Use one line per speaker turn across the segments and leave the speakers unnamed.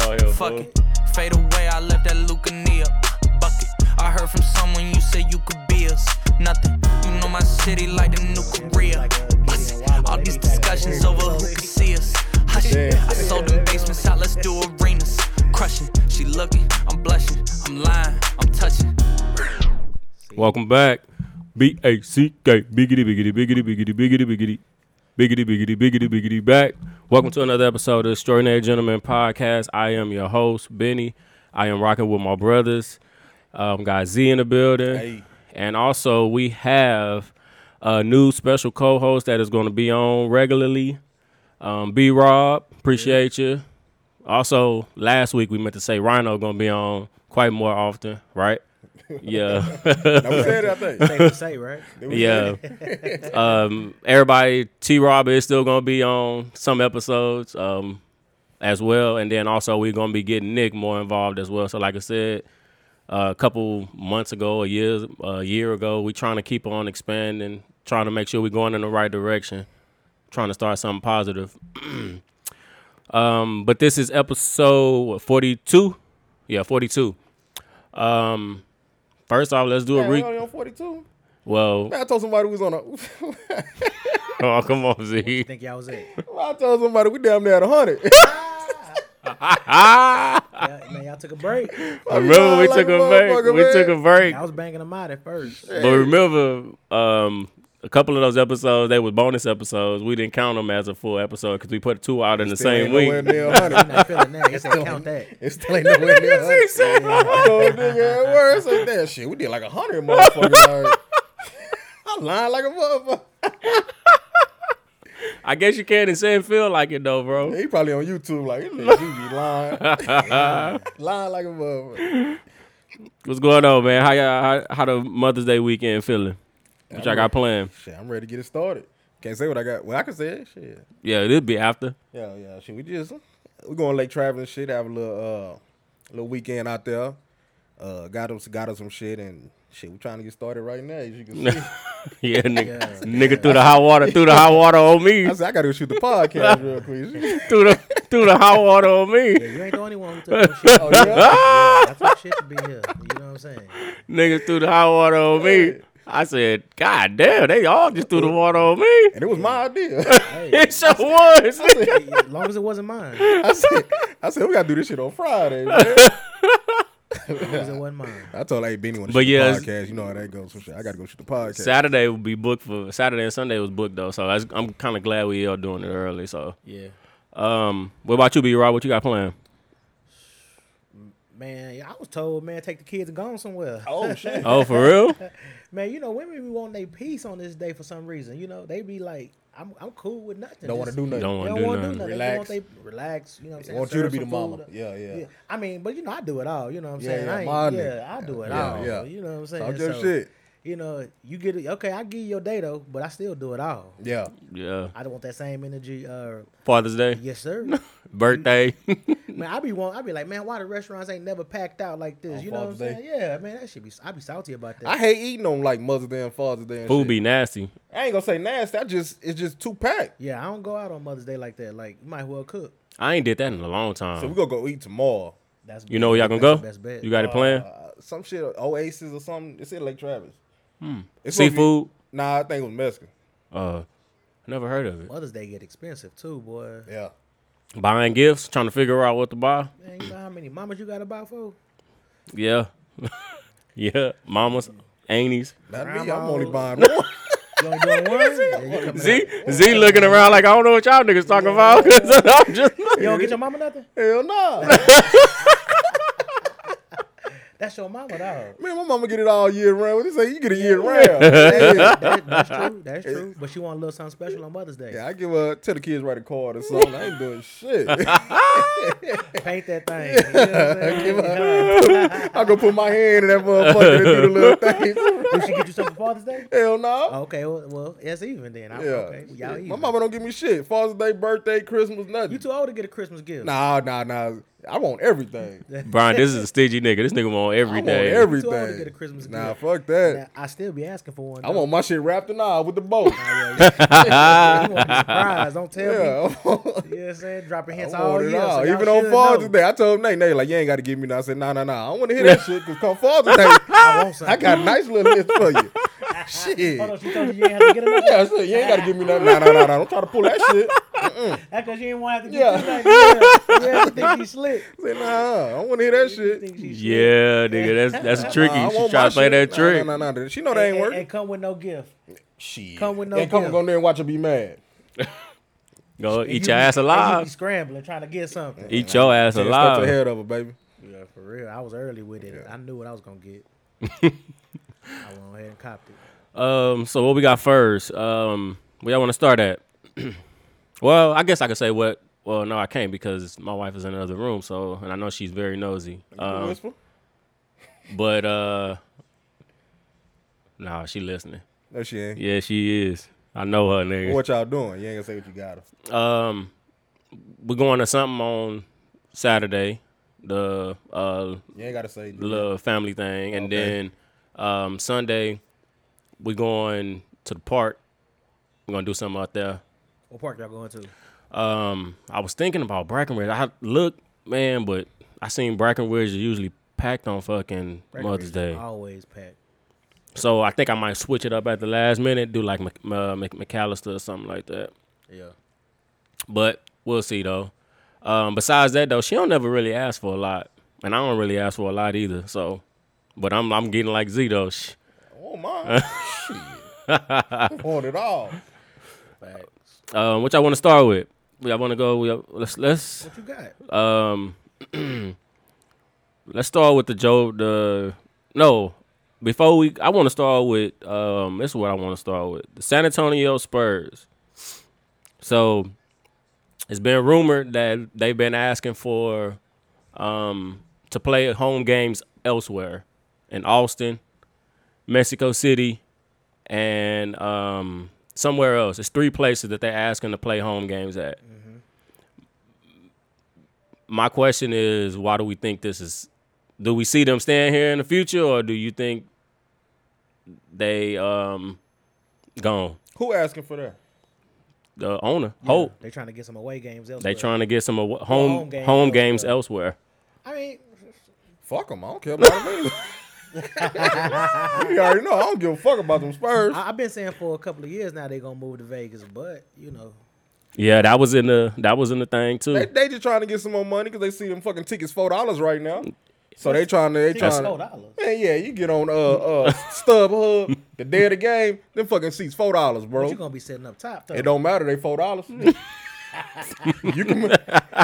uh-uh, fuck it. Fade away, I left that Lucania bucket. I heard from someone you said you could be us. Nothing. You know my city like the new Korea. Bust it. All these discussions over who can see us. Hush it. I sold them basements out, let's do arenas. Crushing. She looking, I'm blushing. I'm lying, I'm touching.
Welcome back. B A C K biggity biggity biggity biggity biggity biggity biggity biggity biggity biggity back. Welcome to another episode of the Extraordinary Gentleman Podcast. I am your host Benny. I am rocking with my brothers. Um, got Z in the building,
Hey.
and also we have a new special co-host that is going to be on regularly. Um, B Rob, appreciate you. Also, last week we meant to say Rhino going to be on quite more often, right? Yeah.
We said it, I think.
Safe to say, right?
Yeah. um, everybody, T Rob is still going to be on some episodes um, as well. And then also, we're going to be getting Nick more involved as well. So, like I said, uh, a couple months ago, a year, a year ago, we trying to keep on expanding, trying to make sure we're going in the right direction, trying to start something positive. um, but this is episode 42. Yeah, 42. Um, first off, let's do a
Man, we
re.
only on 42.
Well,
Man, I told somebody we was on a.
Oh, come on, Z.
Think y'all was it?
I told somebody we damn near at 100.
Yeah, man, y'all took a break.
I Ah! remember we
Like
took
a
a break.
motherfucker,
We
man.
took a break.
I was banging them out at first.
But remember, um, a couple of those episodes, they were bonus episodes. We didn't count them as a full episode because we put two out in the
Ain't
same
nowhere
week.
near 100.
I'm not feeling that. He said, count that.
It still ain't nowhere near 100. I told nigga at work, I said, that shit, we did like 100 motherfuckers. already." I lied like a motherfucker.
I guess you can't and say and feel like it though, bro.
He probably on YouTube like, this nigga, you be lying. lying like a motherfucker.
What's going on, man? How y'all, how, how the Mother's Day weekend feeling? What y'all got planned?
Shit, I'm ready to get it started. Can't say what I got. Well, I can say it. Shit.
Yeah, it'll be after.
Yeah, yeah. Shit, we just we going lake traveling shit. Have a little uh little weekend out there. Uh, got us got us some shit and shit. We trying to get started right now. As you can see,
Yeah, nigga, nigga threw the hot water, threw the hot water on me,
I said I got to shoot the podcast real quick.
threw the threw the hot water on me.
Yeah, you ain't the only one who took no shit.
Oh, yeah?
Yeah, I took shit to be here. You know what I'm saying?
Niggas threw the hot water on me. I said, God damn, they all just threw the water on me.
And it was my idea.
Hey,
It sure was.
as long as it wasn't mine. As
I said, I said we gotta do this shit on Friday. Man.
long as it wasn't mine.
I told hey Benny want to
But
shoot
yeah,
the podcast. You know how that goes. So shit, I gotta go shoot the podcast.
Saturday would be booked for Saturday and Sunday was booked though, so that's, I'm kind of glad we are doing it early. So,
Yeah.
um, what about you, B. Rob? What you got planned?
Man, yeah, I was told, man, take the kids and go on somewhere.
Oh shit!
Oh, for real?
Man, you know, women be wanting their peace on this day for some reason. You know, they be like, I'm, I'm cool with nothing.
Don't want to
Just-
do nothing.
Don't
They
want to
don't
do
want to do
nothing.
nothing.
Relax.
They just want they relax. You know what I'm saying?
want you to
Serve
be the
some
mama.
food.
Yeah, yeah.
I mean, but you know, I do it all. You know what I'm
Yeah,
saying?
yeah,
I
my
ain't,
nigga.
yeah, I do it
Yeah,
all.
yeah.
You know what I'm saying?
Talk your
So,
shit.
You know, you get it. Okay, I give you your day though, but I still do it all.
Yeah.
Yeah.
I don't want that same energy. Uh,
Father's Day,
yes, sir.
birthday.
man, I be want. I be like, man, why the restaurants ain't never packed out like this?
On
you know what I'm
Father's Day.
saying? Yeah, man, that should be. I be salty about that.
I hate eating on like Mother's Day and Father's Day. And
Food
shit.
be nasty.
I ain't gonna say nasty. I just it's just too packed.
yeah, I don't go out on Mother's Day like that. Like, you might as well cook.
I ain't did that in a long time.
So we gonna go eat tomorrow.
That's
you know where y'all gonna go?
That's the best bet.
You got it planned?
Uh, some shit Oasis or something. It's in Lake Travis.
Hmm.
It's supposed to be-
Seafood?
nah, I think it was Mexican.
Uh, never heard of it.
Mother's Day get expensive too, boy.
Yeah.
Buying gifts, trying to figure out what to buy.
Man, you know how many mamas you got to buy for?
Yeah, yeah. Mamas, aunties.
Not me. I'm
Grandma.
only buying one.
You only doing one? Yeah, you coming out.
Z Z looking around like I don't know what y'all niggas talking about. 'cause I'm just
You don't get your mama nothing?
Hell no.
That's your mama, dog.
Man, my mama get it all year round. What they say? You get it year round. yeah.
That, that's true. That's true. But she want a little something special on Mother's Day.
Yeah, I give a tell the kids write a card or something. I ain't doing shit.
Paint that thing. You know what I'm saying?
I go put my hand in that motherfucker and do the little things.
Did she get you something for Father's Day?
Hell no.
Okay, well, well that's even then. I,
yeah.
Oh, Okay, y'all
Shit.
even.
My mama don't give me shit. Father's Day, birthday, Christmas, nothing.
You too old to get a Christmas gift.
Nah, nah, nah. I want everything.
Brian, this is a stingy nigga. This nigga want
I want
everything.
everything.
Too old to get a Christmas
nah,
gift.
fuck that.
Now, I still be asking for one.
I want my shit wrapped in all with the bow.
surprise. Don't tell me.
yeah,
You know
I want-
what I'm saying? Dropping
I
hints all
want it
year. so
all.
y'all
Oh, Even on
should
Father's
know.
Day, I told Nate, Nate, like, you ain't got to give me none. I said, nah, nah, nah. I want to hear that shit because come Father's Day,
I want
I
something.
got a nice little list for you. shit.
Hold on, she told you you ain't have to get another.
Yeah, shit, you ain't got to give me nothing. Nah, nah, nah, nah. Don't try to pull that shit.
That's because you ain't want to have to
Yeah.
get another. Yeah, yeah, you think she slick.
I said, nah, I want to hear that
You
shit.
think she slick.
Yeah, nigga, that's that's tricky.
Nah, I
she
want
try
my
to play
shit.
that
Nah,
trick.
Nah, nah, nah. She know that
And,
ain't
and,
working.
and come with no gift.
Shit.
come with no
And come
gift.
go in there and watch her be mad.
Go
And
eat your
you be-
ass
and You be
alive.
scrambling, trying to get something.
Eat your ass
And stuck the
alive.
head of her, baby.
Yeah, for real. I was early with it. I knew what I was gonna get. I went ahead and copped it.
Um, so what we got first? Um, where y'all want to start at? well, I guess I could say what. Well, no, I can't because my wife is in another room. So, and I know she's very nosy. Um,
Whisper.
but uh, nah, she listening.
No, she ain't.
Yeah, she is. I know her, nigga.
What y'all doing? You ain't gonna say what you got her.
um we're going to something on Saturday, the uh
You ain't gotta say.
little family thing, and
Okay.
then um Sunday we're going to the park. We're gonna do something out there.
What park y'all going to?
Um I was thinking about Brackenridge. I look, man, but I seen Brackenridge is usually packed on fucking Mother's Day.
Oh,
Always packed.
So I think I might switch it up at the last minute, do like Mc, uh, Mc, McAllister or something like that.
Yeah.
But we'll see though. Um, besides that though, she don't ever really ask for a lot, and I don't really ask for a lot either. So, but I'm I'm getting like Z though. Sh-
Oh my. Shit. Want it all.
Facts.
Um, which I want to start with. I want to go. We, let's let's
What you got?
um, let's start with the Joe. The no, before we, I want to start with um. This is what I want to start with: the San Antonio Spurs. So, it's been rumored that they've been asking for um to play home games elsewhere in Austin, Mexico City, and um somewhere else. It's three places that they're asking to play home games at my question is why do we think this is do we see them staying here in the future or do you think they um gone
Who asking for that?
the owner hope
They trying to get some away games elsewhere.
Oh. they trying to get some awa- home
home
home,
games
games
elsewhere.
elsewhere
I mean,
Fuck them. I don't care about them. either. you already know. I don't give a fuck about them Spurs.
I, I've been saying for a couple of years now they gonna move to Vegas, but you know,
yeah that was in the that was in the thing
They,
too
they just trying to get some more money because they see them fucking tickets four dollars right now. So they trying to. They
that's
trying
four
to.
dollars.
Man, yeah, you get on uh uh StubHub the day of the game. Them fucking seats four dollars, bro.
But you gonna be sitting up top though.
It don't matter. They four dollars. you can.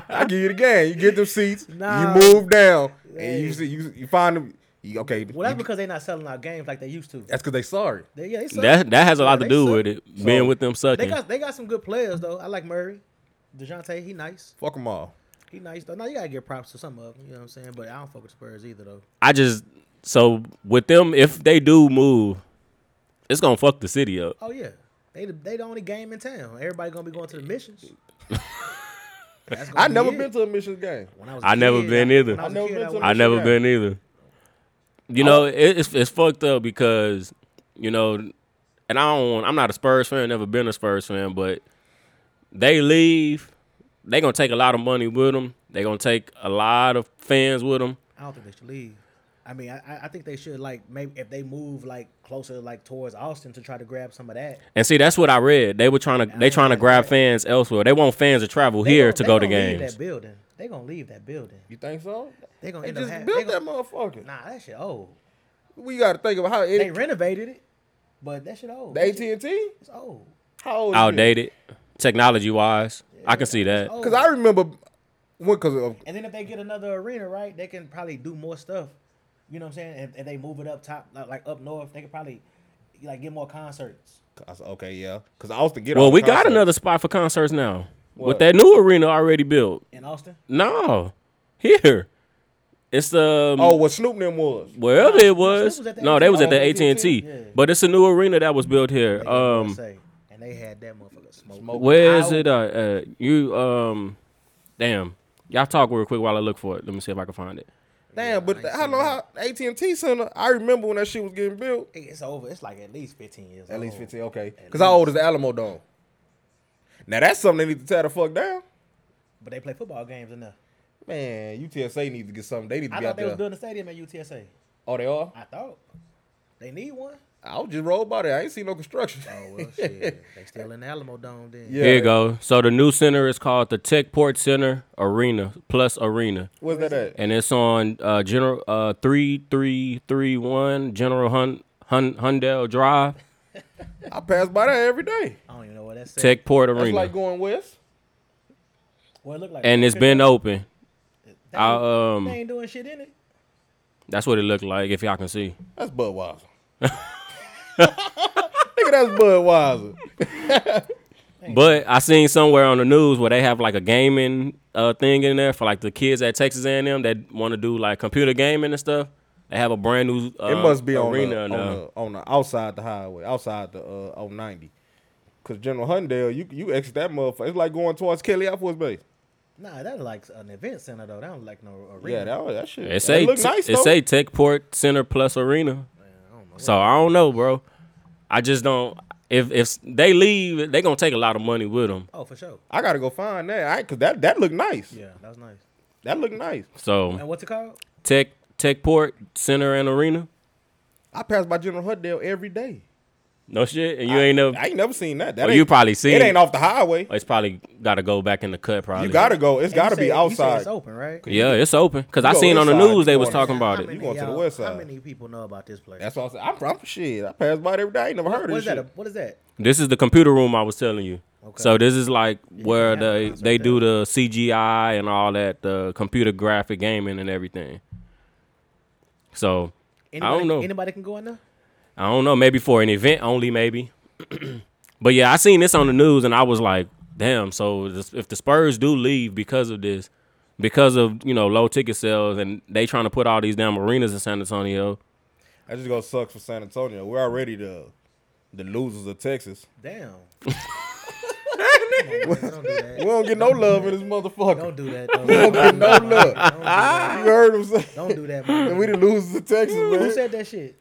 I give you the game. You get them seats.
Nah.
You move down. And you
Hey.
see. You, you find them. You, okay.
well, that's
you-
because they're not selling out games like they used to.
that's because they sorry.
They, yeah, they suck.
that that has a
Yeah,
lot to
they
do
suck.
with it being
So-
with them
They
sucking
got they got some good players though. I like Murray, Dejounte. He nice.
Fuck them all.
He nice though. Now you gotta give props to some of them. You know what I'm saying? But I don't fuck with Spurs either though.
i just so with them if they do move it's gonna fuck the city up
Oh yeah, they the, they the only game in town. Everybody gonna be going to the missions. That's gonna
I
be
never
it.
been to a Michigan game.
When was
I
a
never
kid,
been
I-
either.
when I, was a
I never
kid,
been
I
to
went-
I
What you
never
got?
been either. You know, it, it's it's fucked up because you know, and I don't. I'm not a Spurs fan. Never been a Spurs fan, but they leave. They gonna take a lot of money with them. They gonna take a lot of fans with them.
I don't think they should leave. I mean, I- I, I think they should like maybe if they move like closer like towards Austin to try to grab some of that.
And see, that's what I read. They were trying to. They trying to grab fans elsewhere. They want fans to travel
They
here
gon-
to
they
go to
gonna leave
games.
That building, they gonna leave that building.
You think so?
They gonna
They
end up
just
ha-
built
they
that
gonna-
motherfucker.
Nah, that shit old.
We got to think about how
They
it,
renovated it, but that shit old.
the AT and T.
It's old.
How old?
Outdated, technology wise. I can see that.
old.
Because I remember when because
And then if they get another arena, right, they can probably do more stuff. You know what I'm saying? If, if they move it up top, like, like up north, they could probably like get more concerts.
okay, yeah, because Austin get. all
Well,
the
we got
concerts.
another spot for concerts now with
What?
that new arena already built.
In Austin,
No, here. It's um
Oh, what Snoop and them was.
wherever
no,
it was.
Snoop was at the
No, they was at the AT
AT&T.
and T.
Yeah.
But it's a new arena that was built here.
they got more
Um,
say. and they had that motherfucker smoke.
uh,
Smoke.
where is
out.
it? Uh, uh, you um, damn, Y'all talk real quick while I look for it. Let me see if I can find it.
Damn, but
I
how
see
long? How AT and T Center? I remember when that shit was getting built.
Hey, It's over. It's like at least fifteen years.
At least
old.
fifteen. Okay, because how old is the Alamo Dome? Now that's something they need to tear the fuck down.
But they play football games in there.
Man, UTSA needs to get something. They need to
I
be
thought
out
they
there.
was building a stadium at UTSA.
oh, they are.
I thought they need one.
I was just rolled by there. I ain't seen no construction.
Oh well, shit. they still in the Alamo Dome then.
Yeah.
Here you go. So the new center is called the Techport Center Arena Plus Arena,
Where's that at?
and it's on uh, General uh, three three three one General Hun Hun Hundell Drive,
I pass by there every day.
I don't even know what that's.
Techport
That's
Arena,
like going west.
What it look like?
and it's been open.
They,
I
ain't-
um,
they ain't doing shit in it.
that's what it looked like if y'all can see.
That's Budweiser. Nigga, that's Budweiser.
But I seen somewhere on the news where they have like a gaming uh, thing in there for like the kids at Texas A&M that want to do like computer gaming and stuff. They have a brand new. Uh,
It must be on
arena
the, on,
and, uh,
the, on the outside the highway, outside the uh, on ninety. Cause General Hundale, you you exit that motherfucker. It's like going towards Kelly Air Force Base.
Nah, that's like an event center though. That don't like no arena.
Yeah, that, that shit.
It
that
say
look
t-
nice
it
though.
say Techport Center Plus Arena. So I don't know, bro. I just don't. If if they leave, they gonna take a lot of money with them.
Oh, for sure.
I gotta go find that. I cause that that look nice.
Yeah, that was nice.
That look nice.
And
So
what's it called?
Tech Techport Center and Arena.
I pass by General Hundale every day.
No shit, and you ain't never.
I ain't never seen that. That
Well,
ain't-
you probably seen
it.
it.
Ain't off the highway.
It's probably got to go back in the cut. Probably
You gotta go.
And
It's
you
gotta
said-
be
you said
outside.
It's open, right?
Yeah, it's open. Cause I
go
seen on the
inside,
news they
you
was
wanna-
talking
How
about
many
it.
You going to the
y'all-
west
How
side.
many people know about this place?
That's what I'm saying. I'm from shit. I pass by it every day. I ain't never
what
heard of
is
this
that?
shit.
What is that?
This is the computer room I was telling you.
Okay.
So this is like where
have a
they
concert
they do the CGI and all that, the computer graphic gaming and everything. So
Anybody,
I don't know.
Anybody can go in there.
I don't know. Maybe for an event only, maybe. but yeah, I seen this on the news and I was like, damn. So this- if the Spurs do leave because of this, because of you know low ticket sales and they trying to put all these damn arenas in San Antonio,
That's just gonna suck for San Antonio. We're already the the losers of Texas.
Damn. Come on, man, don't do
We
that.
don't get no love in this
Don't
motherfucker.
do that. Don't,
Don't get no love.
don't
You heard him say.
do that. Don't do that,
And
man.
we the losers of Texas,
Who
man.
said that shit?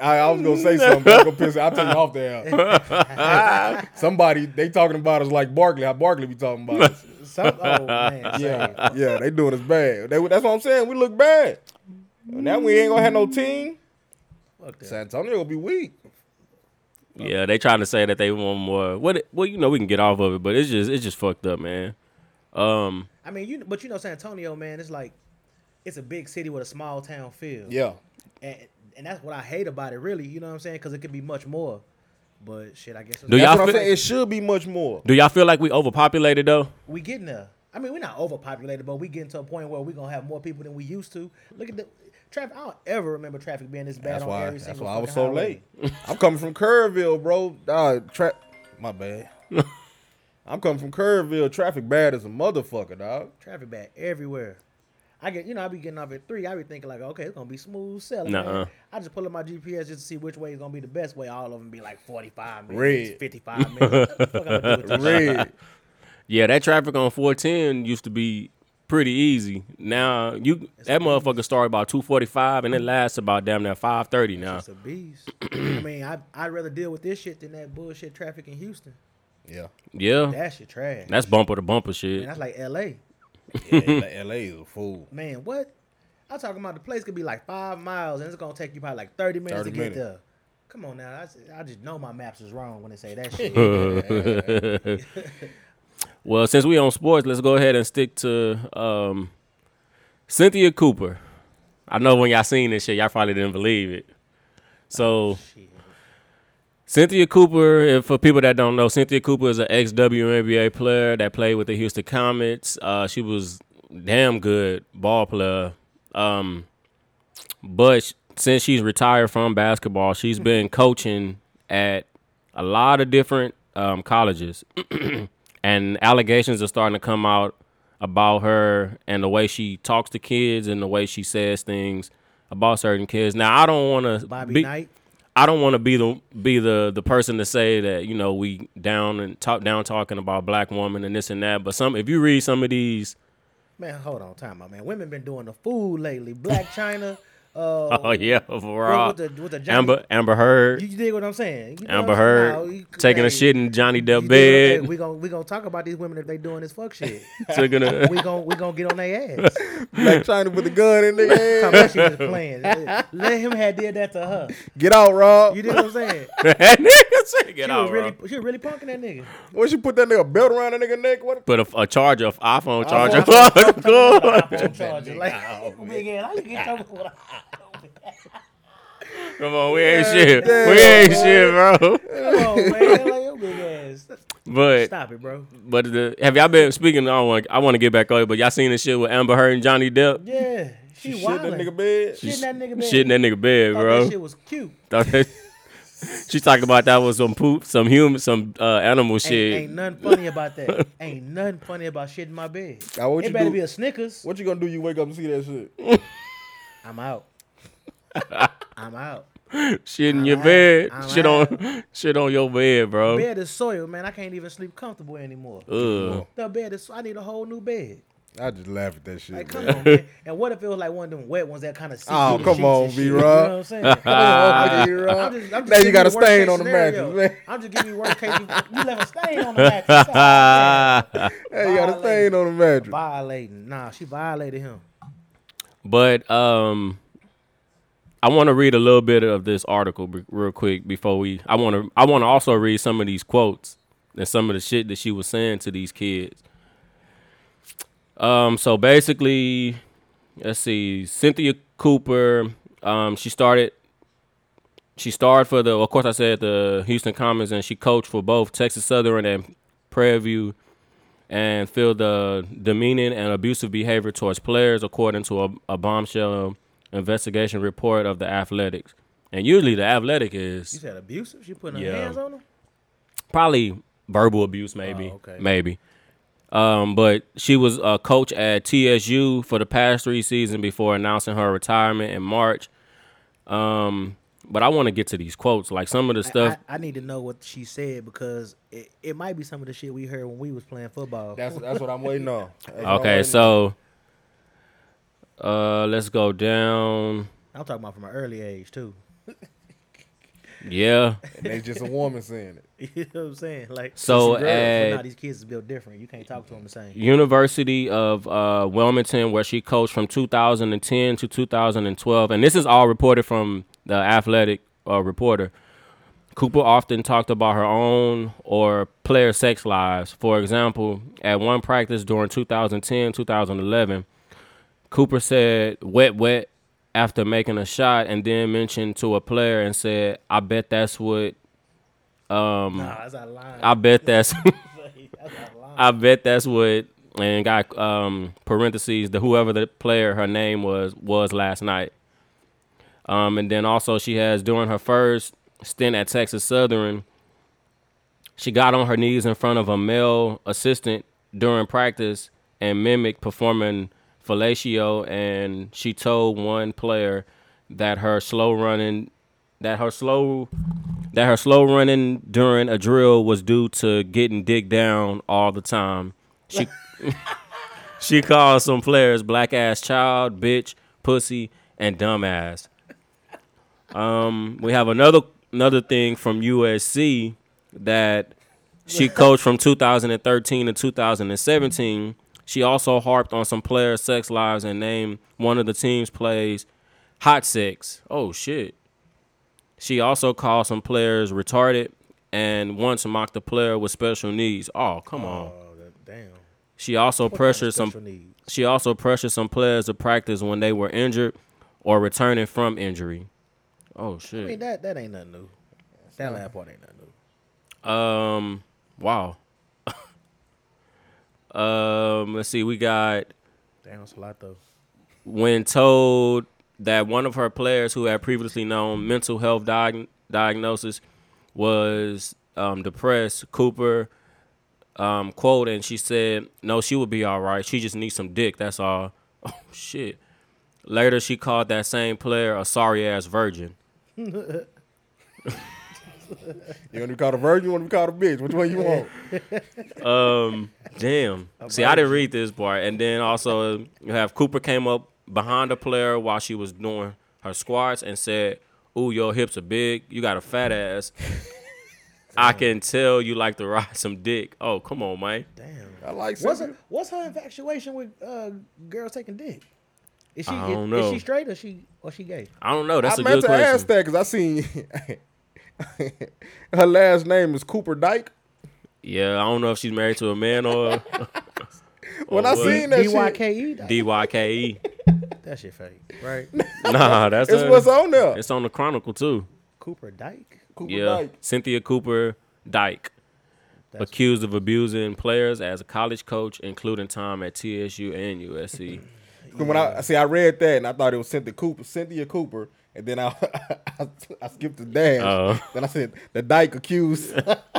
I, I was gonna say something, but I'm gonna piss. I'll take you off there. Somebody they talking about us like Barkley. How Barkley be talking about us?
Some, oh man.
Yeah, yeah. They doing us bad. They, that's what I'm saying. We look bad. Now we ain't gonna have no team.
Fuck that.
San Antonio gonna be weak.
yeah, they trying to say that they want more. What? it- Well, you know we can get off of it, but it's just it's just fucked up, man. Um,
I mean, you but you know San Antonio, man, it's like it's a big city with a small town feel.
Yeah.
And, and that's what I hate about it, really. You know what I'm saying? Because it could be much more. But shit, I guess it's
Do
That's
y'all
what I'm
feel-
saying. It should be much more.
do y'all feel like we overpopulated though?
we getting there. I mean, we're not overpopulated, but we getting to a point where we're gonna have more people than we used to. Look at the traffic. I don't ever remember traffic being this bad
That's
on
why.
every
That's
single.
why I was so
fucking highway.
late. I'm coming from Kerrville, bro. Uh, tra- my bad. I'm coming from Kerrville. Traffic bad as a motherfucker, dog.
Traffic bad everywhere. I get, you know, I be getting off at three. I be thinking like, okay, it's gonna be smooth sailing. man.
Nuh-uh.
I just pull up my GPS just to see which way is gonna be the best way. All of them be like forty five minutes,
Red.
fifty five minutes. What the fuck I'm gonna do with this shit?
Red.
Yeah, that traffic on 410 used to be pretty easy. Now you that motherfucker start about 245 and it lasts about damn near 530 now.
It's a beast. I mean, I I'd rather deal with this shit than that bullshit traffic in Houston.
yeah.
Yeah,
That shit trash.
that's bumper to bumper shit.
and that's like L.A.
yeah. LA is a fool.
Man, what? I'm talking about the place could be like five miles, and it's gonna take you probably like thirty minutes
30
to
minutes.
get there. Come on now, I s- I, just know my maps is wrong when they say that shit.
Well, since we on sports, let's go ahead and stick to um, Cynthia Cooper. I know when y'all seen this shit, y'all probably didn't believe it. So
Shit.
Cynthia Cooper, if, for people that don't know, Cynthia Cooper is an ex WNBA player that played with the Houston Comets. Uh, she was damn good ball player, um, but sh- since she's retired from basketball, she's been coaching at a lot of different um, colleges, and allegations are starting to come out about her and the way she talks to kids and the way she says things about certain kids. Now, I don't want to
Bobby Knight.
I don't want to be the be the the person to say that you know we down and talk down talking about black woman and this and that. But some if you read some of these
Man, hold on, time out, man. Women been doing the food lately. Black China. Uh,
Oh yeah, overall.
With the- with the Johnny-
Amber Amber Heard.
You you dig what I'm saying? You know
Amber
what I'm saying?
Heard
No, you-
taking a
hey,
shit in Johnny
you
Depp
dig what I'm saying?
bed.
We gon' we gonna talk about these women if they doing this fuck shit.
Took it a-
we gon' we gonna get on their ass.
Like trying to put the gun in the
Talking
head.
about she was playing. Let him have did that to her.
Get out, Rob.
You dig what I'm saying?
That nigga said, Get
She
out,
was
bro.
really she was really punking that nigga.
What you put that nigga belt around that nigga neck? What?
Put a, a charger, a iPhone charger.
iPhone
Fuck, God.
iPhone charger.
oh,
Like, big ass. How you get trouble with
Come on, we ain't shit. We
damn,
ain't shit, bro.
Come on, man. Like, your big ass.
But
Stop it, bro.
but the, have y'all been speaking? I want I want to get back on it, but y'all seen this shit with Amber Heard and Johnny Depp
Yeah. She,
Shit, that
wildin'.
nigga bed.
Shit in that nigga bed.
shit in that nigga bed,
Thought
bro.
That shit was cute.
Thought that- she talked about that was some poop, some human, some uh, animal
Ain't,
shit.
ain't nothing funny about that. ain't nothing funny about shit in my bed.
Now, what
it
you
better
do-
be a Snickers.
What you gonna do? You wake up and see that shit.
I'm out. I'm out.
shit in your bed,
I'm
shit on shit on your bed, bro.
Bed is soiled, man. I can't even sleep comfortable anymore.
Ugh.
The bed is. I need a whole new bed.
I just laugh at that shit.
Like,
man.
come on, man. And what if it was like one of them wet ones that kind of
Oh, come on,
You know
B-Rob.
what I'm saying?
Ah.
I'm just- I'm just
now you
giving
got a
worst
stain
case
on the
scenario.
mattress, man.
I'm just giving you worst case. You, you left a stain on the mattress. That's all I'm saying.
Now you got a stain on the mattress.
Violating. Nah, she violated him.
But um, I want to read a little bit of this article b- real quick before we. I want to. I want to also read some of these quotes and some of the shit that she was saying to these kids. Um. So basically, let's see. Cynthia Cooper. Um. She started. She starred for the. Of course, I said the Houston Comets, and she coached for both Texas Southern and Prairie View and feel the demeaning and abusive behavior towards players, according to a, a bombshell investigation report of the Athletics. And usually, the Athletic
You
is
said abusive. She putting her
Yeah.
hands on him.
probably verbal abuse, maybe,
Oh, okay.
maybe. Um, but she was a coach at TSU for the past three seasons before announcing her retirement in March. Um, but I want to get to these quotes, like some of the stuff.
I, I need to know what she said because it, it might be some of the shit we heard when we was playing football.
That's that's what I'm waiting on. That's what I'm
okay,
waiting
so uh, let's go down.
I'm talking about from an early age too.
Yeah.
on. and it's just a woman saying it.
You know what I'm saying? Like
So
Some girls,
But now
at
these kids is built different. You can't talk to them the same.
University of uh, Wilmington, where she coached from 2010 to 2012, and this is all reported from the Athletic uh, reporter. Cooper often talked about her own or player sex lives. For example, at one practice during 2010 2011, Cooper said wet wet after making a shot and then mentioned to a player and said, I bet that's what
Nah, that's out of line.
I bet that's
that's out of line.
I bet that's what and got um parentheses the whoever the player her name was was last night. Um and then also she has during her first stint at Texas Southern she got on her knees in front of a male assistant during practice and mimicked performing fellatio and she told one player that her slow running that her slow that her slow running during a drill was due to getting digged down all the time. She she called some players black ass child, bitch, pussy, and dumbass. Um, we have another another thing from USC that she coached from 2013 to 2017. She also harped on some players' sex lives and named one of the team's plays hot sex. Oh shit. She also called some players retarded and once mocked a player with special needs. Oh, come on.
Oh, that- damn.
She also pressured some
Special needs.
she also pressured some players to practice when they were injured or returning from injury. Oh
I mean
shit.
that that ain't nothing new. That last part ain't nothing new.
Um wow. um let's see, we got
Damn, it's a lot though.
when told that one of her players who had previously known mental health diag- diagnosis was um, depressed, Cooper um, quote and she said, "No, she would be all right. She just needs some dick. That's all." Oh shit. Later, she called that same player a sorry ass virgin.
You want to be called a virgin? You want to be called a bitch? Which one you want?
Um, damn. See, I didn't read this part. And then also, you have Cooper came up behind the player while she was doing her squats and said, "Ooh, your hips are big. You got a fat ass. I can tell you like to ride some dick." Oh, come on, man.
Damn.
I like
What's
something.
her, what's her infatuation with uh, girls taking dick? Is she
I
is-
don't
is,
know.
she straight or she or she gay?
I don't know. That's
I
a
meant
good
to
question.
ask that because I seen her last name is Cooper Dyke.
Yeah, I don't know if she's married to a man or.
When I seen that, shit,
DYKE. That,
D Y K E.
that shit fake, right?
Nah, that's
it's
a-
what's on there.
It's on the Chronicle too.
Cooper Dyke.
Cooper
yeah,
Dyke.
Cynthia Cooper Dyke,
That's-
accused of abusing players as a college coach, including time at TSU and USC.
'Cause When I see, I read that and I thought it was Cynthia Cooper. Cynthia Cooper, and then I I, I skipped the dash.
Oh.
Then I said the Dyke accused.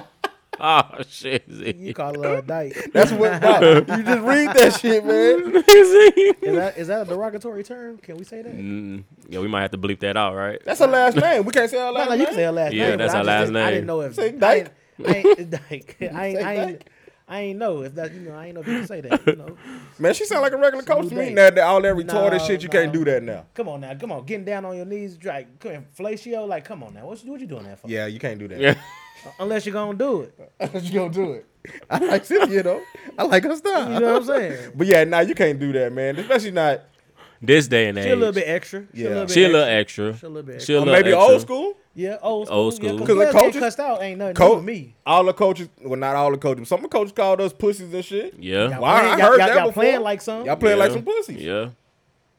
oh shit!
You call her a dyke.
That's what you just read that shit, man.
Is that is that a derogatory term? Can we say that? No,
Mm, yeah, we might have to bleep that out, right?
That's her last name. We can't say her last
no, you can say
name.
her last
Yeah,
name. but
that's
I
her
just
last
didn't- I
name.
didn't know if
Say dyke.
I ain't, dyke. I ain't,
Say
I ain't,
dyke.
I ain't know if that you know. I ain't know if you can say that. You know.
Man, she sound like a regular
Some
coach to
new
me.
Dyke.
Now that all that retarded
No,
shit, you
no.
can't do that now.
Come on now, come on, getting down on your knees, like come on, fellatio, like come on now, what you what you doing that for?
Yeah, you can't do that.
Yeah.
Unless you're gonna do it,
you gonna do it. I like Cynthia though. I like her style.
you know what I'm saying?
But yeah, now nah, you can't do that, man. Especially not
This day and age,
She a little bit extra. She
Yeah.
a little bit
She a
extra.
little extra.
She a little bit
She a
or
little
uh, maybe
extra.
old school.
Yeah, old school.
Old school.
Yeah,
'Cause
Cause
the
the coaches
coaches-
cussed out ain't nothing new
Coach,
to me.
all the coaches, well, not all the coaches. Some of the coaches called us pussies and shit.
Yeah.
Y'all
Well, I- I
playing,
heard
y'all, y'all,
that
y'all
before.
playing like some.
Y'all playing like
Yeah.
some pussies.
Yeah.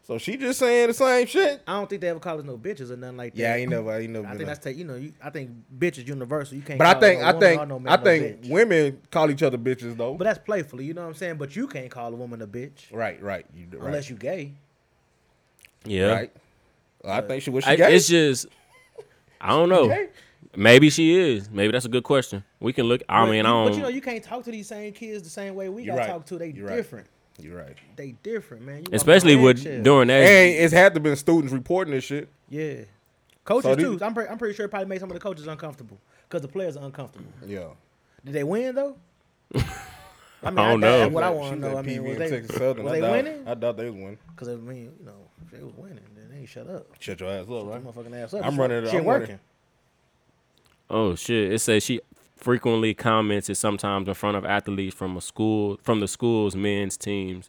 So she just saying the same shit.
I don't think they ever call us no bitches or nothing like that.
Yeah, I ain't never, I ain't never.
I
been
think
like-
that's ta- you know you, I think bitch is universal. You can't.
but I
call
think,
no
I
woman or
think,
no man
I
no
think
bitch.
women call each other bitches though.
But that's playfully, you know what I'm saying. But you can't call a woman a bitch
right, right, you, right,
unless you gay.
Yeah.
right. I think she was she
I,
gay.
it's just, I don't know. Maybe she is. Maybe that's a good question. We can look. I
But
mean,
you,
I don't.
But you know you can't talk to these same kids the same way we
You're
got to
right.
talk to. They
You're right.
different.
You're right.
They different, man. You walking
especially
on
with
eggshells.
during that.
And it's had to been students reporting this shit.
yeah, coaches
So do
too.
you-
I'm pretty, I'm pretty sure it probably made some of the coaches uncomfortable because the players are uncomfortable.
Yeah.
Did they win though? I mean,
I don't
that- that's
know.
What I
Like,
want
she's
to know, I
at
mean,
PV
was
and
they,
Texas Southern.
was
I
they
doubt-
winning?
I doubt they was winning.
Because I mean, you know, if they was winning, then they ain't shut up.
Shut your ass up,
Shut
right?
your motherfucking ass up.
I'm
Shit-
running it-
Shit
I'm running-
working.
Oh shit! It says she frequently commented sometimes in front of athletes from a school from the school's men's teams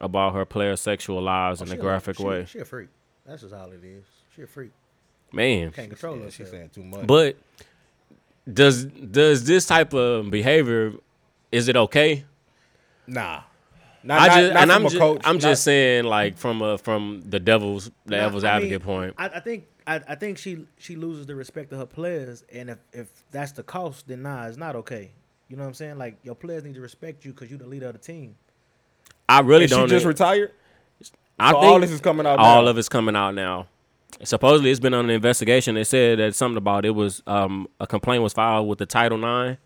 about her players' sexual
Oh,
lives in a
She
graphic
she-
way.
She a freak. That's just all it is. She a freak.
Man,
Can't control
Yeah, she
herself.
saying too much.
but does does this type of behavior is it okay?
nah.
I
Not,
just
not,
and
not
I'm
from a
just
coach.
I'm
Not-
just saying like from a from the devil's the
Nah,
devil's
I mean,
advocate point.
I, I think I, I think she she loses the respect of her players, and if, if that's the cost, then nah, it's not okay. You know what I'm saying? Like your players need to respect you because you the leader of the team.
I really
And she
don't.
just retired.
I
So
think
all this is coming out.
all
now.
of it's coming out now. Supposedly, it's been on an investigation. They said that something about it was um, a complaint was filed with the Title IX.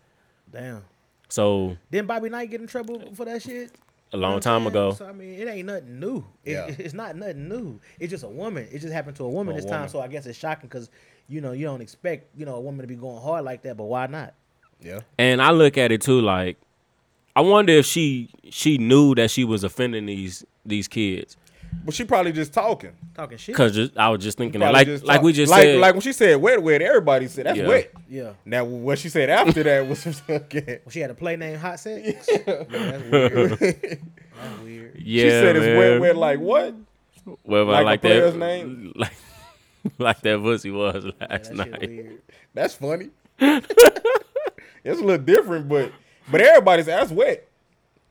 Damn.
So
Didn't Bobby Knight get in trouble for that shit?
a
You know
long
what
time
I'm saying?
ago.
So I mean, it ain't nothing new. It,
Yeah.
It's not nothing new. It's just a woman. It just happened to a woman
A
this
woman.
time. So I guess it's shocking because you know you don't expect you know a woman to be going hard like that. But why not?
Yeah.
And I look at it too, like I wonder if she she knew that she was offending these these kids.
But she probably just talking.
Talking shit.
Cause just, I was just thinking that,
Probably
like
just
like
talk-
we just
like,
said,
like when she said wet, wet, everybody said that's
Yeah.
wet.
Yeah.
Now what she said after that was okay.
Well, she had a play named Hot Sex. Yeah, that's weird. that's weird.
yeah,
she said
man.
it's wet, wet, like what?
Whatever,
like a
like
player's
that,
name.
like like that pussy was last
That shit
night.
weird.
That's funny. it's a little different, but but everybody said that's wet.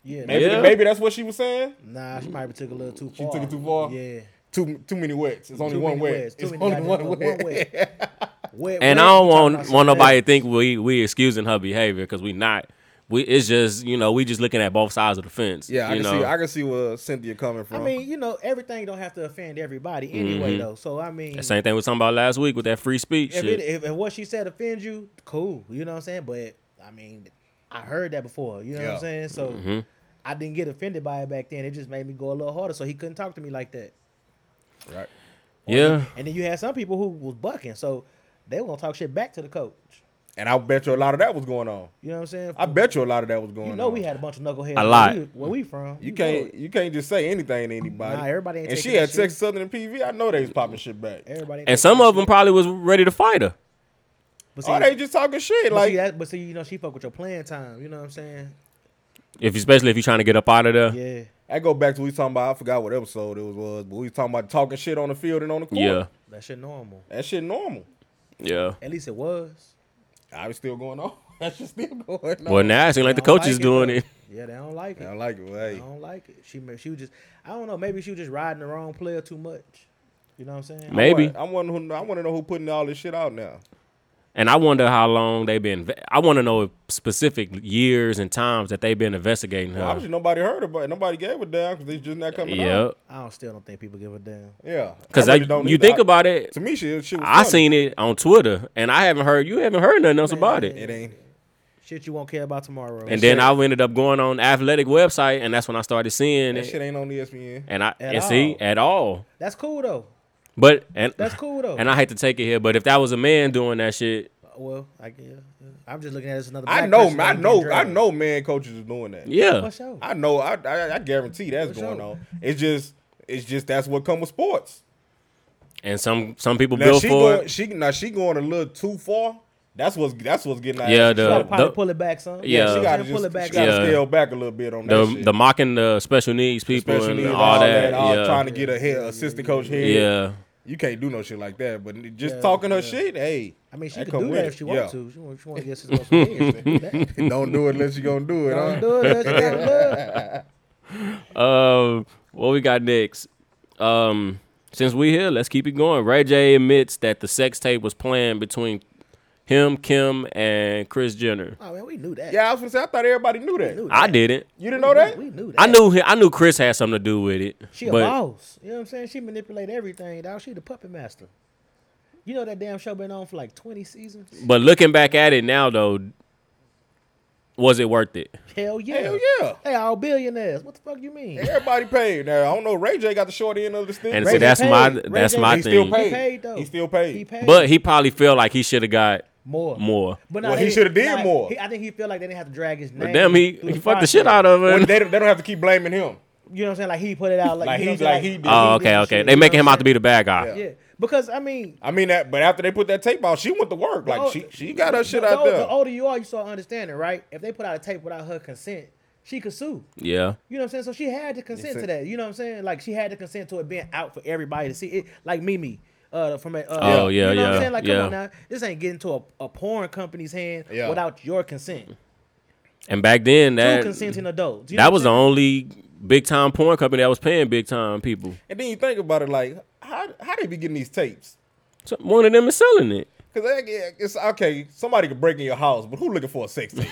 Yeah.
Maybe
Yeah.
maybe that's what she was saying.
Nah, she might have took a little too
She
far.
took it too far?
Yeah.
Too too many wets. It's only
Too
one
many
wet.
ways. Too
It's
many
only
goddamn- one
one wet.
way. Wet,
And I
wet,
don't
we talking
want
about
want
something
nobody
else.
to think we we excusing her behavior because we not. We it's just you know we just looking at both sides of the fence.
Yeah, I
you
can
know?
see I can see where Cynthia coming
I
from.
mean, you know, everything don't have to offend everybody anyway, though. So I mean,
Mm-hmm. Same thing we was talking about last week with that free speech
if,
shit.
it, if, if what she said offends you, cool. You know what I'm saying? But I mean, I heard that before. You know what
Yeah.
I'm saying? So
Mm-hmm.
I didn't get offended by it back then. It just made me go a little harder. So he couldn't talk to me like that.
right.
yeah,
And then you had some people who was bucking. So They were gonna talk shit back to the coach.
And I bet you a lot of that was going on.
You know what I'm saying?
I bet you a lot of that was going on.
You know we had a bunch of knuckleheads.
A lot.
Where we, where we from?
You
know
can't
it.
you can't just say anything to anybody.
Nah, everybody ain't
and
taking
she had
that shit.
Texas Southern and PV. I know they was popping shit back.
Everybody.
And
ain't taking
some
that
of them
shit.
probably was ready to fight her.
But
Oh, they just talking shit.
but
Like
see that, but see, you know, she fuck with your playing time. You know what I'm saying?
If especially if you're trying to get up out of there.
Yeah.
I go back to we talking about. I forgot what episode it was, but we talking about talking shit on the field and on the court.
Yeah.
That shit normal.
that shit normal.
Yeah.
At least it was.
I was still going on. That shit still going on.
Well, now it seems like
They
the
don't
coach is
like
doing
though.
it.
Yeah, they don't like
I
it.
don't like it. But
I
hey,
don't like it. She ma- she was just I don't know. Maybe she was just riding the wrong player too much. You know what I'm saying?
Man. Maybe.
I want who I want to know who putting all this shit out now.
And I wonder how long they've been. I want to know specific years and times that they've been investigating her.
Obviously, nobody heard about it. Nobody gave a damn because they just not coming
yeah,
out.
I don't still don't think people give a damn.
Yeah,
because
I really don't
you
either.
think
I-
about it.
to me, shit, shit was
I
funny.
seen it on Twitter, and I haven't heard. You haven't heard nothing else about it.
it ain't.
Shit you won't care about tomorrow.
And then I ended up going on athletic website, and that's when I started seeing
That
it.
shit ain't on E ESPN.
And I
At
and see
all.
at all,
That's cool though.
but and
That's cool though.
And I hate to take it here, but if that was a man doing that shit,
well, I yeah, yeah. I'm just looking at this another.
I
black
know,
person
I
that
know,
get
I
dragged.
know. Man, coaches is doing that.
yeah,
For sure.
I know. I I, I guarantee that's
For
going
sure.
on. It's just, it's just that's what come with sports.
and some some people
Now
built
she
for
going,
it.
she now she going a little too far. That's what's that's what's getting. her
Yeah,
ass
the-
You gotta
shot.
probably
the-
pull it back some.
Yeah.
she
uh,
got to
pull it
just
back.
she gotta
up.
scale back a little bit on that
The
shit.
the mocking the special needs people
Especially
and
all,
all, that,
that, all
yeah,
trying to get a head assistant coach head.
yeah.
You can't do no shit like that. But just
Yeah,
talking her
yeah.
shit, hey.
I mean, she
that
could
come
do
with
that
it.
if she
Yeah.
wants to. She want, she want to get some more Don't
Don't do it unless you gonna do it. huh?
do it. unless you got love.
Um, what we got next? Um, since we here, let's keep it going. Ray J admits that the sex tape was planned between him, Kim, and Chris Jenner.
Oh man, we knew that.
Yeah, I was gonna say. I thought everybody knew that.
We knew
I
that.
didn't.
You didn't know that?
We knew that.
I knew he- I knew Chris had something to do with it.
She a
but
boss. You know what I'm saying? She manipulate everything, dog. She the puppet master. You know that damn show been on for like 20 seasons?
but looking back at it now though, was it worth it?
Hell yeah.
Hell yeah.
They all billionaires. What the fuck you mean?
Everybody paid. Now I don't know. Ray J got the short end of the stick.
And
Ray
see,
J
that's my
paid. Ray
that's
J-
my
He still
thing.
paid.
He paid though.
He still paid.
He paid.
But he probably felt like he should have got
more.
more.
But
Well, he
they-
shoulda did
nah,
more.
he- I think he feel like they didn't have to drag his name.
But damn, he,
through
he fucked the shit
process.
out of
Well,
her.
they, don't- they don't have to keep blaming him.
You know what I'm saying? Like he put it out like,
Like
you know
he-
what I'm
like
saying?
he did.
Oh,
did
okay,
the
okay.
shit,
They
you know
making him
what
out to be the bad guy.
Yeah.
I'm saying? Yeah, because I mean,
I mean that, but after they put that tape out, she went to work. Like
Oh,
she, she got her shit
the,
out
ol-
there.
the older you are, you start understanding, right? If they put out a tape without her consent, she could sue.
Yeah.
You know what I'm saying? So she had to consent to
said-
that. You know what I'm saying? Like she had to consent to it being out for everybody to see it. Like Mimi. Uh, from a, uh,
Oh, yeah,
you know What
yeah,
I'm saying? Like,
yeah.
come on now, this ain't getting to a, a porn company's hand
Yeah.
without your consent.
And back then
Two
that
consenting adults. You know
that
what
was
I'm
the
saying?
only big time porn company that was paying big time people.
and then you think about it, like how how they be getting these tapes?
So one of them is selling it.
Because it's okay. Somebody could break in your house, but who looking for a sex tape?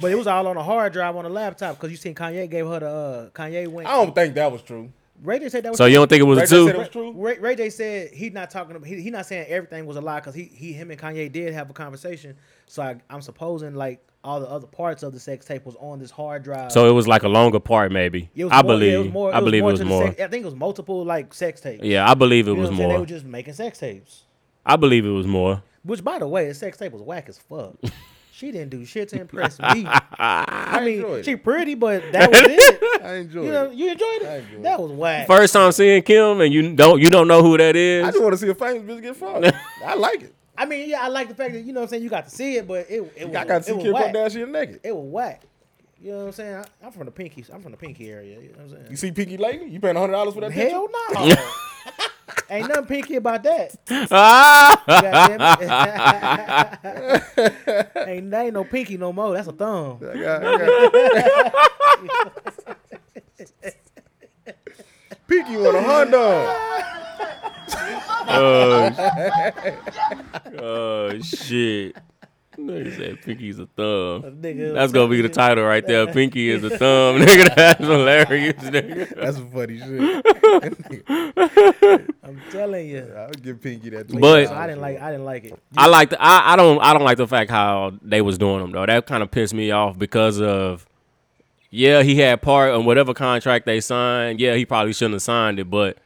But it was all on a hard drive on a laptop because you seen Kanye gave her the uh, Kanye went.
I don't think that was true.
Ray J said that was.
So you don't think it was
Ray
a
J said it
two?
was true.
Ray, Ray J said he not talking. He, he not saying everything was a lie because he, he him and Kanye did have a conversation. So I, I'm supposing like all the other parts of the sex tape was on this hard drive.
So it was like a longer part, maybe.
It was
I
more- yeah,
believe.
it was more-
I believe it was
to the
more.
sex- I think it was multiple like sex tapes.
Yeah, I believe it
You know
was
what I'm saying? They
more.
were just making sex tapes.
I believe it was more.
Which, by the way, the sex tape was whack as fuck. she didn't do shit to impress me. I
enjoyed
mean,
it.
she pretty, but that was it.
I enjoy
You know, you enjoyed it.
enjoyed
that was whack.
First time seeing Kim, and you don't you don't know who that
I
is.
just want to see a famous bitch get fucked. I like it.
I mean, yeah, I like the fact that you know what I'm saying. You got to see it, but it it was,
I got to
it
see
was
Kim
whack.
Kardashian naked.
It was whack. You know what I'm saying? I, I'm from the pinky. I'm from the pinky area. You know what I'm saying?
You see Pinky Lady? You paying hundred dollars for that
Hell no. Ain't nothing pinky about that.
Ah!
Goddamn it. ain't that ain't no pinky no more. That's a thumb.
picture? I got- I got- Pinky want a Honda.
oh shit! Nigga said Pinky's a thumb.
Nigga,
That's gonna be the title right there. Pinky is a thumb, nigga. That's hilarious, nigga.
That's some funny shit.
I'm telling you.
I'll give Pinky that.
But-
So I didn't like. I didn't like it.
I like the I, I don't I don't like the fact how they was doing them though. That kind of pissed me off because of yeah he had part on whatever contract they signed. Yeah, he probably shouldn't have signed it, but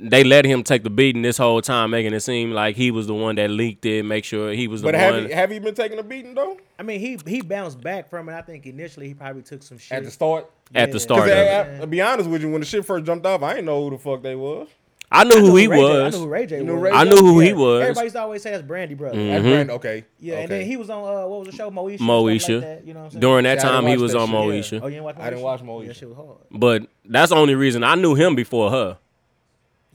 they let him take the beating this whole time, making it seem like he was the one that leaked it. Make sure he was the
But have
one.
you, have you been taking a beating though
I mean, he he bounced back from it. I think initially he probably took some shit.
at the start?
At the
Yeah.
start
'Cause
of
I-
it,
I- to be honest with you, when the shit first jumped off, I didn't know who the fuck they was.
I knew who he
Ray J-
was.
I knew who Ray J
You knew
was.
Ray J?
I knew who he
Yeah.
was. Mm.
Everybody used to always say that's Brandy brother.
That
Mm-hmm.
brand, okay.
Yeah,
okay.
and then he was on uh, what was the show Moesha.
Moesha.
stuff Like that, you know what I'm saying?
During that
See, I didn't
time, he
watch
was
that
on
shit.
Yeah.
Moesha,
Oh, you didn't watch Moesha?
I didn't watch Moesha.
Yeah, that shit was hard.
but that's the only reason I knew him before her.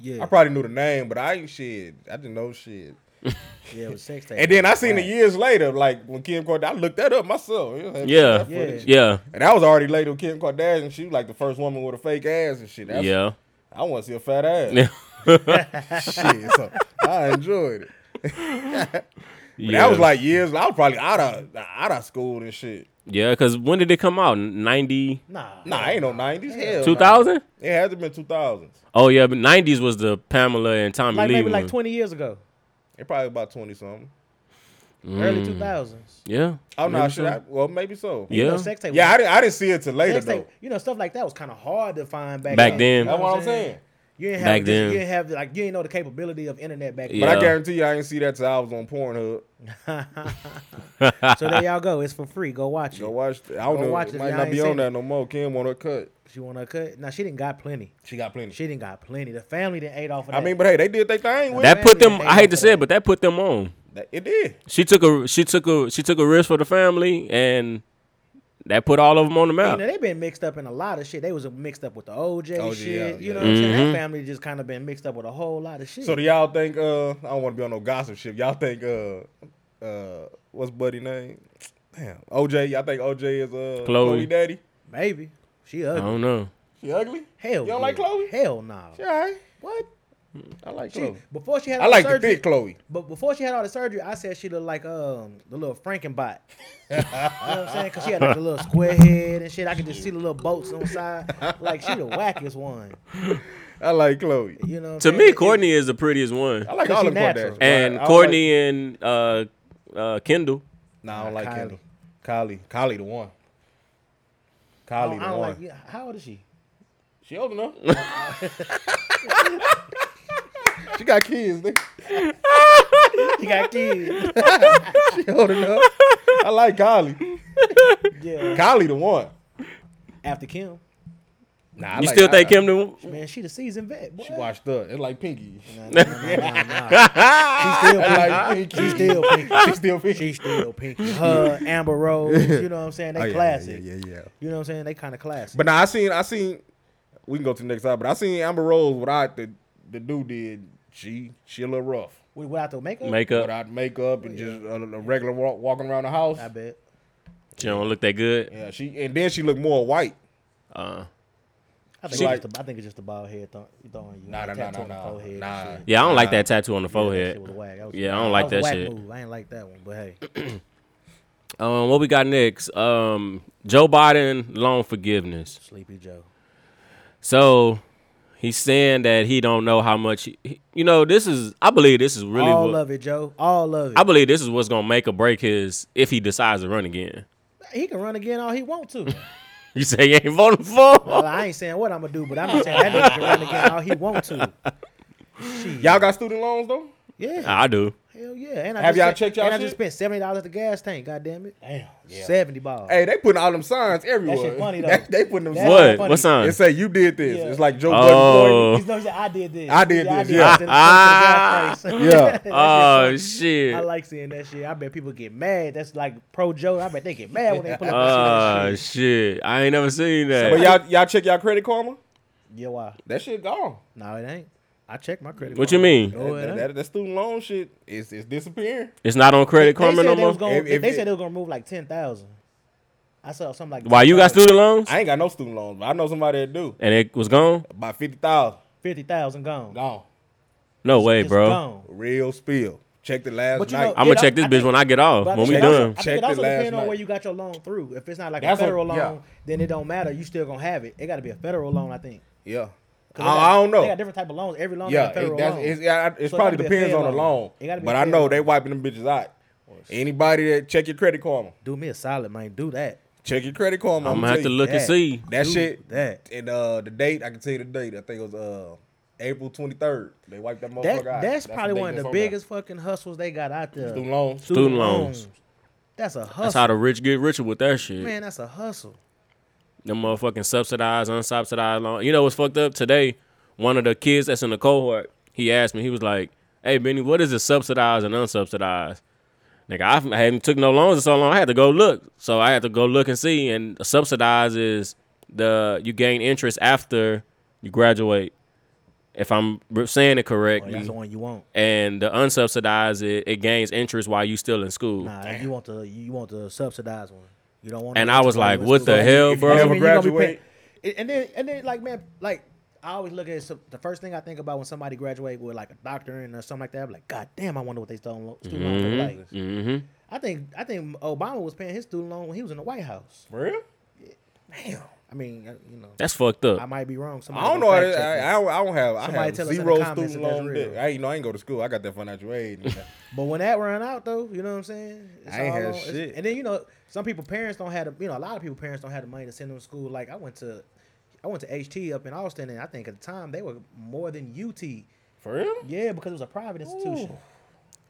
Yeah,
I probably knew the name, but I ain't shit. I didn't know shit.
yeah, it was sex tape.
And then I seen it years later, like when Kim Kardashian, I looked that up myself. You know, that-
Yeah,
that
yeah,
footage.
yeah.
And I was already later with Kim Kardashian. She was like the first woman with a fake ass and shit. That's- I want to see a fat ass. shit, so I enjoyed it. But
Yeah.
That was like years. I was probably out of out of school and shit.
yeah. Because when did it come out? Ninety
nah,
Nah, ain't no nineties. Hell,
two thousand?
nah. It had to been two thousands.
Oh yeah, but nineties was the Pamela and Tommy
like
Lee one.
maybe like 20 years ago,
It probably about twenty something. Mm.
early 2000s.
yeah.
Oh no,
Maybe
should
so.
I? Well, maybe so.
Yeah.
You know, sex tape.
Yeah, I
was-
didn't. I didn't see it till later
sex
though.
tape. You know, stuff like that was kind of hard to find back
Back
then.
then.
You know
That's what I'm saying.
You didn't have
Back
this-
then.
You didn't have like you didn't know the capability of internet back then.
But
Yeah.
I guarantee you, I didn't see that till I was on Pornhub.
So there y'all go. It's for free. Go watch it.
Go watch. I don't
Go
know.
watch it
It
if
might
y'all
not
ain't
be
seen
on
it.
that no more. Kim want her cut.
She want to cut. Now she didn't got plenty.
She got plenty.
She didn't got plenty. The family didn't ate off of that.
I mean, but hey, they did their thing with
That
Man,
put them.
they
I hate
go
to
for
say it,
that.
but that put them on.
it. It did.
She took a she took a she took a risk for the family, and that put all of them on the
you
map.
know, they've been mixed up in a lot of shit. They was mixed up with the OJ,
OJ,
shit.
Oh, yeah,
You know what
yeah.
I'm saying? That family just kind of been mixed up with a whole lot of shit.
So do y'all think? Uh, I don't want to be on no gossip shit. Y'all think? Uh, uh, what's buddy name? Damn, OJ. Y'all think OJ is uh Chloe,
Chloe.
daddy?
Maybe she
I
ugly.
don't know.
She ugly?
Hell,
Uh-huh. You don't like
yeah.
Chloe?
Hell no.
She all right.
What?
Mm, I like
She,
Chloe.
before she had
I
all
like
the
the
surgery,
thick Chloe.
but before she had all the surgery, I said she looked like um the little Frankenbot. you know what I'm saying? Because she had like a little square head and shit. I could just see the little boats on the side. Like she the wackiest one.
I like Chloe.
You know. What
To
I'm saying?
me, Courtney is the prettiest one,
I like
Cause
all
she
of
natural.
Kardashians.
and
I- I Like,
Courtney and uh, uh, Kendall.
nah, I don't
Nah,
like
Kylie.
Kendall. Kylie. Kylie the one.
I
Kylie
don't, Oh, I
the
don't
one.
like. yeah, How old is she?
She old enough. she got kids. Nigga.
She got kids.
She old enough. I like Kylie.
yeah.
Kylie the one.
After Kim.
Nah, I
You
like-
still think
I-
Kim? The,
Man, she the season vet. Boy.
She washed up. It's like Pinky.
She
like Pinky.
still pinky.
She still Pinky.
She still pinky. Her Amber Rose. You know what I'm saying? They
Oh, yeah,
classic.
Yeah, yeah, yeah.
You know what I'm saying? They kind of classic.
But now I seen, I seen. We can go to the next side, but I seen Amber Rose without the the dude did. She she a little rough
We- without the makeup.
makeup.
without makeup and just a, a regular walk, walking around the house.
Oh, I bet.
She don't look that good.
Yeah, she and then she looked more white.
Uh,
I think,
She
it's
like-
just the, I think it's just the bald head throwing throwing you.
Nah, nah, nah,
tattoo on the
nah, nah.
forehead and
Nah.
shit.
yeah, I don't like
Nah.
that tattoo on the
That
forehead.
shit was whack. That was-
Yeah, I don't like
was
that
a whack
shit.
Move. I ain't like that one, but hey,
Um, what we got next? Um, Joe Biden loan forgiveness.
Sleepy Joe.
So he's saying that he don't know how much. He, he- you know, this is. I believe this is really.
All
What,
of it, Joe. All of it.
I believe this is what's gonna make or break his if he decides to run again.
he can run again all he want to.
You say you ain't voting for?
well, I ain't saying what I'm gonna do, but I'm just saying that nigga can run again all he want to. Shit.
Y'all got student loans though?
yeah.
I do.
Hell yeah! And I
Have
just
y'all
spent-
checked y'all
And I
shit?
just spent seventy dollars at the gas tank. God damn it!
Damn. Yeah.
Seventy balls.
Hey, they putting all them signs everywhere.
shit funny, though.
That- they putting them
That-
signs.
What?
funny.
What sign?
It say you did this.
Yeah.
It's like Joe
Oh.
Budden
He's not saying I did this.
I did this, yeah.
Instead
Ah.
of going to the gas
Yeah.
station. That
Oh
shit funny.
shit.
I like seeing that shit. I bet people get mad. That's like pro Joe. I bet they get mad when they pull up. and see
Oh
that shit.
shit. I ain't never seen that.
But y'all y'all check y'all credit karma?
Yeah, why?
That shit gone.
No, it ain't. I checked my credit.
what
card.
you mean?
No, it
that,
ain't.
that, that student loan shit is is disappearing.
It's not on credit
They
karma
said
no
they,
more.
was gonna,
If- if
they
it-
said they were gonna move like ten thousand. I saw something like
Why you got student loans?
I ain't got no student loans, but I know somebody that do.
And it was gone.
About fifty thousand
fifty thousand gone.
gone.
No way,
It's
bro.
gone.
Real spill. Check the last
But you
night.
know-
I'm
Yeah,
gonna
that-
check this
I
bitch
think-
when I get off.
But I
When
think
we
it
check
also-
done.
I
Check
think it
the
also
last
depends on where
night.
you got your loan through. If it's not like
That's
a
what-
federal
yeah.
loan, then it don't matter. You still gonna have it. It got to be a federal loan, I think.
yeah.
'Cause
I,
they got-
I don't know.
They got different type of loans. Every loan
Yeah,
got a federal
it, that's,
loan.
it's, yeah, I- it's
So it
probably
gotta be a
depends
fair
on the
loan.
loan.
It gotta be
But
a
I
fair
know
loan.
they wiping them bitches out. Anybody that check your credit karma,
Do me a solid, man. Do that.
check your credit karma.
I'm
I'ma
gonna have
tell
to
you.
look and
that.
see.
that
Do
shit.
that.
and uh, the date I can tell you the date. I think it was uh, April 23rd. They wiped that motherfucker
That,
out.
that's,
the
probably
date
one of
Oh, that's
the
on there.
biggest fucking hustles they got out there.
Student loans.
Student loans.
That's a hustle.
That's how the rich get richer with that shit.
Man, that's a hustle.
Oh,
Them motherfucking subsidized, unsubsidized loan. You know what's fucked up today? One of the kids that's in the cohort, he asked me, he was like, "Hey Benny, what is it subsidized and unsubsidized?" Nigga, I haven't- I hadn't took no loans in so long. I had to go look, so I had to go look and see. And subsidized is the you gain interest after you graduate. If I'm re- saying it
Well,
Oh,
correctly,
that's the one you want.
and the unsubsidized it, it gains interest while you still in school.
Nah, you want the you want the subsidized one. You don't want.
And
the
I was
interest
like,
on
"What the
school.
hell,
you
bro?"
never
you gonna be
graduate-
paying- and then and then like man, like I always look at some, the first thing I think about when somebody graduate with like a doctorate or something like that. I'm like, God damn, I wonder what they student lo- student loans look like.
Mm-hmm.
I think I think Obama was paying his student loan when he was in the White House.
For real?
Damn. I mean, uh, you know,
That's fucked
I
up.
might be wrong. Somebody
I don't
can
know. I,
fact check me.
I, I, don't, I don't have. I
Somebody
have
tell us in the
zero
comments
student
if that's
loan
real.
debt. I ain't know. I ain't go to school. I got that financial aid. and-
But when that run out, though, you know what I'm saying? It's
I ain't
all
had
on- it's-
shit.
And then you know, some people parents don't have, the, you know, a lot of people parents don't have the money to send them to school. Like I went to, I went to HT up in Austin, and I think at the time they were more than UT.
For real?
Yeah, because it was a private institution.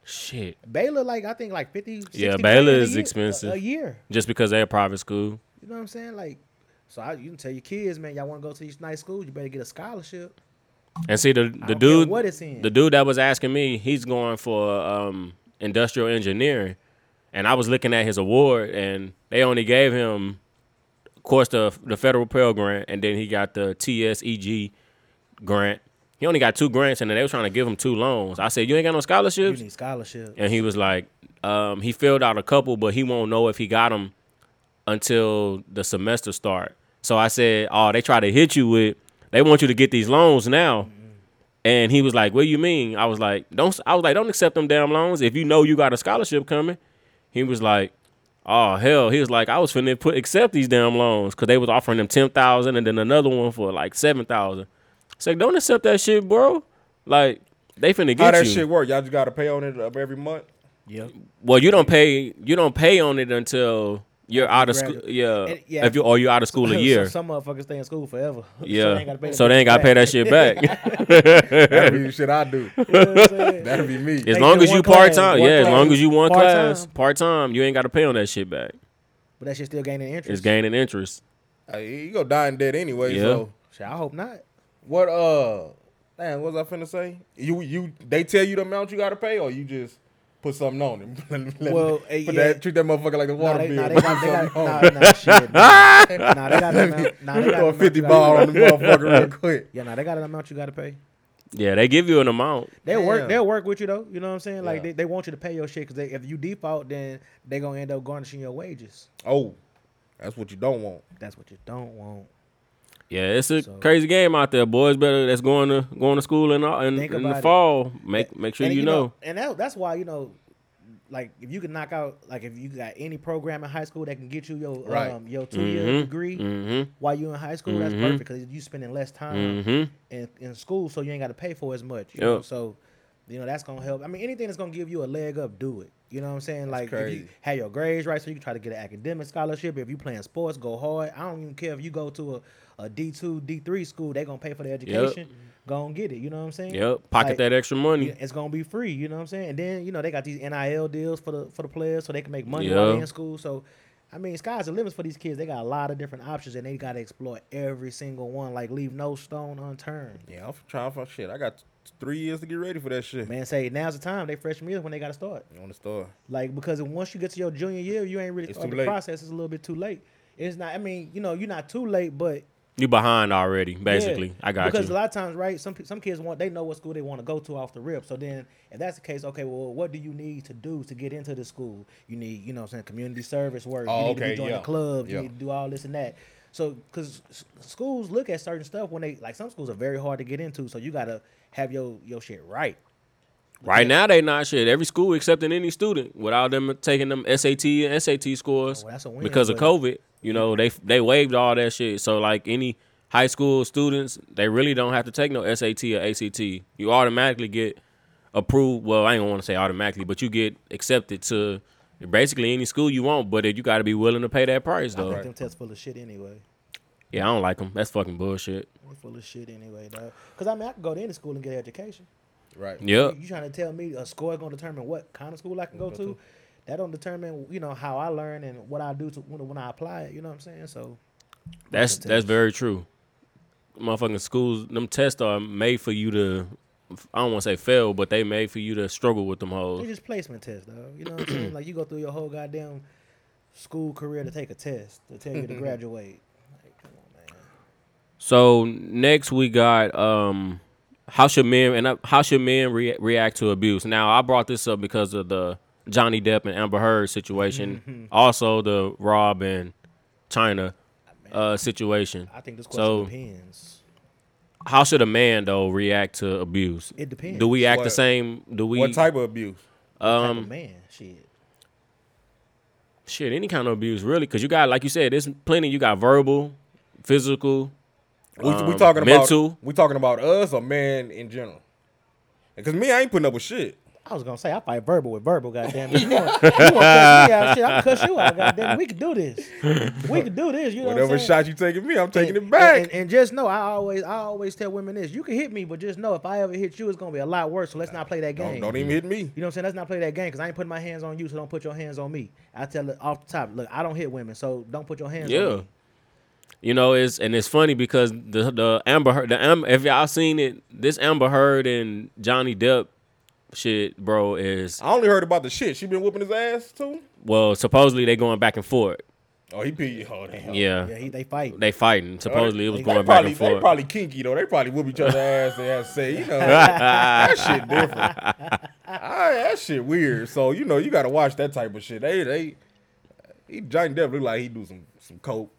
Shit.
Baylor, like I think like 50, 60
Yeah,
grand
Baylor
a
is
year-
expensive.
A, a year.
Just because they're a private school.
You know what I'm saying? Like, so I, you can tell your kids, man, y'all want to go to these nice schools, you better get a scholarship.
And see the the
don't care
dude
what it's in.
the dude that was asking me, he's going for um industrial engineering. And I was looking at his award and they only gave him of course the the federal Pell Grant and then he got the TSEG grant. He only got two grants and then they were trying to give him two loans. I said, You ain't got no
You
scholarships?
need scholarship.
And he was like, um, he filled out a couple, but he won't know if he got them until the semester start. So I said, oh, they try to hit you with, they want you to get these loans now. And he was like, what do you mean? I was like, don't, I was like, don't accept them damn loans. If you know you got a scholarship coming, he was like, oh hell, he was like, I was finna put accept these damn loans because they was offering them ten thousand and then another one for like seven thousand. It's like, don't accept that shit, bro. Like they finna get
How that
you.
shit work? Y'all just gotta pay on it up every month.
Yep.
Well, you don't pay. You don't pay on it until you're out of
gradu-
school. Yeah,
And- yeah.
If you or you're out of school a
So
year.
some motherfuckers stay in school forever.
yeah. So they ain't got to pay that shit back.
That'd be the shit I do.
shit.
That'd be me.
as
They
long
get
as you
one
part
class,
time.
one
Yeah. As
class,
long as you one
part-time.
class part time, you ain't got to pay on that shit back.
But that shit still gaining interest.
It's gaining interest.
Hey, you go dying dead anyway.
Yeah.
So
Shit, I hope not.
what? Uh, damn, what was I finna say? You you they tell you the amount you gotta pay, or you just put something on him. Let- let-
Well,
put
eh,
that,
yeah.
treat that motherfucker like the
Nah,
water
they,
bill.
nah, they
Put
got, they got,
something on
nah,
him.
nah, shit. Nah, nah they got an amount. Nah, they got an
Throw a
amount
fifty
you gotta
ball
pay.
on the motherfucker real quick.
Yeah, nah, they got an amount you got to pay.
Yeah, they give you an amount.
They'll
Damn.
work. They'll work with you though. You know what I'm saying? Like
Yeah.
they, they want you to pay your shit because if you default, then they gonna end up garnishing your wages.
Oh, that's what you don't want.
That's what you don't want.
Yeah, it's a
So-
crazy game out there, boys. Better that's going to going to school in all- in,
Think
in the
about it.
fall. Make make sure
And,
you know.
And that, that's why you know, like if you can knock out, like if you got any program in high school that can get you your
Right.
um, your two year
Mhm.
degree
Mm-hmm.
while you in high school, that's
Mhm.
perfect because you spending less time.
Mm-hmm.
in, in school, so you ain't got to pay for as much. You know?
Yep.
So, you know, that's gonna help. I mean, anything that's gonna give you a leg up, do it. You know what I'm saying? Like, if you
crazy.
have your grades right, so you can try to get an academic scholarship. If you playing sports, go hard. I don't even care if you go to a, a D two, D three school. They gonna pay for the education. Go and get it. You know what I'm saying?
Yep. Pocket
Like,
that extra money.
yeah, It's gonna be free, you know what I'm saying? And then you know they got these NIL deals for the for the players, so they can make money while
Yeah.
they in school. So, I mean, sky's the limits for these kids. They got a lot of different options, and they got to explore every single one. Like leave no stone unturned.
Yeah, I'm trying for shit. I got t- three years to get ready for that shit.
Man, say now's the time. They freshman year is when they got to start.
You on the store.
Like because once you get to your junior year, you ain't really
It's
started
too
the
late.
process. It's a little bit too late. It's not. I mean, you know, you're not too late, but
You behind already,
yeah,
basically. I got
because
you.
a lot of times, right? Some pe- some kids want they know what school they want to go to off the rip. So then, if that's the case, okay, well, what do you need to do to get into the school? You need, you know, what I'm saying community service work. you
Oh,
need to
okay,
be joining
yeah.
the club.
Yeah.
You need to do all this and that. So, because schools look at certain stuff when they like some schools are very hard to get into. So you gotta have your your shit right.
Right now, they not shit. Every school accepting any student without them taking them SAT and SAT scores
Oh, well, that's a win,
because of
but-
COVID. You know, they they waived all that shit. So like any high school students, they really don't have to take no SAT or ACT. You automatically get approved. Well, I ain't gonna want to say automatically, but you get accepted to basically any school you want. But it, you got to be willing to pay that price
I
though.
think them tests full of shit anyway.
Yeah, I don't like them. That's fucking bullshit.
We're full of shit anyway, though. Because I mean, I can go to any school and get an education.
Right.
Yep.
You trying to tell me a score is going to determine what kind of school I can go to? That don't determine, you know, how I learn and what I do to when, when I apply it. You know what I'm saying? So
That's that's very true. Motherfucking schools, them tests are made for you to. I don't want to say fail, but they made for you to struggle with them
they
hoes.
just placement tests, though. You know what I'm saying? Like you go through your whole goddamn school career to take a test to tell you
Mm-hmm.
to graduate. Like, come on, man.
So next we got um, how should men and uh, how should men re- react to abuse? Now I brought this up because of the Johnny Depp and Amber Heard situation, also the Rob and China uh, situation.
I think this question
So-
depends.
How should a man though react to abuse?
It depends.
Do we um, act the
What-
same? Do we
what type of abuse?
Type of man, shit.
shit, any kind of abuse, really. Because you got, like you said, there's plenty. You got verbal, physical.
We, we
Um,
talking about
mental.
we talking about us or man in general? Because me, I ain't putting up with shit.
I was gonna say I fight verbal with verbal, goddamn it. You want, you want to cuss me out, shit? I can cuss you out, goddamn it. We can do this. We can do this. You know what
Whatever
I'm saying?
shot you taking me, I'm taking
and,
it back.
And, and, and just know, I always, I always tell women this: you can hit me, but just know if I ever hit you, it's gonna be a lot worse. So let's not play that
don't,
game.
don't e- even hit me.
you know what I'm saying? Let's not play that game because I ain't putting my hands on you, so don't put your hands on me. I tell it off the top. Look, I don't hit women, so don't put your hands. on
Yeah.
me.
You know, it's and it's funny because the the Amber Heard, the Amber, if y'all seen it, this Amber Heard and Johnny Depp shit, bro, is
I only heard about the shit. She been whooping his ass too.
well, supposedly they going back and forth.
Oh, he pee. Oh, damn.
Yeah,
Yeah, he, they fight.
they fighting. Supposedly it was
They
going back
probably,
and
they
forth.
probably kinky though. They probably whoop each other's ass. They have to say, you know, that shit different. I, that shit weird. So you know, you gotta watch that type of shit. They they he Johnny Depp look like he do some some coke.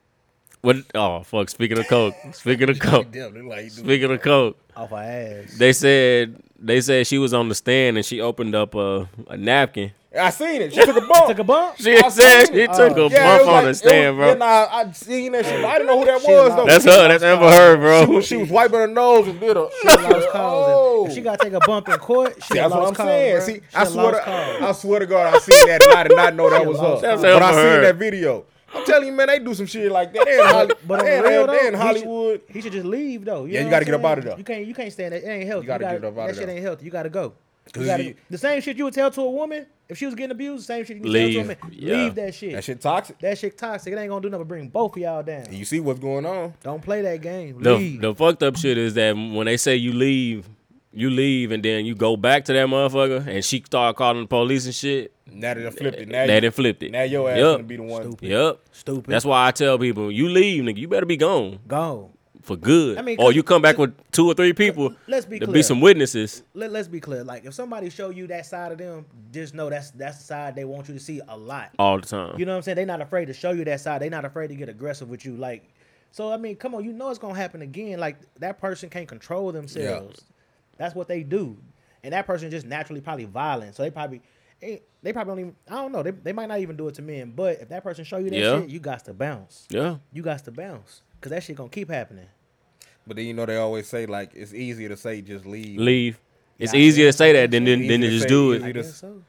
what? Oh fuck! Speaking of coke, speaking of coke,
Depp look like he do.
speaking of coke.
off our ass.
They said they said she was on the stand and she opened up a, a napkin.
I seen it. She took a bump.
Took a bump.
She said she took a
Uh, Yeah,
bump on
it was like-
the
it
stand,
was-
bro.
Yeah, nah, I seen that shit. but I didn't know who that
She
was
lost-
though.
That's her. That's Amber Heard,
She
bro.
was, she was wiping her nose and did a. oh.
I lost calls. If- If she got to take a bump in court, she
That's
lost
what I'm
cause,
saying.
bruh.
See,
She
I
done
swear,
lost
to,
cause.
I swear to God, I seen that and I did not know that was
lost
her.
cause.
But I
Amber
seen
Heard.
that video. I'm telling you, man, they do some shit like that. They in, Holly,
But on
they
the
in,
real
they
though,
in
he
Hollywood.
should, he should just leave though. You
Yeah, you
know what I'm
gotta get up
saying?
out of there.
You can't, you can't stand that. It ain't healthy. You
gotta get up out
that
of
shit
there.
ain't healthy. You gotta go. You
'Cause
gotta,
you-
the same shit you would tell to a woman if she was getting abused. Same shit you can
Leave.
tell to a man.
Yeah.
Leave that shit.
That shit toxic.
That shit toxic. It ain't gonna do nothing but bring both of y'all down.
You see what's going on?
Don't play that game.
The,
Leave.
the fucked up shit is that when they say you leave, you leave and then you go back to that motherfucker and she start calling the police and shit.
Now that it flipped it. Now,
They
you-
done flipped it.
Now your ass
Yup.
gonna be the one.
Yep.
Stupid.
That's why I tell people, you leave, nigga, you better be gone
Go.
for good.
I mean,
or
cause-
you come back with two or three people.
Let's be
to
clear.
be some witnesses.
Let, let's be clear. Like if somebody show you that side of them, just know that's that's the side they want you to see a lot.
All the time.
You know what I'm saying? They're not afraid to show you that side. They're not afraid to get aggressive with you. Like, so I mean, come on, you know it's gonna happen again. Like that person can't control themselves. That's what they do, and that person just naturally probably violent. So they probably, ain't- they probably don't even. I don't know. They, they might not even do it to men. But if that person show you that
Yeah.
shit, you got to bounce.
yeah.
You got to bounce because that shit gonna keep happening.
But then you know they always say like it's easier to say just leave.
Leave. It's
Yeah, I-
easier to say that than than,
Easier
than to
to
just
say,
do
easier
it.
to-
Guess so.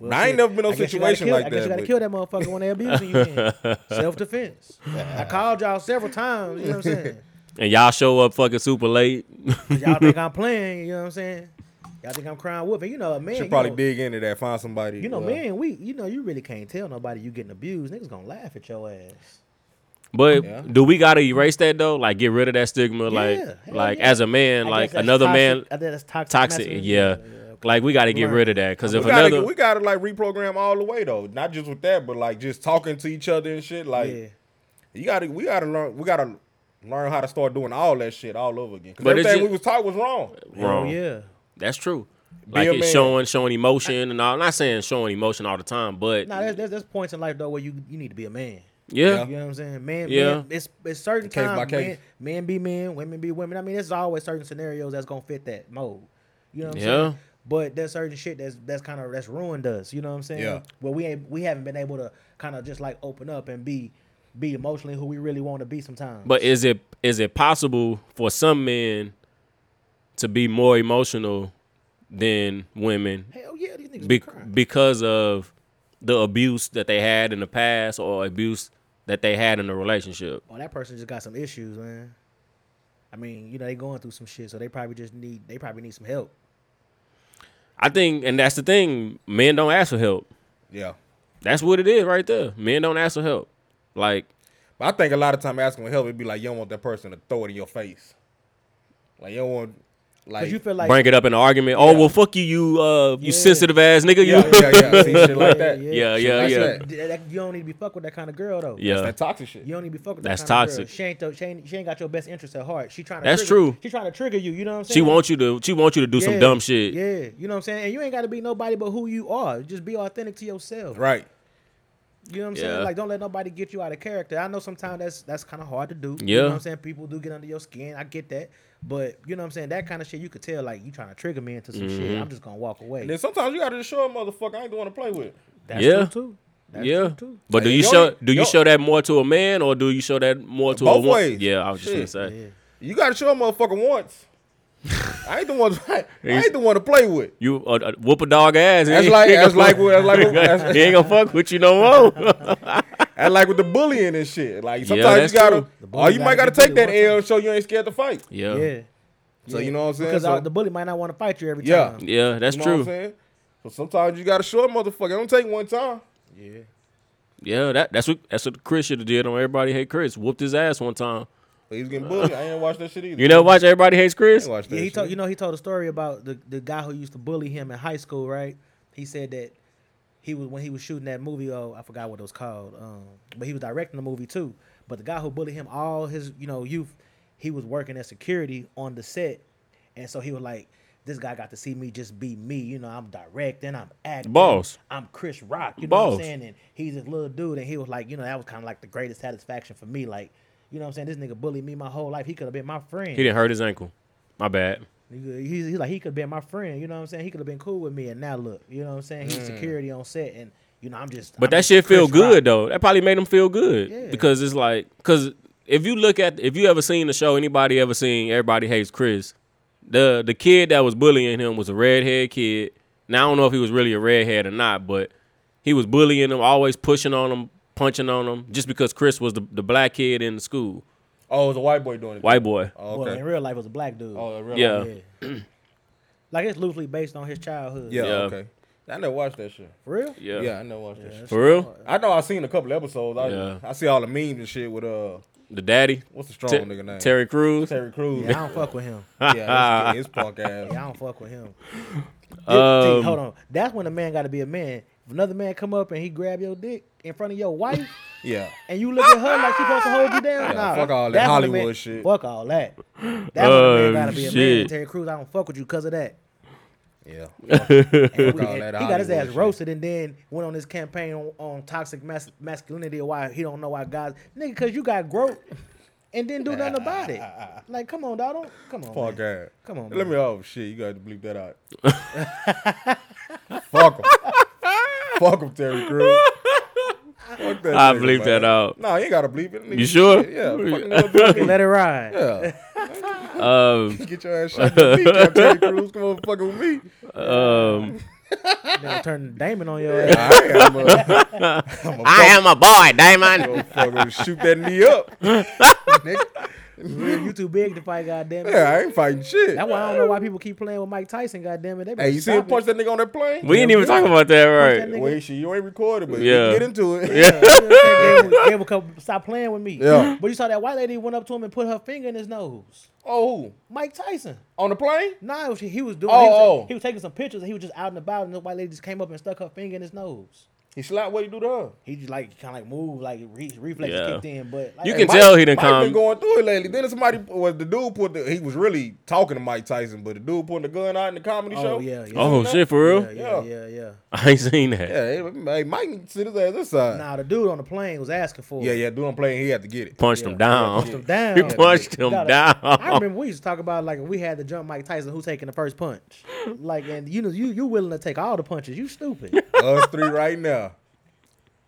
Well,
I ain't
shit,
never been in no
guess you gotta
situation
kill-
like
I guess
that,
you gotta
but-
kill that motherfucker when they abusing you. then. Self defense. I called y'all several times. You know what I'm saying?
And y'all show up fucking super late.
Y'all think I'm playing, you know what I'm saying? Y'all think I'm crying whooping. You know, a man.
Should
you
probably
know,
dig into that. Find somebody.
You know,
uh,
man, we you know, you really can't tell nobody you getting abused. Niggas gonna laugh at your ass.
But
Yeah.
do we gotta erase that though? Like get rid of that stigma. like
hell
like
yeah.
as a man,
I guess
like
that's
another
toxic.
man
I think that's toxic.
toxic.
masculinity.
Yeah. Like we gotta get
Learn.
rid of that. Cause if
we gotta,
another
we gotta like reprogram all the way though. Not just with that, but like just talking to each other and shit. Like
yeah.
you gotta, we gotta learn, we gotta learn how to start doing all that shit all over again. Because
But it's
everything
ju-
we was taught was wrong.
Oh
wrong.
yeah.
That's true.
Be
Like
a
it's
man.
showing showing emotion and all not saying showing emotion all the time, but
Now there's, there's there's points in life though where you you need to be a man.
yeah.
You know what I'm saying? Man,
Yeah.
man it's it's certain
Case by
times men,
case.
men be men, women be women. I mean, there's always certain scenarios that's gonna fit that mold. You know what I'm
Yeah.
saying? But there's certain shit that's that's kind of that's ruined us. You know what I'm saying?
Yeah.
Where we ain't we haven't been able to kind of just like open up and be be emotionally who we really want to be sometimes.
But is it is it possible for some men to be more emotional than women
hell yeah, these niggas be,
be-
crying.
because of the abuse that they had in the past or abuse that they had in the relationship.
Well, Oh, that person just got some issues, man. I mean, you know, they going through some shit, so they probably just need they probably need some help.
I think, and that's the thing, men don't ask for help.
Yeah.
That's what it is right there. Men don't ask for help. Like,
But I think a lot of time asking for help, it'd be like you don't want that person to throw it in your face. Like you don't want, like
Cause you feel like
bring it up in an argument. Oh
Yeah.
well, fuck you, you uh, you
Yeah.
sensitive ass nigga.
yeah,
you
yeah, yeah, See, shit like that.
Yeah,
yeah, yeah,
That's
yeah,
it.
Th- that- you don't need to be fucked with that kind of girl though.
yeah.
That toxic shit.
You don't need to be fucked with
That's
that kind Of
toxic.
girl. She ain't, th- she ain't she ain't got your best interest at heart. She trying to
That's
trigger-
true.
She trying to trigger you. You know what I'm saying?
She wants you to. She wants you to do some
Yeah,
dumb shit.
Yeah, you know what I'm saying. And you ain't got to be nobody but who you are. Just be authentic to yourself.
Right.
You know what I'm
Yeah.
saying? Like, don't let nobody get you out of character. I know sometimes that's that's kind of hard to do. You
Yeah.
know what I'm saying? People do get under your skin. I get that. But you know what I'm saying? That kind of shit you could tell, like, you trying to trigger me into some
Mm-hmm.
shit. I'm just gonna walk away.
And then sometimes you gotta just show a motherfucker I ain't the one to play with.
that's
Yeah.
true too. That's
Yeah.
true too.
But do
Hey,
you
yo-
show do you
yo-
show that more to a man or do you show that more to a
Both
woman?
ways.
Yeah, I was just
Shit.
gonna say.
Yeah.
You gotta show a motherfucker once. I ain't the one. I ain't the one to play with.
You uh, uh, whoop a dog ass.
That's
he
like-
ain't
that's
gonna
like
fuck-
what- that's like what- that's-
he ain't gonna fuck with you no more.
And like with the bullying and shit. Like
that's
sometimes you gotta,
true.
The bully
or you might
gotta
gotta
get
take that
bullied one
L, show you ain't scared to fight.
yeah,
Yeah.
yeah,
So you know what I'm saying?
Because
So-
uh, the bully might not want to fight you every
Yeah.
time.
that's
you know What I'm
true.
saying? So sometimes you gotta show a motherfucker. Don't take one time.
Yeah.
Yeah, that that's what that's what Chris should have did on Everybody Hate Chris. Whooped his ass one time.
But he's getting bullied. I ain't watch that shit either.
You never watch Everybody Hates
I
Chris?
ain't watch that
Yeah, he
shit.
told you know he told a story about the the guy who used to bully him in high school, right? He said that he was when he was shooting that movie. Oh, I forgot what it was called. Um, but he was directing the movie too. But the guy who bullied him all his you know youth, he was working as security on the set, and so he was like, "This guy got to see me just be me. You know, I'm directing, I'm acting,
Boss.
I'm Chris Rock. You know what I'm
Boss.
saying? And he's this little dude, and he was like, you know, that was kind of like the greatest satisfaction for me. Like, you know what I'm saying? This nigga bullied me my whole life. He could have been my friend.
He didn't hurt his ankle. My bad.
Nigga, He's, he's like he could have been my friend, you know what I'm saying? He could have been cool with me, and now look, you know what I'm saying?
Mm.
He's security on set, and you know I'm just.
But
I'm
that
just
shit feel
Chris
good
Rock.
though. That probably made him feel good
Yeah.
because it's like because if you look at if you ever seen the show, anybody ever seen Everybody Hates Chris, the the kid that was bullying him was a redhead kid. Now I don't know if he was really a redhead or not, but he was bullying him, always pushing on him, punching on him, just because Chris was the, the black kid in the school,
Oh, it was a white boy doing it.
white boy.
Oh,
Well,
okay.
in real life, it was a black dude.
oh, really?
yeah,
Yeah. like it's loosely based on his childhood.
yeah.
Yeah.
Okay. I never watched that shit.
For real?
yeah,
Yeah, I never watched that shit.
For real,
I know I seen a couple episodes. I,
Yeah.
I see all the memes and shit with uh,
the daddy,
what's the strong
Ter-
nigga name?
Terry Crews.
Terry Crews.
Yeah, I don't fuck with him.
yeah, that's- yeah, his punk ass.
Yeah, I don't fuck with him.
Um,
See, hold on. That's when a man got to be a man. If another man come up and he grab your dick in front of your wife,
Yeah.
and you look at her like she supposed to hold you down. nah,
fuck all that
that's what a
Hollywood
man-
shit.
Fuck all that. That's what a
Oh,
man gotta be a man.
shit.
Terry Crews, I don't fuck with you because of that.
Yeah.
And we-
all
and
that
he got his
Hollywood
ass
shit.
roasted and then went on this campaign on, on toxic mas- masculinity. Why he don't know why guys nigga because you got growth and didn't do nothing about it. Like come on, dog, don't come on,
Fuck
man.
ass.
Come on,
Let
man.
me oh shit, you gotta bleep that out. Fuck him. Fuck him, Terry Crews. Fuck that
I
nigga,
bleeped that out.
No, you ain't gotta bleep it. Nigga.
You sure?
Yeah. fucking let him do it.
Let it ride.
Yeah.
um,
Get your ass shot. to the kneecap, Terry Crews. Come on, fucking with me.
um,
Nigga, turn Damon on your ass.
I am a, I'm a
I am a boy, Damon.
fucking- fucking shoot that knee up. Nigga.
you too big to fight, goddamn it.
Yeah, I ain't fighting shit.
That's why I don't know why people keep playing with Mike Tyson, goddamn it. They
Hey,
better
you see
stop
him
it.
punch that nigga on that plane?
We ain't even talking about that,
that
right?
nigga.
Wait, shit, you ain't recorded, but
Yeah.
yeah. get into it.
Yeah, you know what I'm saying? Gave him- gave him a couple- stop playing with me.
Yeah.
But you saw that white lady went up to him and put her finger in his nose.
Oh,
Mike Tyson.
on the plane?
Nah, it was- he was doing.
Oh,
he, was,
oh.
he was taking some pictures and he was just out and about, and the white lady just came up and stuck her finger in his nose.
He slapped what he do to her.
He just like kind of like moved, like re- reflexes
Yeah.
kicked in. But like,
You
hey,
can
Mike-
tell he done
Mike
come-
been going through it lately. Then somebody was the dude put the he was really talking to Mike Tyson, but the dude putting the gun out in the comedy
Oh,
show.
yeah, yeah.
Oh shit, for real?
yeah, yeah, yeah, yeah.
I ain't seen that.
yeah. Hey, hey, Mike can sit his ass this side.
Now the dude on the plane was asking for.
Yeah,
it.
yeah, dude, I'm playing. He had to get it.
Punched him down.
Punched him down.
He punched him
Gotta-
down.
I remember we used to talk about like we had to jump Mike Tyson, who taking the first punch. Like, and you know, you you willing to take all the punches? You stupid.
Us three right now.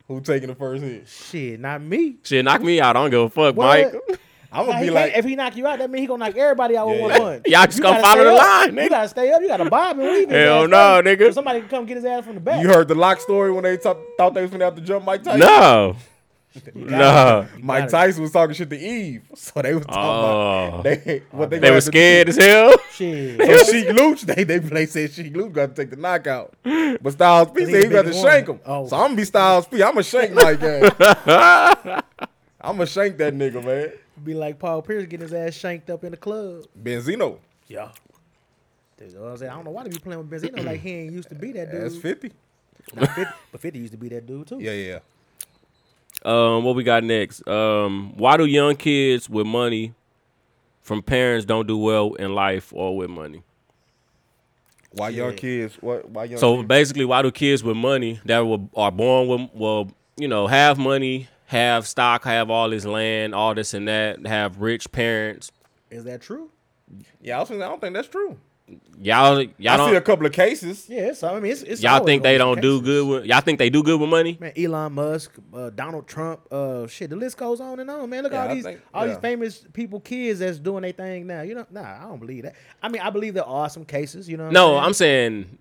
Who taking the first hit?
shit, not me.
Shit, knock me out. I don't give a fuck,
What?
Mike.
I'm
Nah,
gonna
he
be
can't-
like,
if he knock you out, that means he gonna knock everybody out with
Yeah.
one punch.
Y'all just
You
gonna
gotta
follow
stay
the
up.
line, nigga.
You gotta stay up. You gotta bob and weave. his
Hell
ass
no,
first.
nigga.
So somebody can come get his ass from the back.
you heard the lock story when they t- thought they was gonna have to jump Mike Tyson.
no. No.
Mike
gotta-
Tyson was talking shit to Eve, so they was talking
Oh.
about they what they,
They
gonna
were
have to do.
scared as hell.
Shit.
So Sheik Luch, they they play said Sheik Luch got to take the knockout, but Styles P said he
nigga
got
been
to shank him.
warning. Oh.
So I'm gonna be Styles P. I'm gonna shank Mike. I'm gonna shank that nigga, man.
Be like Paul Pierce getting his ass shanked up in the club.
Benzino,
Yeah. Dude, I, was like, I don't know why they be playing with Benzino like he ain't used to be that dude.
that's fifty.
Not 50, but 50 used to be that dude too.
Yeah, yeah.
Um, what we got next? Um, why do young kids with money from parents don't do well in life or with money?
Why young
Shit.
kids? What? Why young?
So
kids?
basically, why do kids with money that were are born with well, you know, have money, have stock, have all this land, all this and that, have rich parents?
Is that true?
yeah, I, was thinking, I don't think that's true.
Y'all,
I,
y'all
see a
don't,
couple of cases.
Yeah, it's, I mean, it's, it's
y'all
always
think they
gonna
don't
be
do
cases.
good with y'all think they do good with money?
Man, Elon Musk, uh, Donald Trump, uh, shit, the list goes on and on, man. Look at
Yeah,
all
I
these
think-
all these
yeah.
famous people, kids that's doing their thing now. You know, nah, I don't believe that. I mean, I believe there are some cases, you know. what
No, I'm
I'm
saying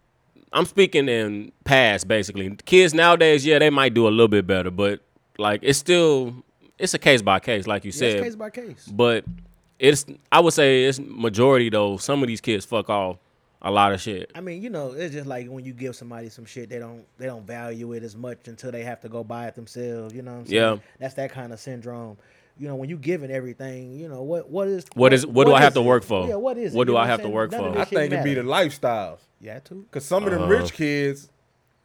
I'm speaking in past basically. Kids nowadays, yeah, they might do a little bit better, but like it's still it's a case by case, like you
saying?
said.
It's case by case.
but it's I would say it's majority though. Some of these kids fuck off a lot of shit.
I mean, you know, it's just like when you give somebody some shit, they don't they don't value it as much until they have to go buy it themselves. You know what I'm saying?
Yeah.
That's that kind of syndrome. You know, when you giving everything, you know what what is
What is- what do I have
is
to
it?
work for?
Yeah, what is it?
What do
You know
I
I'm
have to
saying?
work
None of
for?
this
I
shit
think it'd be the
matter.
lifestyles.
yeah too
Cause some of them
Uh-huh.
rich kids,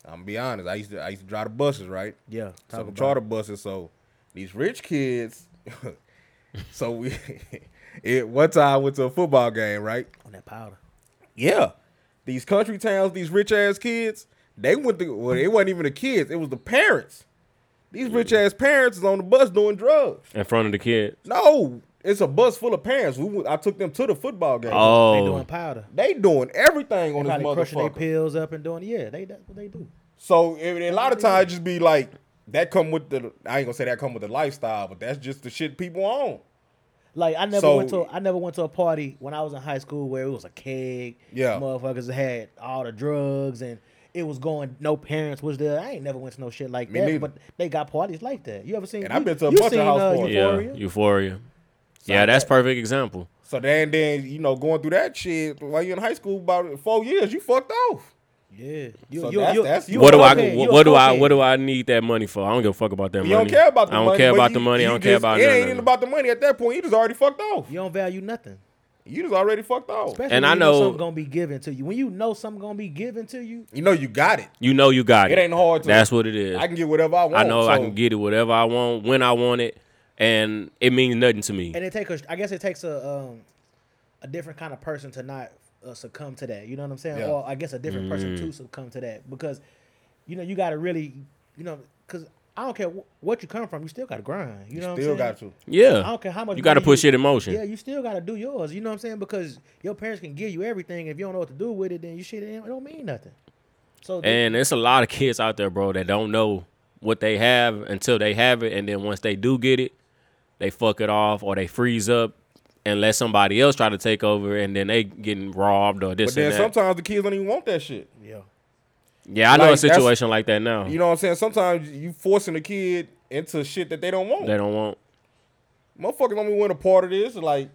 I'm gonna be honest. I used to I used to drive the buses, right?
yeah.
So
Talk
the
about
charter buses. So these rich kids. so we, it one time I went to a football game, right?
on that powder.
Yeah. These country towns, these rich ass kids, they went to. Well, it wasn't even the kids. It was the parents. These rich ass parents is on the bus doing drugs.
In front of the kid.
No, it's a bus full of parents. We, went- I took them to the football game.
They doing
Oh,
powder.
They doing everything on
Probably
this
crushing their
motherfucker.
pills up and doing yeah, they that's what they do.
So it, a lot of times it just be like that come with the I ain't gonna say that come with the lifestyle, but that's just the shit people on.
Like I never
So-
went to I never went to a party when I was in high school where it was a keg.
Yeah.
motherfuckers had all the drugs and it was going. No parents was there. I ain't never went to no shit like
Me
that.
neither.
But they got parties like that. You ever seen?
And I've
you-
been to a
you
bunch of
seen,
house
uh,
parties.
yeah,
Euphoria?
euphoria. Yeah,
like
that's
that.
perfect example.
So then then you know going through that shit while you're in high school about four years, you fucked off.
Yeah. You,
So
you,
that's-
you,
that's-
you
You
what
a
do I?
cokehead. You
What,
a
do I?
cokehead.
What do I need that money for? I don't give a fuck about that
You
money.
don't care about the
I don't
money.
care
but
about
you-
the money. I
you
don't care
just-
about
it
none
ain't
of
even
that.
about the money at that point. You just already fucked off.
You don't value nothing.
You just already fucked off.
Especially
And
when
I
you know,
know-
something gonna be given to you. When you know something gonna be given to you,
You know you got it.
You know you got it.
It ain't hard to
That's what it is.
I can get whatever I want.
I know I
so-
can get it whatever I want when I want it, and it means nothing to me.
and it take a, I guess it takes a um, a different kind of person to not uh, succumb to that. You know what I'm saying?
Yeah.
Or I guess a different person to succumb to that because, you know, you got to really, you know, because I don't care wh- what you come from, you still got to grind. You, know, what I'm
Still
saying?
got to.
Yeah,
I don't care how much
you got to
money
put shit in motion.
Yeah, you still got to do yours. You know what I'm saying? Because your parents can give you everything. If you don't know what to do with it, then you shit it don't mean nothing. So th-
And it's a lot of kids out there, bro, that don't know what they have until they have it, and then once they do get it, they fuck it off or they freeze up and let somebody else try to take over, and then they getting robbed or this
But then
and that.
sometimes the kids don't even want that shit.
yeah,
yeah, I know a
like, that's-
situation like that now.
You know what I'm saying? Sometimes you forcing a kid into shit that they don't want.
they don't want.
motherfuckers don't even want a part of this. Like,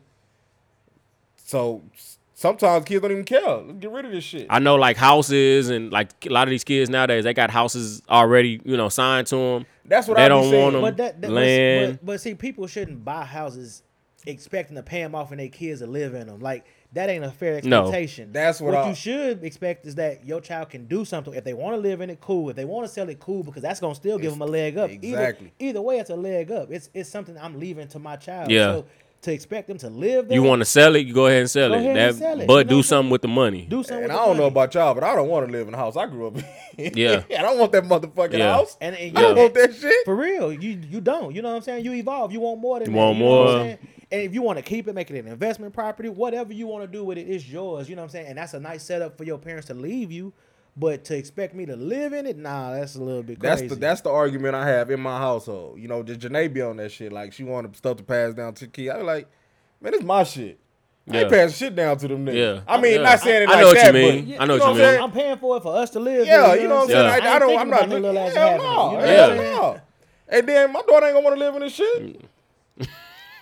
so s- sometimes kids don't even care. Let's get rid of this shit.
I know like houses and like a lot of these kids nowadays, they got houses already, you know, signed to them.
That's what
they
I be
don't
saying.
want them.
but that, that
land.
But, but see, people shouldn't buy houses expecting to pay them off and their kids to live in them. Like that ain't a fair
No.
expectation.
That's what I-
you should expect is that your child can do something. If they want to live in it, cool. If they want to sell it, cool, because that's gonna still give them a leg up. Either-
Exactly.
Either, way, it's a leg up. It's it's something I'm leaving to my child.
Yeah.
So to expect them to live there,
you want to sell it, you go ahead and sell,
Go
it.
ahead
that,
and sell it.
But do
You know what I'm saying?
something with the money.
do something.
and
with
I
the
don't know
money.
about y'all, but I don't want to live in the house I grew up in.
Yeah.
and I don't want that motherfucking
Yeah.
house.
And, and
I don't
yeah.
want that shit.
For real, you you don't. You know what I'm saying? You evolve. You want more than
You
that,
want
know what I'm
more.
saying? And if you want to keep it, make it an investment property, whatever you want to do with it, it's yours. You know what I'm saying? And that's a nice setup for your parents to leave you, but to expect me to live in it, nah, that's a little bit
That's
crazy.
the that's the argument I have in my household. You know, just Janae be on that shit. Like she wanted stuff to pass down to kids. I be like, man, it's my shit. I ain't
Yeah.
passing shit down to them niggas.
Yeah.
I mean,
Yeah.
not saying it
I- I
like
know what you
that,
mean.
but
I know what
you
you
know what I'm
mean.
saying?
I'm paying for it for us to live.
Yeah,
there,
you know what I'm saying. I, I
ain't
don't.
thinking
I'm
about
not.
your
Look,
little ass
hell
having it,
no.
you know what
Hell
I'm saying?
no. And then my daughter ain't gonna want to live in this shit.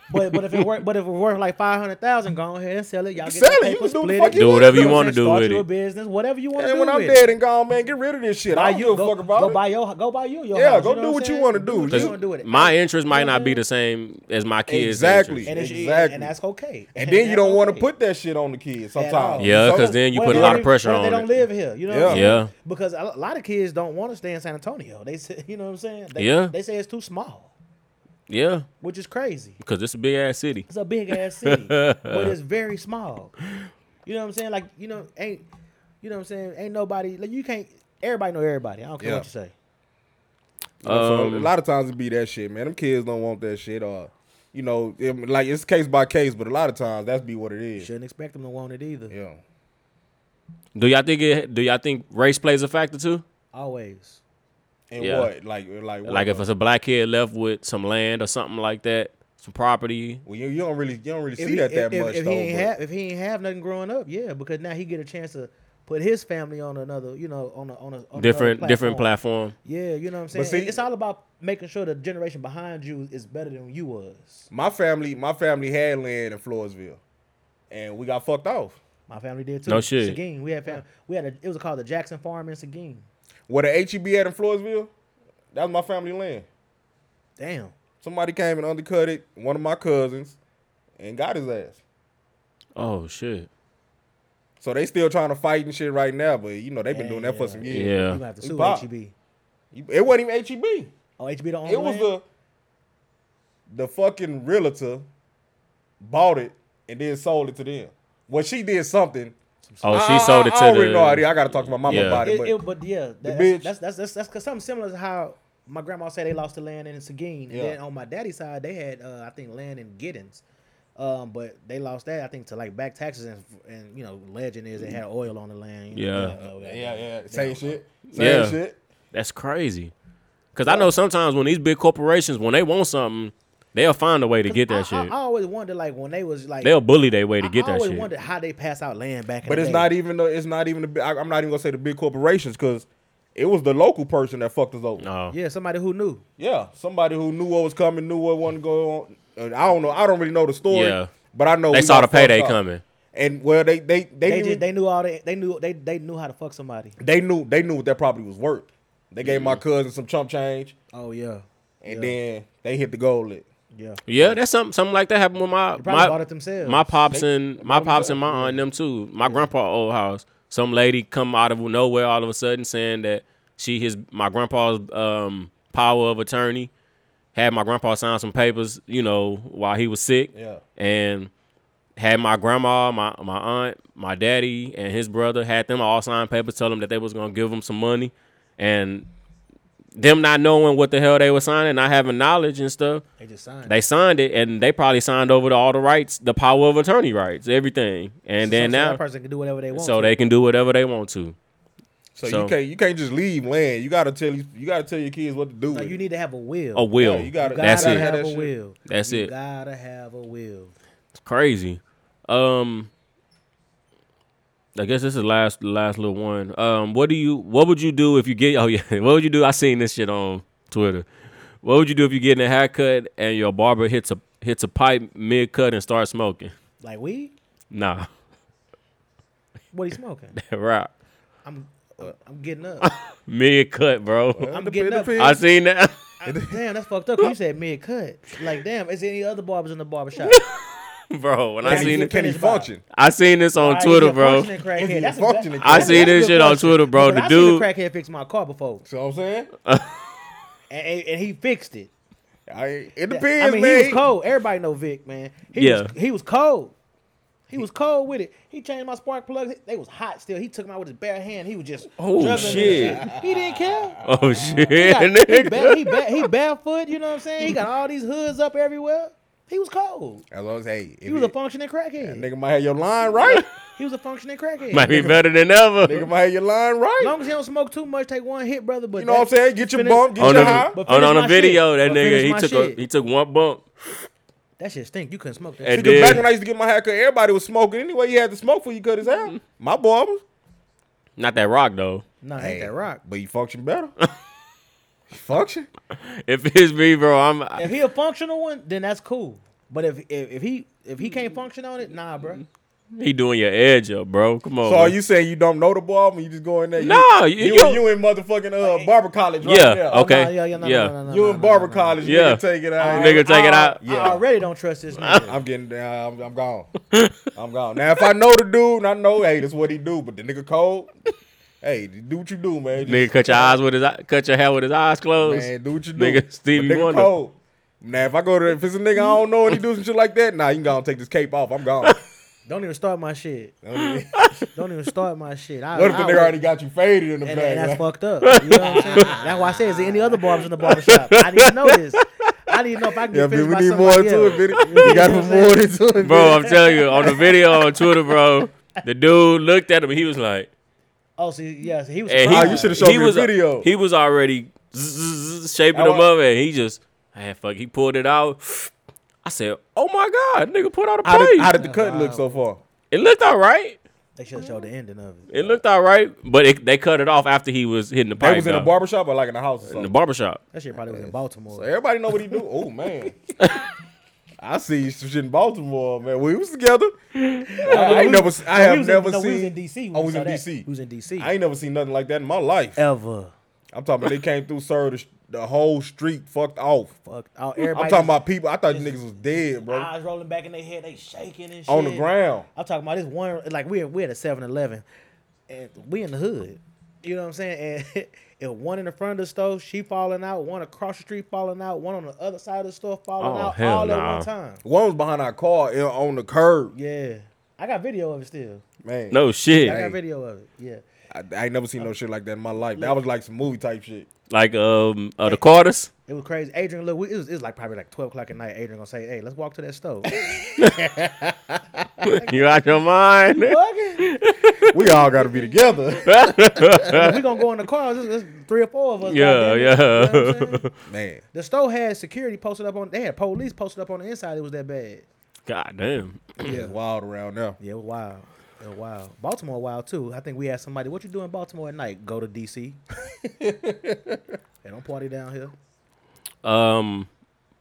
But but if it worth but if it worth like five hundred thousand, go ahead and sell it. Y'all get
Sell
the paper,
it. You can do the
split
fuck
it.
you
Do whatever you want to
Start
do with
your
it.
business, whatever you want to do.
And when I'm
with
dead
it.
and gone, man, get rid of this shit. I don't give a
go,
fuck about
go
it.
buy your go buy you your
Yeah,
house,
go
you
do
know
what you
I'm
wanna
saying?
do.
what
You-
you want to do with it.
My interest might not be the same as my kids.
Exactly.
interest.
and it's,
Exactly.
and that's okay.
and then you don't want to
put.
put that shit on the kids
all.
sometimes.
Yeah,
So-
because then you
What
put a
if
lot
they-
of pressure
what if
on
They don't
it.
live here, you know.
Yeah.
What I'm saying?
Yeah.
Because a lot of kids don't want to stay in San Antonio. They say, you know what I'm saying? They,
Yeah.
They say it's too small,
Yeah,
which is crazy.
because it's a big ass city.
It's a big ass city, but it's very small. You know what I'm saying? Like you know, ain't you know what I'm saying? Ain't nobody like you can't. Everybody know everybody. I don't care
Yeah.
what you say.
So, a
Um,
lot of times it be that shit, man. Them kids don't want that shit. Or you know, it- like it's case by case, but a lot of times that's be what it is.
Shouldn't expect them to want it either.
Yeah.
Do y'all think it? Do y'all think race plays a factor too?
Always.
And
Yeah.
what, like, like, what,
Like if
though?
it's a black kid left with some land or something like that, some property.
well, you, you don't really, you don't really
If
see
he,
that that
if,
much
if, if
though.
he ain't
but-
have if he ain't have nothing growing up, yeah, because now he get a chance to put his family on another, you know, on a on a on another
Different, different
platform.
platform.
Yeah, you know what I'm saying.
see-
it's all about making sure the generation behind you is better than you was.
my family, my family had land in Floresville, and we got fucked off.
My family did too.
No shit.
Seguin, we had fam- we had a, it was called the Jackson Farm in Seguin.
Where the HEB had in Floresville, that was my family land.
Damn.
Somebody came and undercut it. One of my cousins, and got his ass.
Oh shit.
So they still trying to fight and shit right now, but you know they've been doing that for
Damn.
some
Yeah.
years.
You gonna have to
We
sue
pop.
HEB.
It wasn't even E HEB.
Oh, HEB the only.
It was the the fucking realtor bought it and then sold it to them. Well, she did something.
Oh,
I-
she sold
I-
it
I
to
already know I,
the.
I gotta talk to my mama
Yeah.
about it.
It,
But
it, but yeah, that, that's,
bitch-
that's that's that's that's 'cause something similar to how my grandma said they lost the land in Seguin,
Yeah.
and then on my daddy's side they had uh, I think land in Giddens, um, but they lost that I think to like back taxes and and you know legend is they had oil on the land. you know,
Yeah.
uh,
yeah, yeah, same shit, same
Yeah.
shit.
That's crazy. Because I know sometimes when these big corporations, when they want something, they'll find a way to get
I,
that
I-
shit.
I always wonder, like when they was like,
They'll bully their way to get
I
that
always
shit.
wondered how they pass out land back. In
But
the
it's
day.
not e-, even the it's not even the big- I, I'm not even gonna say the big corporations because it was the local person that fucked us over.
No.
Yeah, somebody who knew.
Yeah, somebody who knew what was coming, knew what wasn't going on. And I don't know. I don't really know the story.
Yeah.
but I know
They
Oh, we
saw
got
the payday
fucked up.
coming.
And well, they they they
They
didn't
just they knew all the they knew they they knew how to fuck somebody.
they knew they knew what that property was worth. They gave my cousin some chump change,
Oh Mm-hmm. yeah,
and then they hit the goal lit.
yeah.
Yeah, that's something. Something like that happened with my
probably
my,
bought it themselves.
my pops and my
bought it
pops and my aunt and them too. My grandpa old house. Some lady come out of nowhere all of a sudden saying that she his my grandpa's um power of attorney had my grandpa sign some papers. You know while he was sick.
Yeah.
and had my grandma, my my aunt, my daddy, and his brother had them all sign papers, tell them that they was gonna give them some money, and them not knowing what the hell they were signing, not having knowledge and stuff.
They just signed.
They signed it, and they probably signed over to all the rights, the power of attorney rights, everything, and then
so, so
now,
that person can do whatever they want.
so
to.
they can do whatever they want to.
So,
So-
you can't you can't just leave land. You gotta tell you you gotta tell your kids what to do.
No,
with
you
it.
need to have a will.
A will.
Yeah, you gotta-
You
That's
gotta
it.
Have
That
a
shit.
will.
That's
you
it.
Gotta have a will.
It's crazy. Um, I guess this is last last little one. Um, what do you what would you do if you get oh yeah what would you do? I seen this shit on Twitter. What would you do if you get in a haircut and your barber hits a hits a pipe mid cut and starts smoking?
Like weed.
Nah,
What he smoking?
right.
I'm uh, I'm getting up.
Mid cut, bro.
I'm
Dep-
getting up.
depends.
I seen that.
damn, that's fucked up. You said mid cut. Like damn, is there any other barbers in the barber shop?
bro, when I
Can
seen
he,
it.
can he function?
I seen this on
All right,
Twitter,
you're
bro.
functioning crackhead.
If you're
That's a-
functioning
that's-
I seen
that's a
this
good
shit on
question.
Twitter, bro.
Because
The
I
dude-
seen a crackhead fix my car before,
So I'm saying,
and, and, and he fixed it.
I, it depends,
I mean,
man.
he was cold. Everybody know Vic, man. He
Yeah.
was, he was cold. He was cold with it. He changed my spark plugs. They was hot still. He took them out with his bare hand. He was just
Oh,
juggling them
shit.
and He didn't care.
Oh shit,
He, got, he,
nigga.
ba- he, ba- he barefoot. You know what I'm saying? He got all these hoods up everywhere. He was cold.
As long as hey, if
He was
you-
a functioning crackhead.
nigga might have your line right.
He was a functioning crackhead.
Might be better than ever.
nigga might have your line right.
As long as he don't smoke too much, take one hit, brother. But
you know what I'm saying? Get your
finish-
bump, get
on
your
the,
high.
But
on,
finish
on
my
a video,
shit.
that
But
nigga
finish
he
my
took
shit.
a, he took one bump.
that shit stink. You couldn't smoke that.
And
shit.
Because back
then
when I used to get my haircut, everybody was smoking anyway. You had to smoke before you cut his
Mm-hmm.
hair. My barber,
not that rock though.
Nah,
hey,
ain't that rock?
but he functioned better. Function?
If it's me, bro, I'm.
If he a functional one, then that's cool. But if if, if he if he can't function on it, nah, bro.
He doing your edge up, bro. Come on.
So are
man.
you saying you don't know the ball when you just go in there?
Nah,
you,
you-
you,
you-
you in motherfucking uh, barber college right
Yeah.
there.
Okay.
Nah, yeah, yeah, nah,
Yeah.
nah, nah, nah,
You
nah,
in
nah,
barber
nah, nah.
college?
Yeah.
Yeah, take it out. Oh,
Nigga, take it out.
I, I already don't trust this nigga.
I'm getting down. I'm, I'm gone. I'm gone. Now if I know the dude, and I know, hey, that's what he do. But the nigga cold. Hey, do what you do, man. Just-
Nigga, cut your eyes with his eye- cut your hair with his eyes closed.
Man, do what you do.
Nigga,
But
Stevie
nigga
Wonder.
cold. Now if I go to if it's a nigga I don't know and he do some shit like that, nah, you can go and take this cape off. I'm gone.
Don't even start my shit. Don't even start my shit. I,
What if
I
the nigga
would-
already got you faded in the
and, and that's
back?
fucked up. You know what I'm saying? That's why I say, is there any other barbers in the barbershop? I need to know this. I need to know if I can get
Yeah,
finished
man, we
by
need more
somebody
to
else.
it, Vinny. You got to put more into it, Vinny.
Bro, I'm telling you, on the video on Twitter, bro, the dude looked at him. He was like,
Oh, see, yeah, so he was.
and he,
Oh,
surprised.
you should've showed
he
me the
was, uh,
video.
He was already zzz, zzz, shaping
Oh,
him
I-
up, and he just, man, fuck, he pulled it out. I said, oh my God, nigga put out a
How
plate.
did, how did the cut look so far?
it looked all right.
They should have showed the ending of it.
It looked all right, but it, they cut it off after he was hitting the
They
pipe.
was in a
though.
barbershop or like in a house or
In the
something.
barbershop.
That shit probably was in Baltimore.
Everybody know what he do. Oh man. I see some shit in Baltimore, man. We was together. I ain't never, I
We
have
was in-
never
no, We was in
seen.
DC. when
Oh,
we
we was
saw
in
that.
DC.
We was in DC.
I ain't never seen nothing like that in my life.
ever.
I'm talking about they came through, sir. The, sh- the whole street fucked off.
Fuck. Oh,
I'm
everybody
talking about people. I thought you niggas was dead, bro.
eyes rolling back in their head. They shaking and Ah, shit.
On the ground.
I'm talking about this one. Like we we at a 7-Eleven, and we in the hood. You know what I'm saying? And if one in the front of the store, she falling out. One across the street falling out. One on the other side of the store falling
Oh,
out.
hell
all at
nah.
one time.
One was behind our car you know, on the curb.
Yeah, I got video of it still.
Man,
No shit.
I
Hey.
got video of it. Yeah.
I, I ain't never seen
Uh,
no shit like that in my life. That was like some movie type shit.
Like um, uh, the Carters.
It was crazy. Adrian, look, we, it, was, it was like probably like 12 o'clock at night. Adrian gonna say, hey, let's walk to that stove.
you out your mind?
Bugging?
We all got to be together.
Like, we gonna go in the car. There's, there's three or four of us.
Yeah,
goddamn it. You know
yeah.
what I'm saying?
Man,
The store had security posted up on. They had police posted up on the inside. It was that bad.
God damn.
it's wild around now.
Yeah, it was wild. It was wild. Baltimore wild too. I think we had somebody. What you do in Baltimore at night? Go to DC. they don't party down here.
Um,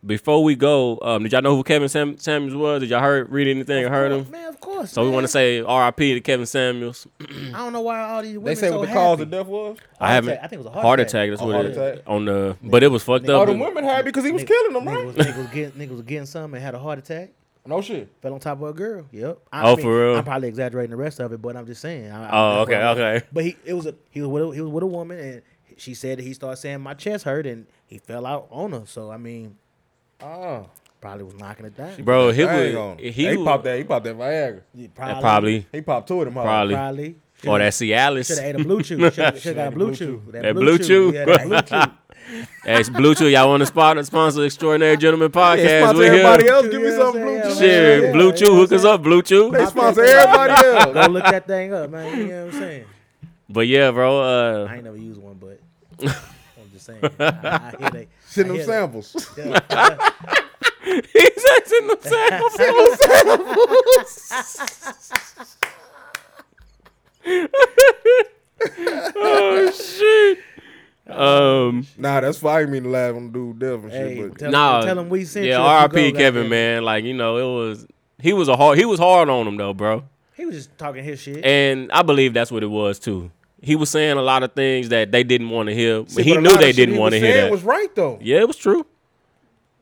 before we go, um, did y'all know who Kevin Sam- Samuels was? Did y'all heard read anything or heard him?
Man, of course.
So we want to
to
say R.I.P. to Kevin Samuels.
I don't know why all these women
They say
so
what the
happy.
cause of death was?
I haven't.
attack. I think it was a heart
heart
attack.
attack. That's
A
what
heart
it is
attack.
on the. But it was fucked
Oh,
up.
the women had because he was killing them,
Nigga
right?
was, nigga, was getting, nigga was getting some and had a heart attack.
No shit.
Fell on top of a girl. Yep. I
Oh, for real?
I'm probably exaggerating the rest of it, but I'm just saying. I- I-
Oh,
that's what
okay,
I'm-
okay.
But he it was a he was with a, he was with a woman and she said that he started saying my chest hurt and he fell out on her. So I mean,
Oh.
probably was knocking it down.
bro. He
Dang
was.
on.
He,
he
was-
popped that. He popped that Viagra.
Yeah,
yeah, probably.
He popped two of them. huh?
Probably.
Probably.
Or that
Should have
Cialis.
ate a blue chew. Should have got a blue
blue
chew.
That blue chew?
Yeah, that blue chew.
That's Blue Chew. Y'all want to spot sponsor Extraordinary Gentlemen Podcast?
They sponsor
we here.
everybody else. Give
You
me
know what
something
I'm
blue
saying? Yeah,
Shit,
yeah,
Blue
yeah,
Chew,
you know
hook
what
us up, Blue Chew.
They sponsor everybody else.
Go look that thing up, man. You know what I'm saying?
But yeah, bro. Uh,
I ain't never used one, but I'm just saying. I, I hear they.
Send
I
them
hear
samples.
they- yeah.
He's asking the samples. oh shit. Um.
nah, that's why I didn't mean to laugh on dude death and
Hey,
shit. But
tell,
Nah.
tell them we sent you.
yeah.
if you
R.I.P.
go,
Kevin,
goddamn.
man. Like you know, it was. He was a hard. He was hard on him though, bro.
He was just talking his shit.
And I believe that's what it was too. He was saying a lot of things that they didn't want to hear. But
See,
he
but a
knew
lot of
they
shit
didn't
he
want to
was
hear
saying
that.
Was right though.
yeah, it was true.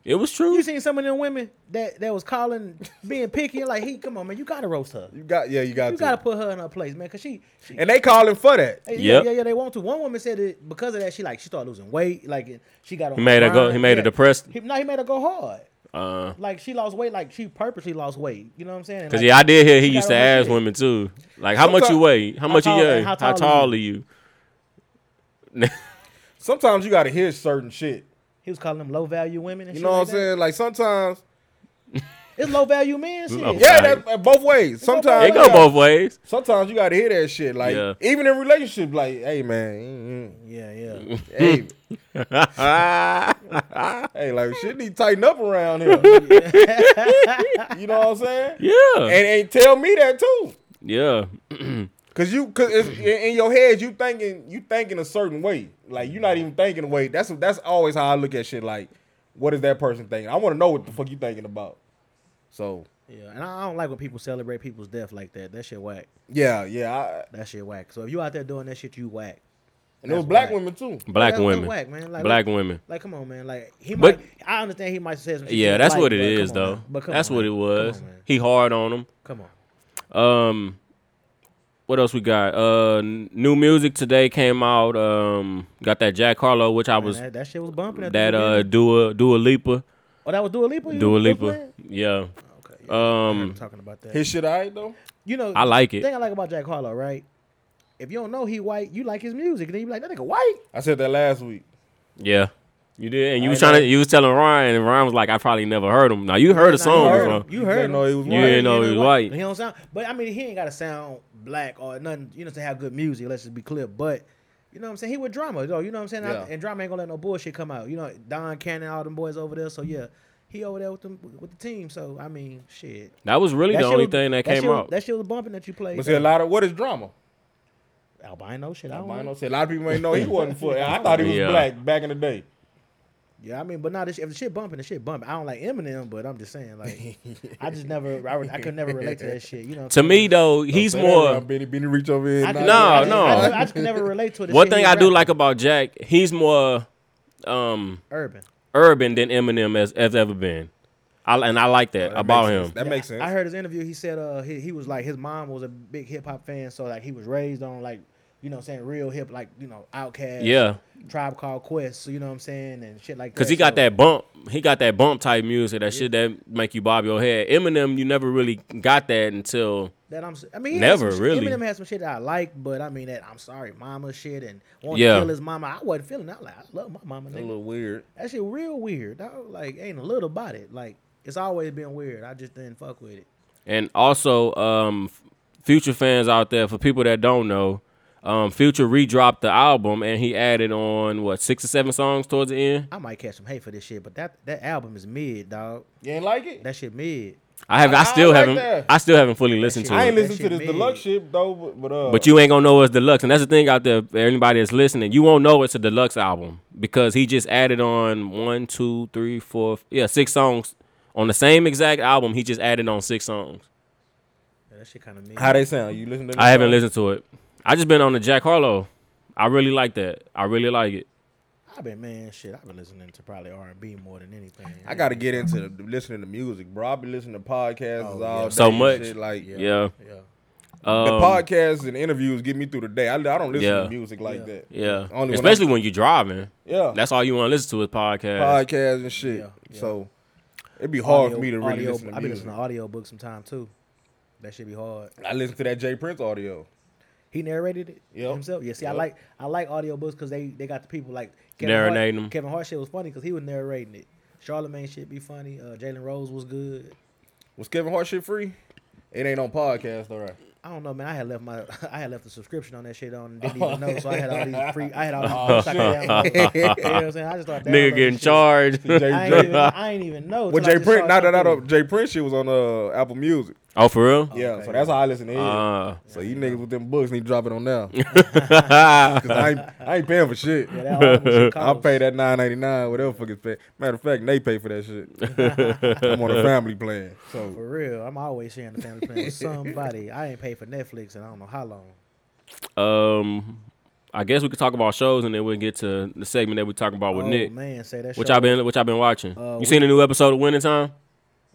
It was true.
you seen some of them women that, that was calling, being picky, and like, he, come on, man, you gotta roast her.
You got yeah, you got
You
to.
gotta put her in her place, man, cause she, she
and they calling for that.
Hey,
Yep.
Yeah, yeah, yeah. They want to. One woman said that because of that, she like she started losing weight. Like she got on.
He made her go-
grind.
he made her
Yeah.
depressed?
He, no, he made her go hard.
Uh,
Like she lost weight. Like she purposely lost weight. You know what I'm saying? And,
Cause
like,
yeah, I did hear he
got
used to
on
ask
that shit.
women too, like how much you
Sometime-
weigh, how much
tall-
you weigh,
and
how
how
tall,
tall
are you?
Sometimes you got to hear certain shit.
he was calling them low value women. And
You
shit
know what I'm
like that.
saying? Like sometimes,
It's low value men. Shit.
Low.
Yeah.
yeah,
Right.
that, uh, both ways. Sometimes
It
you
go
gotta-
both ways.
Sometimes you got to hear that shit. Like
Yeah.
even in relationships, like hey man,
yeah, yeah.
mm, mm, hey, hey, like shit need to tighten up around here. you know what I'm saying?
Yeah,
And, and tell me that too.
yeah.
Cause you, cause it's,
Mm-hmm.
in, in your head you thinking you thinking a certain way. Like you're not even thinking the way. That's that's always how I look at shit. Like, what is that person thinking? I want to know what the fuck you thinking about. So
Yeah, and I I don't like when people celebrate people's death like that. That shit whack.
yeah, yeah. I,
That shit whack. So if you out there doing that shit, you whack.
and it was
That's
black
whack.
women too.
Black
That's what's
women.
whack, man. Like,
black
what-
women.
Like, come on, man. Like he
But-
might. I understand he might say some. shit
Yeah,
you
that's
like,
what it
but
is
come on,
though.
man. But come
that's
on,
what
man.
it was.
Come on, man.
He hard on them.
Come on.
Um, what else we got? Uh, n- new music today came out. Um, got that Jack Harlow, which I
Man,
was
that, that shit was bumping. At
that
the
uh
beginning.
Dua Dua Lipa
oh, that was Dua Lipa. you-
Dua
you
Lipa.
playing?
Yeah,
Okay, yeah, I heard him
um,
talking about that.
His shit, alright though.
you know,
I like
the
it.
thing I like about Jack Harlow, right? If you don't know he white, you like his music, and then you be like, that nigga white.
I said that last week.
Yeah, you did, and you
I
was trying to
know.
you was telling Ryan, and Ryan was like, I probably never heard him. Now you heard the
Nah, you
song
heard
before.
him. You heard
didn't know
him.
he was
You
white.
didn't know he was white.
He don't sound, but I mean, he ain't got to sound black or nothing. You know, to have good music. Let's just be clear. But you know what I'm saying? He with drama though. You know what I'm saying? I-
Yeah.
and drama ain't gonna let no bullshit come out. You know, Don Cannon, all them boys over there. So yeah, he over there with them with the team. So I mean, shit.
That was really
That
the
shit
only
was-
thing that
that
came
shit was-
out.
That shit was bumping that you played.
But see, a lot of what is drama?
albino shit. I don't know.
Albino said a lot of people ain't know he wasn't for. I thought he was
Yeah.
black back in the day.
Yeah, I mean, but not this, if the shit bumping, the shit bumping. I don't like Eminem, but I'm just saying, like, I just never, I, re- I could never relate to that shit. You know, what
To
I'm
me
saying?
though, he's
Say that
more.
around Benny, Benny reach over here.
I
and
No,
could-
knock
I
it
just-
no.
I,
out.
just- I just could never relate to the
One
shit
thing
he
I do
rapping.
like about Jack, he's more um
urban.
urban than Eminem has, has ever been. I, and I like that,
That
about
makes
him.
sense. That makes sense.
I heard his interview. He said uh he, he was like his mom was a big hip hop fan, so like he was raised on like you know what I'm saying real hip like you know Outkast,
Yeah.
Tribe Called Quest, so you know what I'm saying and shit like
Cause he got that bump, he got that bump type music, that shit that make you bob your head. Eminem, you never really got that until
That I'm s- I mean he had
Never,
some shit-
really.
Eminem had some shit that I like, but I mean that I'm sorry mama shit and want
Yeah.
to kill his mama. I wasn't feeling that. Like I love my mama.
a
Nigga.
little weird.
That shit real weird. Dog. Like ain't a little about it. Like it's always been weird. I just didn't fuck with it.
and also um future fans out there, for people that don't know, um Future redropped the album and he added on what, six or seven songs towards the end?
I might catch some hate for this shit, but that that album is mid, dog.
You ain't like it?
That shit mid.
I have I,
I
still
like
haven't
that.
I still haven't fully listened
shit-
to
I
it.
ain't
That
listened to
shit
this
mid.
deluxe shit though, but but, uh,
But you ain't gonna know it's deluxe, and that's the thing out there. for Anybody that's listening, you won't know it's a deluxe album because he just added on one, two, three, four, yeah, six songs on the same exact album. He just added on six songs.
Yeah, that shit kind of mid.
how they sound? You listen to? Them
I haven't
songs?
listened to it. I just been on the Jack Harlow. I really like that. I really like it.
I've been man, shit. I've been listening to probably R and B more than anything.
I got to get into the, listening to music, bro. I've been listening to podcasts
Oh,
all
yeah.
day
So
and
much.
shit, Like
Yeah.
Yeah,
Um,
the podcasts and interviews get me through the day. I, I don't listen
Yeah.
to music like
Yeah.
that.
Yeah.
Only when
Especially when you're driving.
Yeah,
That's all you want to listen to is podcasts.
podcasts and shit.
Yeah, yeah.
So it'd be hard for me to really
audio,
listen to
I've been
music.
listening to audio books sometime too. That should be hard.
I listened to that Jay Prince audio.
He narrated it
Yep.
himself. Yeah, see, I
Yep.
like I like audio books because they they got the people like
Narrating
Hart,
'em.
Kevin Hart shit was funny because he was narrating it. Charlemagne shit be funny. Uh, Jalen Rose was good.
Was Kevin Hart shit free? It ain't on podcast, all right.
I don't know, man. I had left my I had left the subscription on that shit on didn't
Oh.
even know, so I had all these free. I had all these. books I could download. you know what I'm saying? I just thought
Nigga getting charged.
Jay,
I ain't,
Jay,
even, I ain't even know.
well,
till I
Jay
just
Prince,
saw
not that I
something.
don't, Jay Prince shit was on uh, Apple Music.
oh, for real?
Yeah,
okay.
so that's how I listen to it.
Uh,
so you niggas with them books need to drop it on now.
Uh.
Cause I ain't, I ain't paying for shit.
Yeah, that album shit
I'll
cost.
pay that nine ninety nine, whatever fuck it's pay. Matter of fact, they pay for that shit. I'm on a family plan. So
For real, I'm always sharing the family plan with somebody. I ain't paid for Netflix and I don't know how long.
Um, I guess we could talk about shows and then we'll get to the segment that we talking about with
oh
Nick,
man, say that.
which
show-
I've been which I've been watching.
Uh,
you
we-
seen the new episode of Winning Time?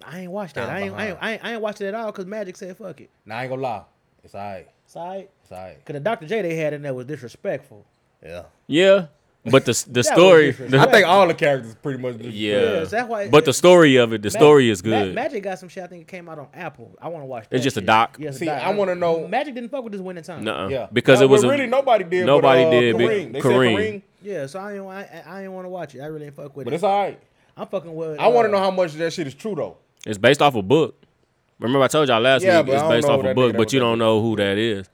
I ain't watched that.
Nah,
I ain't, I
behind.
ain't, I ain't, I ain't watched it at all because Magic said fuck it.
nah, I ain't gonna lie. It's alright.
It's alright.
It's alright.
Cause the Dr. J they had in there was disrespectful.
Yeah.
Yeah, but the the
was
story,
different.
the-
I think all the characters pretty much. just-
yeah,
Yes, that's why-
but the story of it, the
Mag-
story is
Ma-
good.
Magic got some shit. I think it came out on Apple. I want to watch.
It's
that
just a
shit.
doc.
Yeah, it's a
See,
doc.
I wanna know-
Magic didn't fuck with this winning time.
Nuh-uh.
Yeah.
because
Nah,
it was
but
a,
really nobody did.
nobody
Nobody but, uh,
did,
did.
big-
Kareem. They
Kareem.
said Kareem,
Yeah, so I ain't, wa- I, I ain't want to watch it. I really ain't fuck with
but
it.
it's alright.
I'm fucking with.
I want
uh,
to know how much of that shit is true though.
it's based off a book. Remember I told y'all last
Yeah,
week
but
it's
I don't
based
know
off
who
a
that
book,
nigga
but you
that
don't know who that is.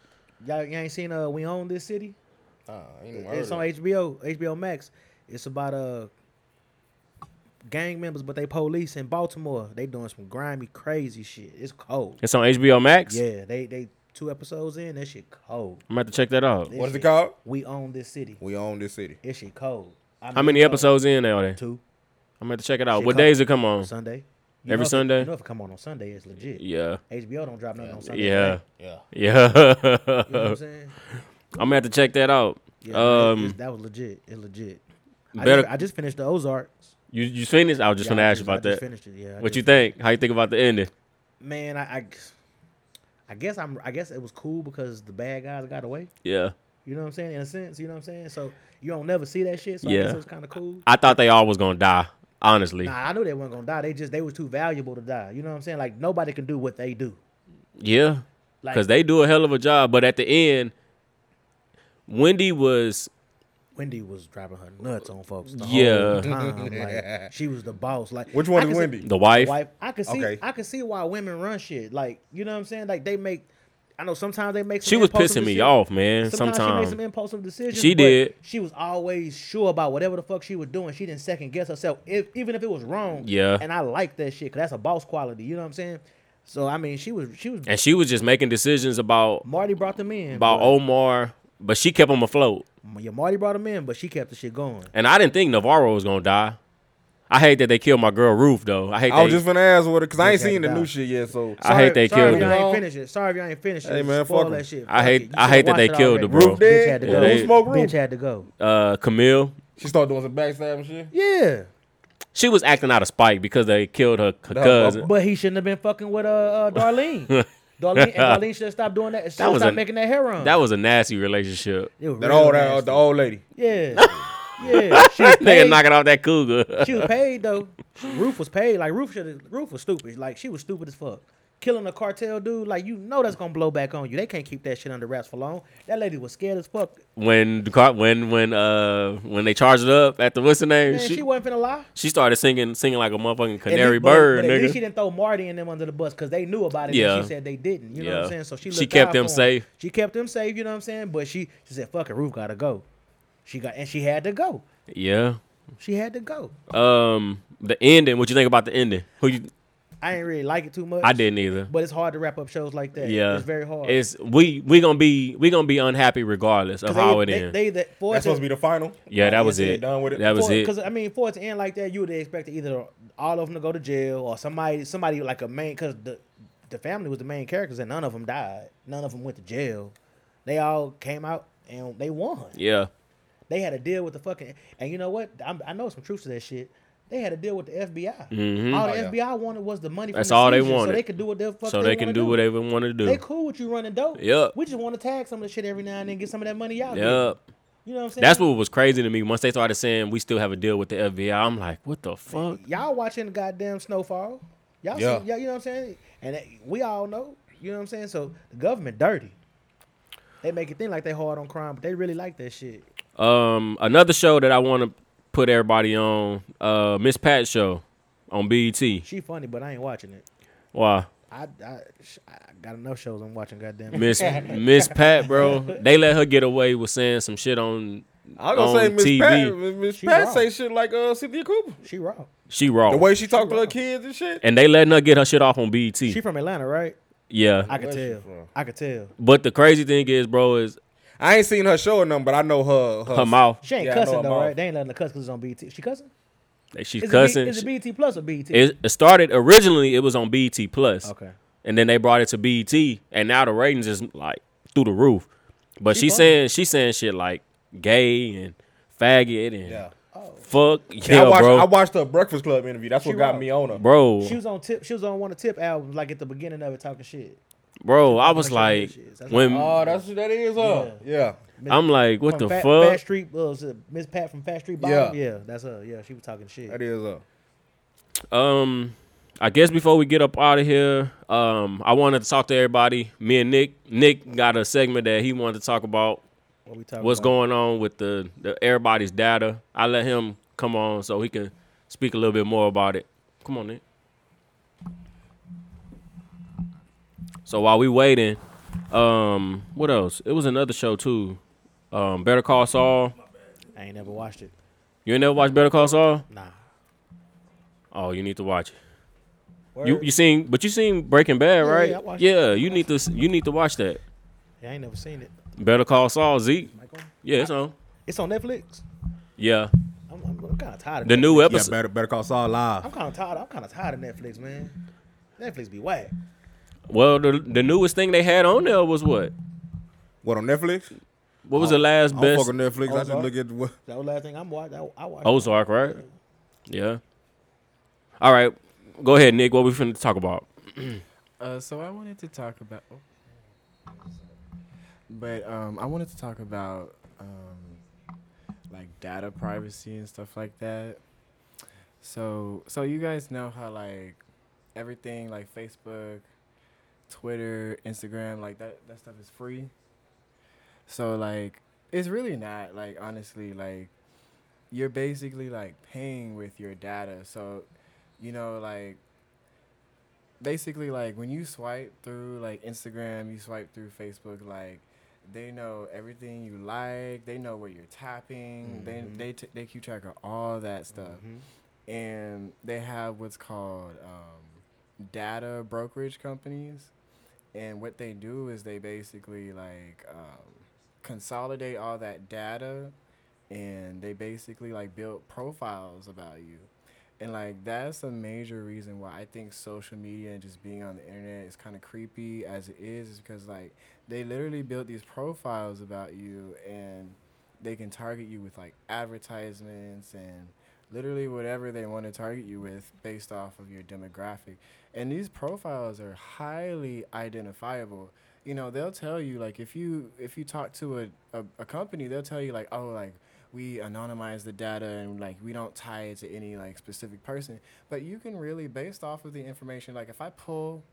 Y'all, y'all ain't seen uh, We Own This City?
Uh, ain't no
It's on HBO, HBO Max. It's about uh gang members, but they police in Baltimore. They doing some grimy, crazy shit. It's cold.
It's on HBO Max.
Yeah, they they two episodes in. That shit cold.
I'm about to check that out.
That
What is it
shit-
called?
We own this city.
We own this city.
That shit cold. I
How
mean,
many
cold.
episodes in are they?
Two
I'm about to check it out.
Shit
What
come-
days it come on?
Sunday. You
Mm-hmm. Every
know if it-
Sunday?
You know if it come on on Sunday, it's legit.
Yeah,
HBO don't drop nothing on Sunday.
yeah,
Yeah.
yeah.
You know what I'm saying?
I'm gonna have to check that out.
Yeah,
um,
that was legit. It's legit. I
better-
just, I just finished the Ozarks.
you you finished? I was just
Yeah,
gonna
I
ask
just-
you about
I just
that.
Finished it. Yeah. I
What
just-
you think? How you think about the ending?
Man, I, I, I guess I'm. I guess it was cool because the bad guys got away.
Yeah,
You know what I'm saying? In a sense, you know what I'm saying. So you don't never see that shit. So I
Yeah.
guess it was kind of cool.
I thought they all was gonna die. Honestly,
Nah, I knew they weren't gonna die. They just they was too valuable to die. You know what I'm saying? Like nobody can do what they do.
yeah,
Like-
because they do a hell of a job. But at the end, Wendy was
Wendy was driving her nuts on folks. The
Yeah.
whole time. Like, she was the boss. Like
Which one
I
is
could see-
Wendy?
the wife.
wife. I could see.
Okay.
I could see why women run shit. Like you know what I'm saying? Like they make. I know sometimes they make. Some
She was
impulsive
pissing me
decisions.
off, man.
Sometimes, she made
Sometimes
some impulsive decisions.
She
but
did.
She was always sure about whatever the fuck she was doing. She didn't second guess herself, if, even if it was wrong.
Yeah.
And I like that shit because that's a boss quality. You know what I'm saying? So I mean, she was. She was.
and she was just making decisions about
Marty brought them in.
about
but,
Omar, but she kept him afloat.
yeah, Marty brought them in, but she kept the shit going.
And I didn't think Navarro was gonna die. I hate that they killed my girl Ruth though. I hate.
I was
they-
just gonna ask what it because I ain't
Okay,
seen the
nah.
new shit yet. So
I hate they
sorry
killed
if
her.
y'all ain't
her.
finished it. Sorry if y'all ain't finished it.
Hey, man,
Spoil
fuck 'em.
that shit.
I
Fuck
hate-
it. You
I
should've
hate that
watched
they
it
killed
already.
the bro. Roof
dead?
Bitch had to
Yeah,
go.
they-
Smoke roof.
Bitch had to go.
uh, Camille.
she started doing some backstabbing shit.
Yeah.
She was acting out of spite because they killed her, her
No,
cousin.
But he shouldn't have been fucking with uh, uh Darlene. Darlene and Darlene should have stopped doing that. Should
was
have stopped
a-
making that hair on.
That was a nasty relationship.
It was
That
real
old that,
nasty.
the old lady.
Yeah. Yeah. She was
They
paid.
knocking off that cougar.
she was paid though. Roof was paid. Like Roof should Roof was stupid. Like she was stupid as fuck. Killing a cartel dude, like you know that's gonna blow back on you. They can't keep that shit under wraps for long. That lady was scared as fuck.
when the car, when when uh when they charged it up at the what's the name?
Man, she,
she,
wasn't finna lie.
she started singing singing like a motherfucking
At least-
canary
but-
bird,
but at least
nigga.
she didn't throw Marty and them under the bus because they knew about it.
Yeah.
And she said they didn't. You know what
Yeah.
I'm saying? So she
She
looked
kept
out
them
for 'em.
safe.
She kept them safe. You know what I'm saying? But she she said, "Fuck it, Ruth gotta go." She got and she had to go.
yeah.
She had to go.
Um, the ending. What you think about the ending? Who you?
I didn't really like it too much.
I didn't either.
But it's hard to wrap up shows like that.
Yeah,
it's very hard.
It's we we gonna be we gonna be unhappy regardless of
'Cause
how
they,
it
they,
ends.
They, they, for
That's
it to,
supposed to be the final.
yeah, that was
they
it.
done with it.
That was it.
Because I mean, for it to end like that, you would expect either all of them to go to jail or somebody, somebody like a main, because the the family was the main characters and none of them died. None of them went to jail. They all came out and they won.
Yeah,
They had to deal with the fucking. And you know what? I'm, I know some truth to that shit. They had to deal with the FBI. All the
Oh, yeah.
FBI wanted was the money. From
Mm-hmm. That's
the
all they
seizure,
wanted.
So they could do what the fuck
so
they,
they can
wanna
do whatever they want to do.
They cool with you running dope.
Yup.
We just want to tag some of the shit every now and then, get some of that money out.
yeah,
You know what I'm saying?
that's what was crazy to me. Once they started saying we still have a deal with the FBI, I'm like, what the fuck?
y'all watching goddamn snowfall. Y'all
Yeah.
see, yeah, you know what I'm saying? And that- we all know, you know what I'm saying? So the government dirty. They make it think like they hard on crime, but they really like that shit.
Um, another show that I want to put everybody on, uh, Miss Pat show on BET.
She funny, but I ain't watching it.
Why?
I, I, sh- I got enough shows I'm watching, goddamn.
Miss Miss Pat, bro. They let her get away with saying some shit on
I
on
was gonna say Miss
TV.
Pat. Miss
She
Pat
wrong.
say shit like uh Cynthia Cooper.
She raw.
She raw.
The way she talked to her kids and shit.
and they letting her get her shit off on BET.
She from Atlanta, right?
yeah.
I could
Where she
tell.
from?
I could tell.
but the crazy thing is, bro, is
I ain't seen her show or nothing, but I know her her,
her mouth.
She ain't
Yeah, I know
cussing
her
though,
mouth.
right? They ain't letting her cuss because it's on BT. She cussing?
Like, She's
Is It
cussing.
B, is it BT plus or BT?
It, it started originally. It was on BET Plus.
Okay.
and then they brought it to BET, and now the ratings is like through the roof. But she,
funny.
saying she saying shit like gay and faggot and
Yeah.
fuck
And
yeah,
I watched
bro,
I watched her Breakfast Club interview. That's
She
what got
wrong.
me on her.
bro,
She was on tip. She was on one of tip albums, like at the beginning of it, talking shit.
bro. I was
She wrong.
like,
She is. That's
when
Oh, that's what that is her. Yeah.
I'm like, what the
from Fat,
fuck?
Fat Street, uh, was it Miss Pat from Fat Street Bottom. Yeah. that's her. Yeah, she was talking shit.
That is her.
Um, I guess before we get up out of here, um, I wanted to talk to everybody. Me and Nick, Nick got a segment that he wanted to talk about.
What we talking
What's
about.
going on with the, the everybody's data? I let him come on so he can speak a little bit more about it. Come on, Nick. So while we waiting, um, what else? It was another show too. Um, Better Call Saul.
I ain't never watched it.
You ain't never watched Better Call Saul?
Nah.
Oh, you need to watch it. You you seen but you seen Breaking Bad,
Yeah,
right?
yeah, I
Yeah,
watched
you need to s- you need to watch that.
I ain't never seen it.
Better Call Saul, Zeke.
Michael?
Yeah, it's on.
It's on Netflix.
Yeah,
I'm, I'm, I'm kind of tired of
the
Netflix.
new
Yeah,
episode.
better better call Saul live.
I'm kind of tired. I'm kind of tired of Netflix, man. Netflix be whack.
Well, the the newest thing they had on there was what?
What on Netflix?
What was the last
I don't
best
fuck with Netflix. I just
Ozark.
look at what
That was the last thing I'm watching. I, I watched.
Ozark, right? Yeah. All right, go ahead, Nick. What we finna talk about?
Uh, so I wanted to talk about, oh. but um, I wanted to talk about um, like data privacy and stuff like that. So, so you guys know how like everything like Facebook, Twitter, Instagram, like that that stuff is free. So like it's really not like honestly like you're basically like paying with your data. So, you know like basically like when you swipe through like Instagram, you swipe through Facebook, like they know everything you like, they know where you're tapping, they they t- they keep track of all that stuff, and they have what's called um, data brokerage companies, and what they do is they basically like um, consolidate all that data, and they basically like build profiles about you. And like that's a major reason why I think social media and just being on the internet is kind of creepy as it is, is because like they literally built these profiles about you and they can target you with like advertisements and literally whatever they want to target you with based off of your demographic. And these profiles are highly identifiable. You know, they'll tell you like if you if you talk to a, a, a company, they'll tell you like, oh like we anonymize the data and like we don't tie it to any like specific person. But you can really based off of the information, like if I pull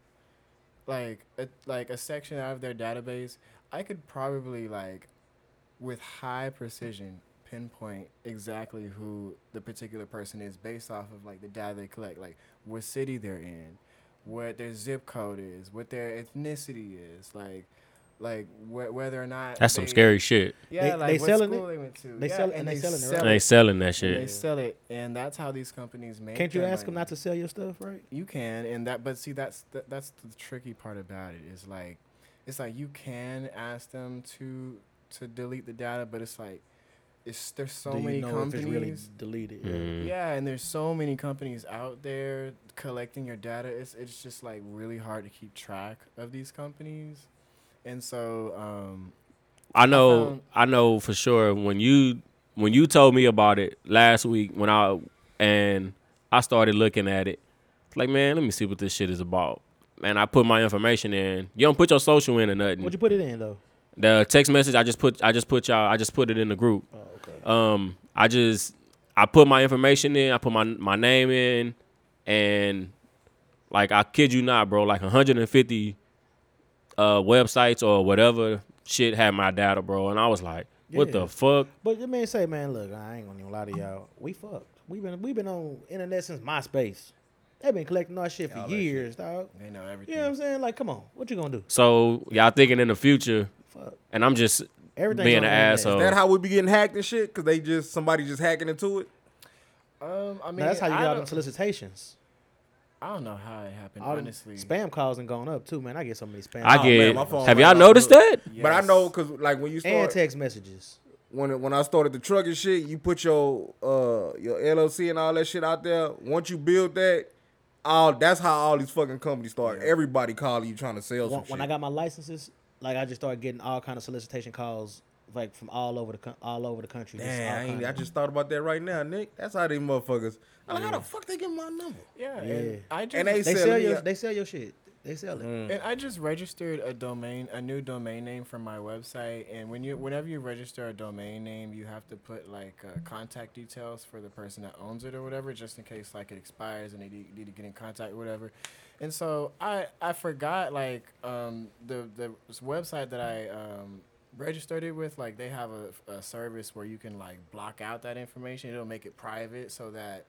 like a, like a section out of their database, I could probably like with high precision pinpoint exactly who the particular person is based off of like the data they collect, like what city they're in, what their zip code is, what their ethnicity is, like like wh- whether or not
That's some
they-
scary shit.
yeah,
They-
like
they
what
selling
school
it?
they went to.
They
yeah,
sell it- and they selling it, right?
They selling that
They
shit.
sell it, and that's how these companies make.
Can't you
their
ask them
money.
not to sell your stuff, right?
You can, and that, but see, that's the, that's the tricky part about it is like, it's like you can ask them to to delete the data, but it's like, it's there's so
Do you
many
know if
companies.
it's really deleted?
Mm.
Yeah, and there's so many companies out there collecting your data. It's it's just like really hard to keep track of these companies, and so um,
I know,
found-
I know for sure. When you when you told me about it last week, when I and I started looking at it, it's like, man, let me see what this shit is about. Man, I put my information in. You don't put your social in or nothing.
What'd you put it in though?
the text message I just put, I just put y'all, I just put it in the group.
Oh, okay.
Um, I just I put my information in, I put my my name in, and like I kid you not, bro, like 150 uh websites or whatever shit had my data, bro, and I was like, what
Yeah.
the fuck?
But the man say, man, look, I ain't gonna even lie to y'all. We fucked. We been we been on internet since MySpace. They've been collecting our shit for
All that shit.
years, dog.
they know everything.
You know what I'm saying? Like, come on, what you gonna do?
So y'all thinking in the future,
Fuck.
and I'm just
Everything's
being
on
an
the internet.
asshole.
that how we be getting hacked and shit? Cause they just somebody just hacking into it.
Um, I mean,
Now, that's how you
I
got
don't-
them solicitations.
I don't know how it happened,
All them
honestly.
spam calls and gone up too, man. I get so many spam.
I
calls.
get.
Oh, man, my phone
have
went
y'all
off
noticed
the
that?
Yes.
But I know, cause like when you
and
start
text messages.
when when I started the truck and shit, you put your uh your LLC and all that shit out there. Once you build that, all that's how all these fucking companies start. Everybody calling you trying to sell some
When, when I
shit.
got my licenses, like I just started getting all kind of solicitation calls, like from all over the co- all over the country. Just all
Damn, I, ain't,
kinda-
I just thought about that right now, Nick. That's how these motherfuckers. I'm like, how the fuck they get my number?
Yeah,
Yeah.
And I just
And
they
they sell
sell
me
your
a-
they sell your shit. They sell it.
and I just registered a domain, a new domain name for my website. And when you, whenever you register a domain name, you have to put like uh, contact details for the person that owns it or whatever, just in case like it expires and they need, need to get in contact or whatever. And so I, I forgot like um, the the s- website that I um, registered it with. Like they have a, a service where you can like block out that information. It'll make it private so that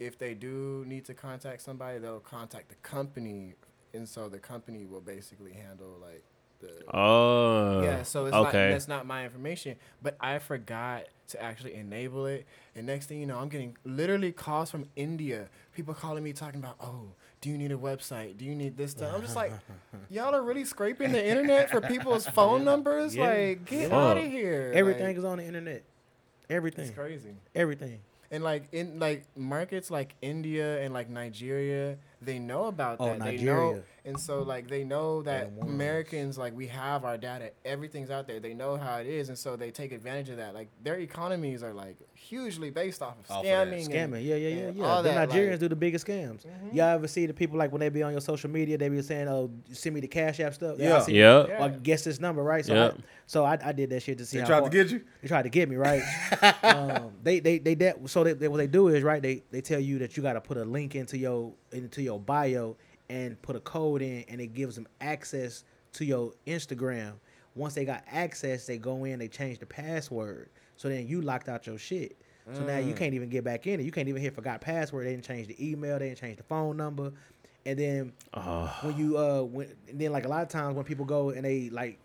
if they do need to contact somebody, they'll contact the company, and so the company will basically handle like the
Oh.
yeah, so it's
okay.
not, that's not my information. But I forgot to actually enable it. And next thing you know, I'm getting literally calls from India. People calling me talking about, oh, do you need a website? Do you need this stuff? I'm just like, y'all are really scraping the internet for people's phone numbers.
Yeah.
Like, get
Yeah.
out of
Fuck.
here.
Everything
Like,
is on the internet. Everything.
it's crazy.
Everything.
And like in like markets like India and like Nigeria, they know about
Oh,
that. They
Nigeria.
know, and so like they know that
Them ones.
Americans like we have our data. Everything's out there. They know how it is, and so they take advantage of that. Like their economies are like hugely based off of
Off of that.
scamming. and-
Scamming, yeah, yeah, yeah,
and
yeah.
all
The
that,
Nigerians
like- Mm-hmm.
do the biggest scams. Y'all ever see the people like when they be on your social media, they be saying, "Oh, send me the cash app stuff."
Yeah.
I see-
Yeah.
Yeah.
Or guess this number, right? So,
Yeah.
I, so I, I did that shit to see
They
how
tried
far-
to get you.
They tried to get me right. um, they they they that so they, they, what they do is right. They they tell you that you got to put a link into your into your bio and put a code in, and it gives them access to your Instagram. Once they got access, they go in, they change the password. So then you locked out your shit. So now
Mm.
you can't even get back in it. You can't even hit forgot password. They didn't change the email. They didn't change the phone number. And then when you uh when and then like a lot of times when people go and they like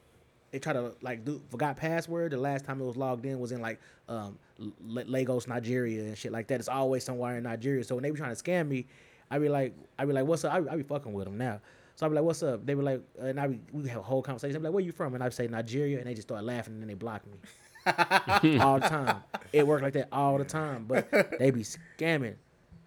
they try to like do forgot password. The last time it was logged in was in like um L- Lagos, Nigeria and shit like that. It's always somewhere in Nigeria. So when they be trying to scam me, I be like, I be like, what's up? I be, I be fucking with them now. So I be like, what's up? They be like, uh, and I be, we have a whole conversation. I be like, where you from? And I say Nigeria, and they just start laughing and then they block me all the time. It worked like that all the time, but they be scamming,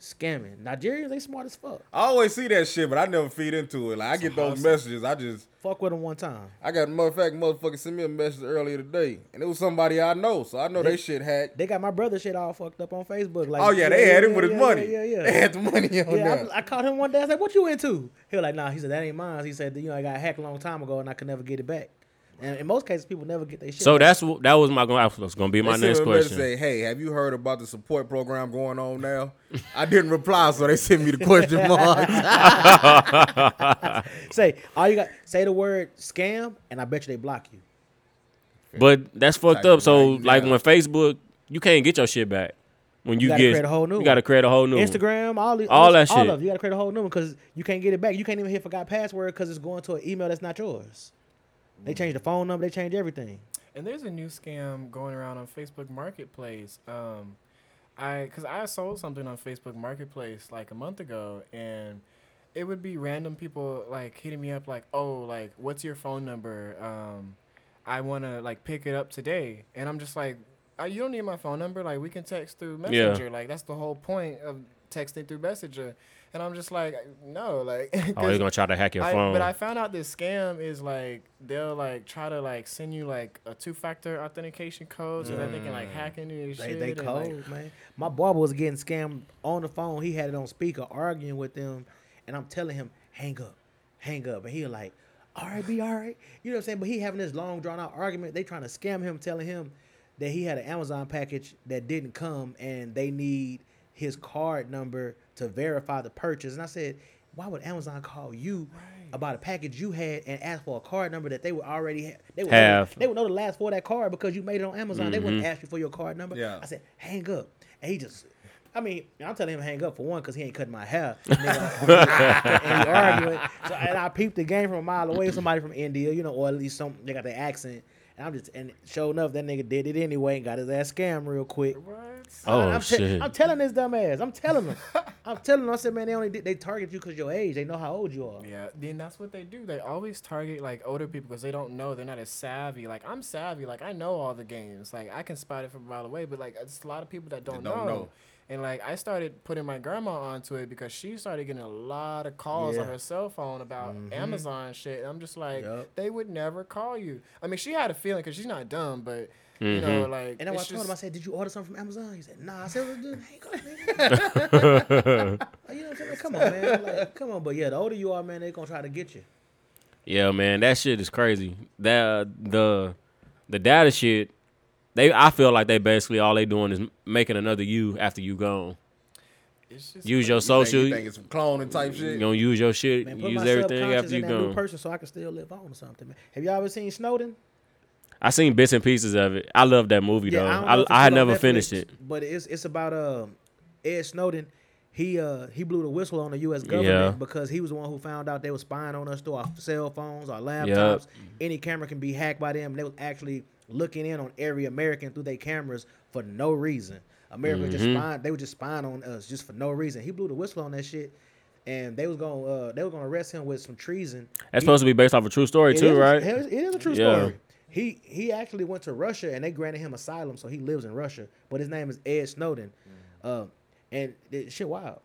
scamming. Nigerians, they smart as fuck.
I always see that shit, but I never feed into it. Like I get those messages. I just
Fuck with them one time.
I got motherfucking motherfucker sent me a message earlier today, and it was somebody I know, so I know they, shit hacked.
They got my brother shit all fucked up on Facebook. Like,
oh yeah, they had
yeah,
him with
yeah,
his money.
Yeah, yeah.
They
yeah.
had the money on
Yeah,
there.
I, I called him one day. I was like, "What you into?" He was like, "Nah." He said, "That ain't mine." He said, "You know, I got hacked a long time ago, and I could never get it back." And in most cases, people never get their shit.
So
back.
that's wh- that was my that was gonna be my
They
next
sent me a message
question.
Say, hey, have you heard about the support program going on now? I didn't reply, so they sent me the question marks.
say all you got. Say the word scam, and I bet you they block you.
But that's fucked
Like,
up. So
right
like
now.
when Facebook, you can't get your shit back. When you,
gotta
get
create a whole new
you
one.
got to create a whole new one.
Instagram, all the,
All that
all
shit.
of it. you got to create a whole new one because you can't get it back. You can't even hit forgot password because it's going to an email that's not yours. They changed the phone number. They changed everything.
And there's a new scam going around on Facebook Marketplace. Um, I because I sold something on Facebook Marketplace like a month ago, and it would be random people like hitting me up like, "Oh, like, what's your phone number? Um, I want to like pick it up today." And I'm just like, "Uh, "You don't need my phone number. Like, we can text through
Yeah.
Messenger. Like, that's the whole point of texting through Messenger." And I'm just like, "No, like."
Oh,
'cause-
they're gonna try to hack your
I,
phone.
But I found out this scam is like they'll like try to like send you like a two factor authentication code so that they can like hack into your
Mm. They,
shit.
they
and,
cold,
like-
man. My barber was getting scammed on the phone. He had it on speaker, arguing with them, and I'm telling him, "Hang up, hang up," and he like, "All right, be all right." You know what I'm saying? But he having this long drawn out argument. They trying to scam him, telling him that he had an Amazon package that didn't come, and they need his card number to verify the purchase. And I said, "Why would Amazon call you?" About a package you had and ask for a card number that they would already ha- they would know-
Have.
they would know the last four of that card because you made it on Amazon. They
Mm-hmm.
wouldn't ask you for your card number.
Yeah.
I said, hang up. And he just, I mean, I'm telling him to hang up for one because he ain't cutting my hair. Nigga, and, he arguing. So, and I peeped the game from a mile away. Somebody from India, you know, or at least some, they got their accent. And I'm just, and sure enough, that nigga did it anyway and got his ass scammed real quick.
What?
oh
I'm, te-
shit!
I'm telling this dumbass. I'm telling him. I'm telling him. I said, man, they only did, they target you because your age. They know how old you are.
Yeah, then that's what they do. They always target like older people because they don't know. They're not as savvy. Like I'm savvy. Like I know all the games. Like I can spot it from a mile away. But like it's a lot of people that don't,
don't
know.
know.
And like I started putting my grandma onto it because she started getting a lot of calls on
Yeah. Mm-hmm.
her cell phone about Amazon shit. And I'm just like,
Yup.
they would never call you. I mean, she had a feeling because she's not dumb, but you know, like
And then when I
it's
told him, I
just-
said, "Did you order something from Amazon?" He said, "Nah." I said, well, dude, "Hang up, nigga." Like, you know what I'm saying? Like, come on, man. Like, come on. But yeah, the older you are, man, they gonna try to get you.
yeah, man, that shit is crazy. That uh, the the data shit. They, I feel like they basically all they doing is m- making another you after you gone.
it's just
Use your
You
social.
think, you think
You
it's cloning type shit?
gonna use your shit.
Man, put
use
my
everything
subconscious
after
in
you
that new
gone.
person so I can still live on or something. Man. Have y'all ever seen Snowden?
I seen bits and pieces of it. I love that movie
don't
though.
know if it's
I I, had
still on
never
Netflix,
finished it.
But it's it's about um Ed Snowden. he uh he blew the whistle on the U.S. government
Yeah.
because he was the one who found out they were spying on us through our cell phones, our laptops. Any camera can be hacked by them. They was actually looking in on every American through their cameras for no reason. America was just
Mm-hmm.
spying. They were just spying on us just for no reason. He blew the whistle on that shit, and they was gonna uh, they were gonna arrest him with some treason.
That's supposed to be based off a true story
It
too,
is-
right?
It is, it is a true
Yeah.
story. He he actually went to Russia and they granted him asylum, so he lives in Russia. But his name is Ed Snowden,
Mm.
uh, and it, shit wild.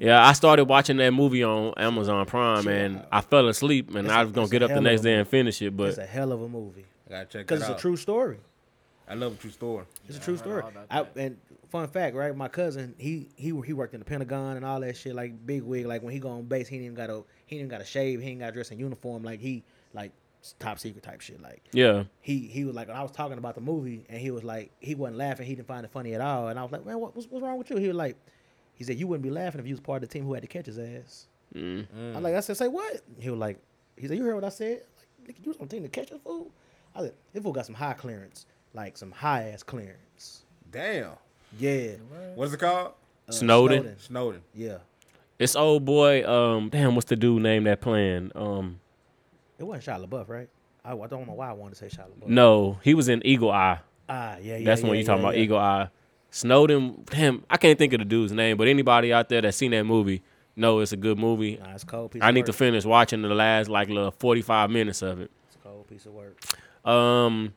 Yeah, I started watching that movie on Amazon Prime and I fell asleep and
It's
I
a-
was gonna
it's
get
a
up the
hell
next
of a
day and finish it,
It's
but
a hell of a movie
I gotta check
because
that
it's a
out.
true story.
I love a true story.
It's a true story. I, and fun fact, right? My cousin, he he he worked in the Pentagon and all that shit, like big wig. Like when he go on base, he ain't even got a he ain't even got a shave. He ain't got dressed in uniform. Like he like top secret type shit. Like
yeah.
he he was like, when I was talking about the movie, and he was like, he wasn't laughing. He didn't find it funny at all. And I was like, man, what, what's, what's wrong with you? He was like, he said, you wouldn't be laughing if you was part of the team who had to catch his ass.
Mm-hmm.
I'm like, I said, say what? He was like, he said, you heard what I said? Like, nigga, you was on the team to catch the fool? I said, this fool got some high clearance, like some high ass clearance.
Damn.
Yeah.
What's it called?
Uh,
Snowden.
Snowden.
Yeah.
It's old boy, um damn, what's the dude name that playing? Um
It wasn't Shia LaBeouf, right? I, I don't know why I wanted to say Shia LaBeouf.
no, he was in Eagle Eye.
Ah, yeah, yeah.
That's
yeah,
when you talking
yeah,
about
yeah.
Eagle Eye. Snowden, damn, I can't think of the dude's name, but anybody out there that's seen that movie know it's a good movie.
Nah, it's a cold piece
I
of
need
work.
to finish watching the last like little forty five minutes of it.
It's a cold piece of work.
Um,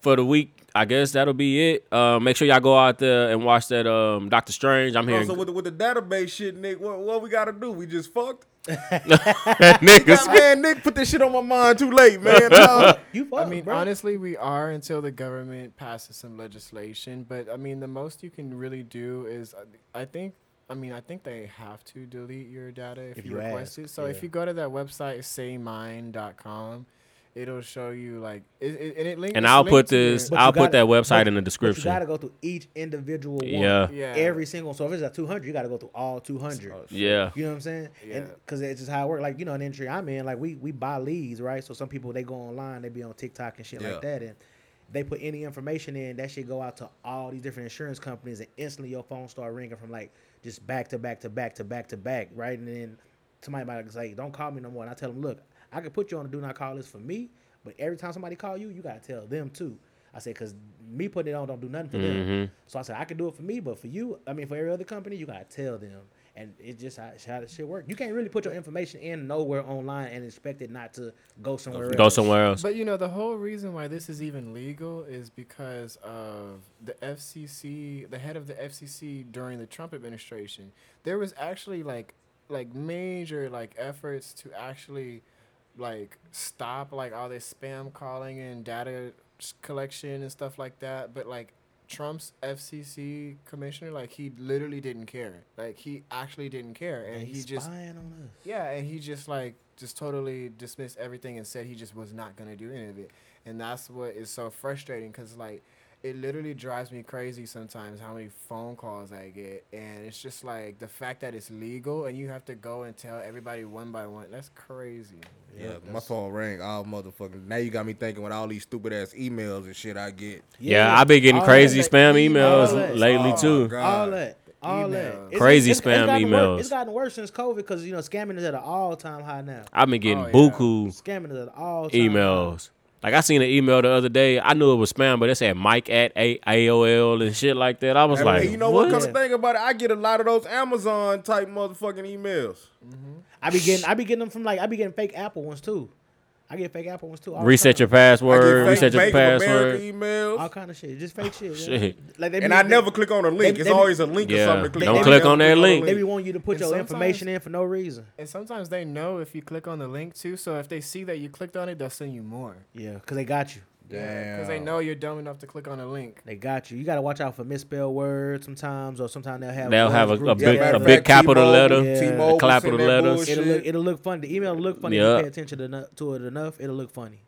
for the week, I guess that'll be it. Uh, make sure y'all go out there and watch that um Doctor Strange. I'm
Oh,
hearing
so with the, with the database shit, Nick, what, what we gotta do? We just fucked.
niggas.
man, Nick put this shit on my mind too late, man. No.
You fuck,
I mean, honestly, we are until the government passes some legislation. But I mean, the most you can really do is, uh, I think, I mean, I think they have to delete your data if,
If
you
you
request
ask,
it. So
yeah.
if you go to that website, saymine.com, it'll show you like, it, it, and it links.
And I'll put this.
But you
I'll put
gotta-
that website
but-
in the
But you gotta
description.
go through each individual one.
Yeah.
Yeah. Oh,
Every single. So if it's a two hundred, you gotta go through all two hundred.
Yeah.
You know what I'm saying? And
Yeah.
because it's just how it works. Like you know, an industry I'm in, like we we buy leads, right? So some people they go online, they be on TikTok and shit like
Yeah.
that, and they put any information in, that shit go out to all these different insurance companies, and instantly your phone start ringing from like just back to back to back to back to back, right? And then somebody might say, "Don't call me no more," and I tell them, "Look, I can put you on a do not call list for me, but every time somebody call you, you gotta tell them too." I said, "Cause me putting it on don't do nothing for
Mm-hmm.
them." So I said, "I can do it for me, but for you, I mean, for every other company, you gotta tell them." And it's just how, it's how the shit work. You can't really put your information in nowhere online and expect it not to go somewhere.
Go
else.
somewhere else.
But you know, the whole reason why this is even legal is because of the FCC, the head of the FCC during the Trump administration. There was actually like like major like efforts to actually like stop like all this spam calling and data s- collection and stuff like that, but like Trump's FCC commissioner, like he literally didn't care. Like he actually didn't care, and
He's
he just
spying on us.
yeah, and he just like just totally dismissed everything and said he just was not gonna do any of it, and that's what is so frustrating because like it literally drives me crazy sometimes how many phone calls I get, and it's just like the fact that it's legal and you have to go and tell everybody one by one. That's crazy.
Yeah, my phone rang all motherfucking. Now you got me thinking with all these stupid ass emails and shit I get.
Yeah, I've been getting
All
crazy
that-
spam
all
emails
that-
lately
Oh,
too.
God.
All that. All that.
Emails.
It's-
Crazy
it's- it's
spam
gotten
emails.
Worse. It's gotten worse since COVID because you know scamming is at an all time high now.
I've been getting
Oh, yeah.
buku
Scamming is at an all time
emails. Like I seen an email the other day. I knew it was spam, but it said Mike at a- AOL and shit like that. I was
Hey,
like,
you know
what?
what? Come to think about it, I get a lot of those Amazon type motherfucking emails.
I be getting I be getting them from like I be getting fake Apple ones too. I get fake Apple ones too. all the
Reset
time.
your password.
I get
Reset
fake
your
Bank of America
password.
all
emails,
kind of shit. Just fake shit. yeah.
Shit.
Like they
and
be-
I
they-
never click on a link.
they-
it's
they be-
always a link
Yeah,
or something. To click
don't
on. I
click
never
on that
click
link.
They be wanting you to put
And
your
sometimes-
information in for no reason.
And sometimes they know if you click on the link too, so if they see that you clicked on it, they'll send you more.
Yeah, because they got you.
because they
Damn.
know you're dumb enough to click on a link.
They got you. You gotta watch out for misspelled words sometimes, or sometimes they'll have
They'll
words
have a- a
grouped
big-
together.
a big capital letter,
Yeah.
T-Mobile
capital
send that
letters.
It'll look,
bullshit.
it'll look funny. The email will look funny
Yeah.
if you pay attention to, eno- to it enough. It'll look funny.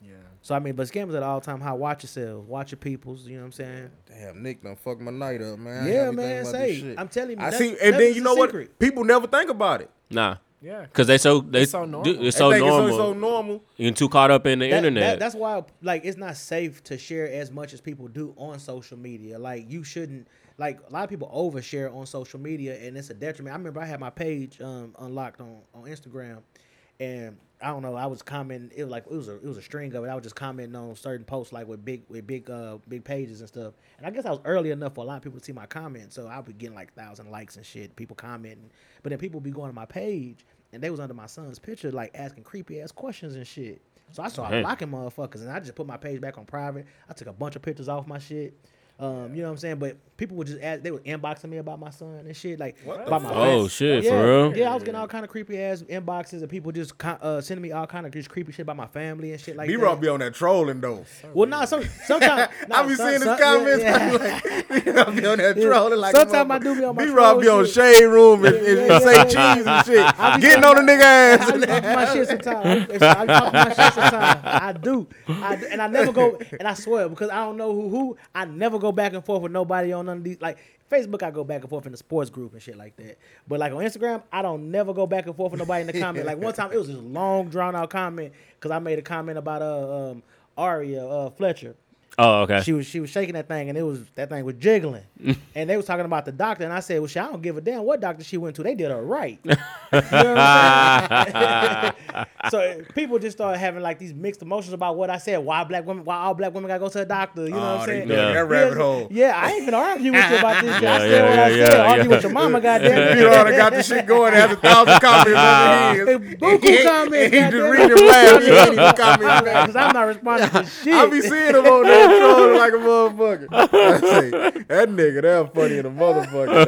Yeah.
So I mean, but scammers at all time high. Watch yourselves. Watch your peoples. You know what I'm saying?
Damn, Nick done fuck my night up, man. I
Yeah,
ain't got
man,
me thinking about
say,
this shit.
I'm telling you,
I
nothing-
see, and then
nothing's
you
a
know what?
secret.
People never think about it.
Nah,
Yeah.
cause they so they
It's so
do-
normal.
It's
They
so
think
normal.
It's so, so normal.
You're too caught up in the
That- that-
internet.
that's why, like, it's not safe to share as much as people do on social media. Like, you shouldn't. like a lot of people overshare on social media, and it's a detriment. I remember I had my page um, unlocked on on Instagram, and I don't know. I was commenting. It was like it was a it was a string of it. I was just commenting on certain posts like with big with big uh big pages and stuff. And I guess I was early enough for a lot of people to see my comments, so I'd be getting like thousand likes and shit. People commenting, but then people be going to my page, and they was under my son's picture like asking creepy ass questions and shit. So I started
Damn.
blocking motherfuckers, and I just put my page back on private. I took a bunch of pictures off my shit. Um, you know what I'm saying? But people would just ask, they were inboxing me about my son and shit, like
What the
about my
fuck?
Oh
past-
shit,
yeah,
for real?
Yeah, I was getting all kind of creepy ass inboxes of people just co- uh, sending me all kind of just creepy shit about my family and shit like
B
that.
Rock be on that trolling though.
well, nah, some, sometimes
I be seeing his comments. Like, B Rock be on that
Yeah.
trolling. Like
Sometime I do be on my
B Rock be
troll
on
shit.
shade room and,
Yeah,
and,
yeah,
and say
yeah,
cheese and
I
shit.
be
Getting on
talking
the nigga ass.
I be talking my shit sometimes. I be talking my shit sometimes. I do. I do. And I never go, and I swear, because I don't know who who, I never go back and forth with nobody on none of these. Like, Facebook, I go back and forth in the sports group and shit like that. But, like, on Instagram, I don't never go back and forth with nobody in the comment. Like, one time, it was this long, drawn out comment because I made a comment about uh, um, Aria uh, Fletcher
Oh okay.
she was she was shaking that thing and it was that thing was jiggling and they was talking about the doctor and i said well shit, i don't give a damn what doctor she went to they did her right you know what I'm saying? so people just started having like these mixed emotions about what i said why black women why all black women gotta go to a doctor you know what
Oh,
i'm saying
they dug
Yeah.
that rabbit hole.
yeah i ain't gonna argue with you about this shit. i
Yeah,
said
yeah,
what
yeah,
i said
yeah,
argue
yeah.
with your mama
B
goddamn it.
Rock done got the shit going. Has a thousand comments under his.
Hey, buku comments,
He just
goddamn
reading
it.
them loud. He ain't even commenting back.
because i'm not responding to shit
I be seeing him on that trolling like a motherfucker. Hey, that nigga, that funny in a motherfucker.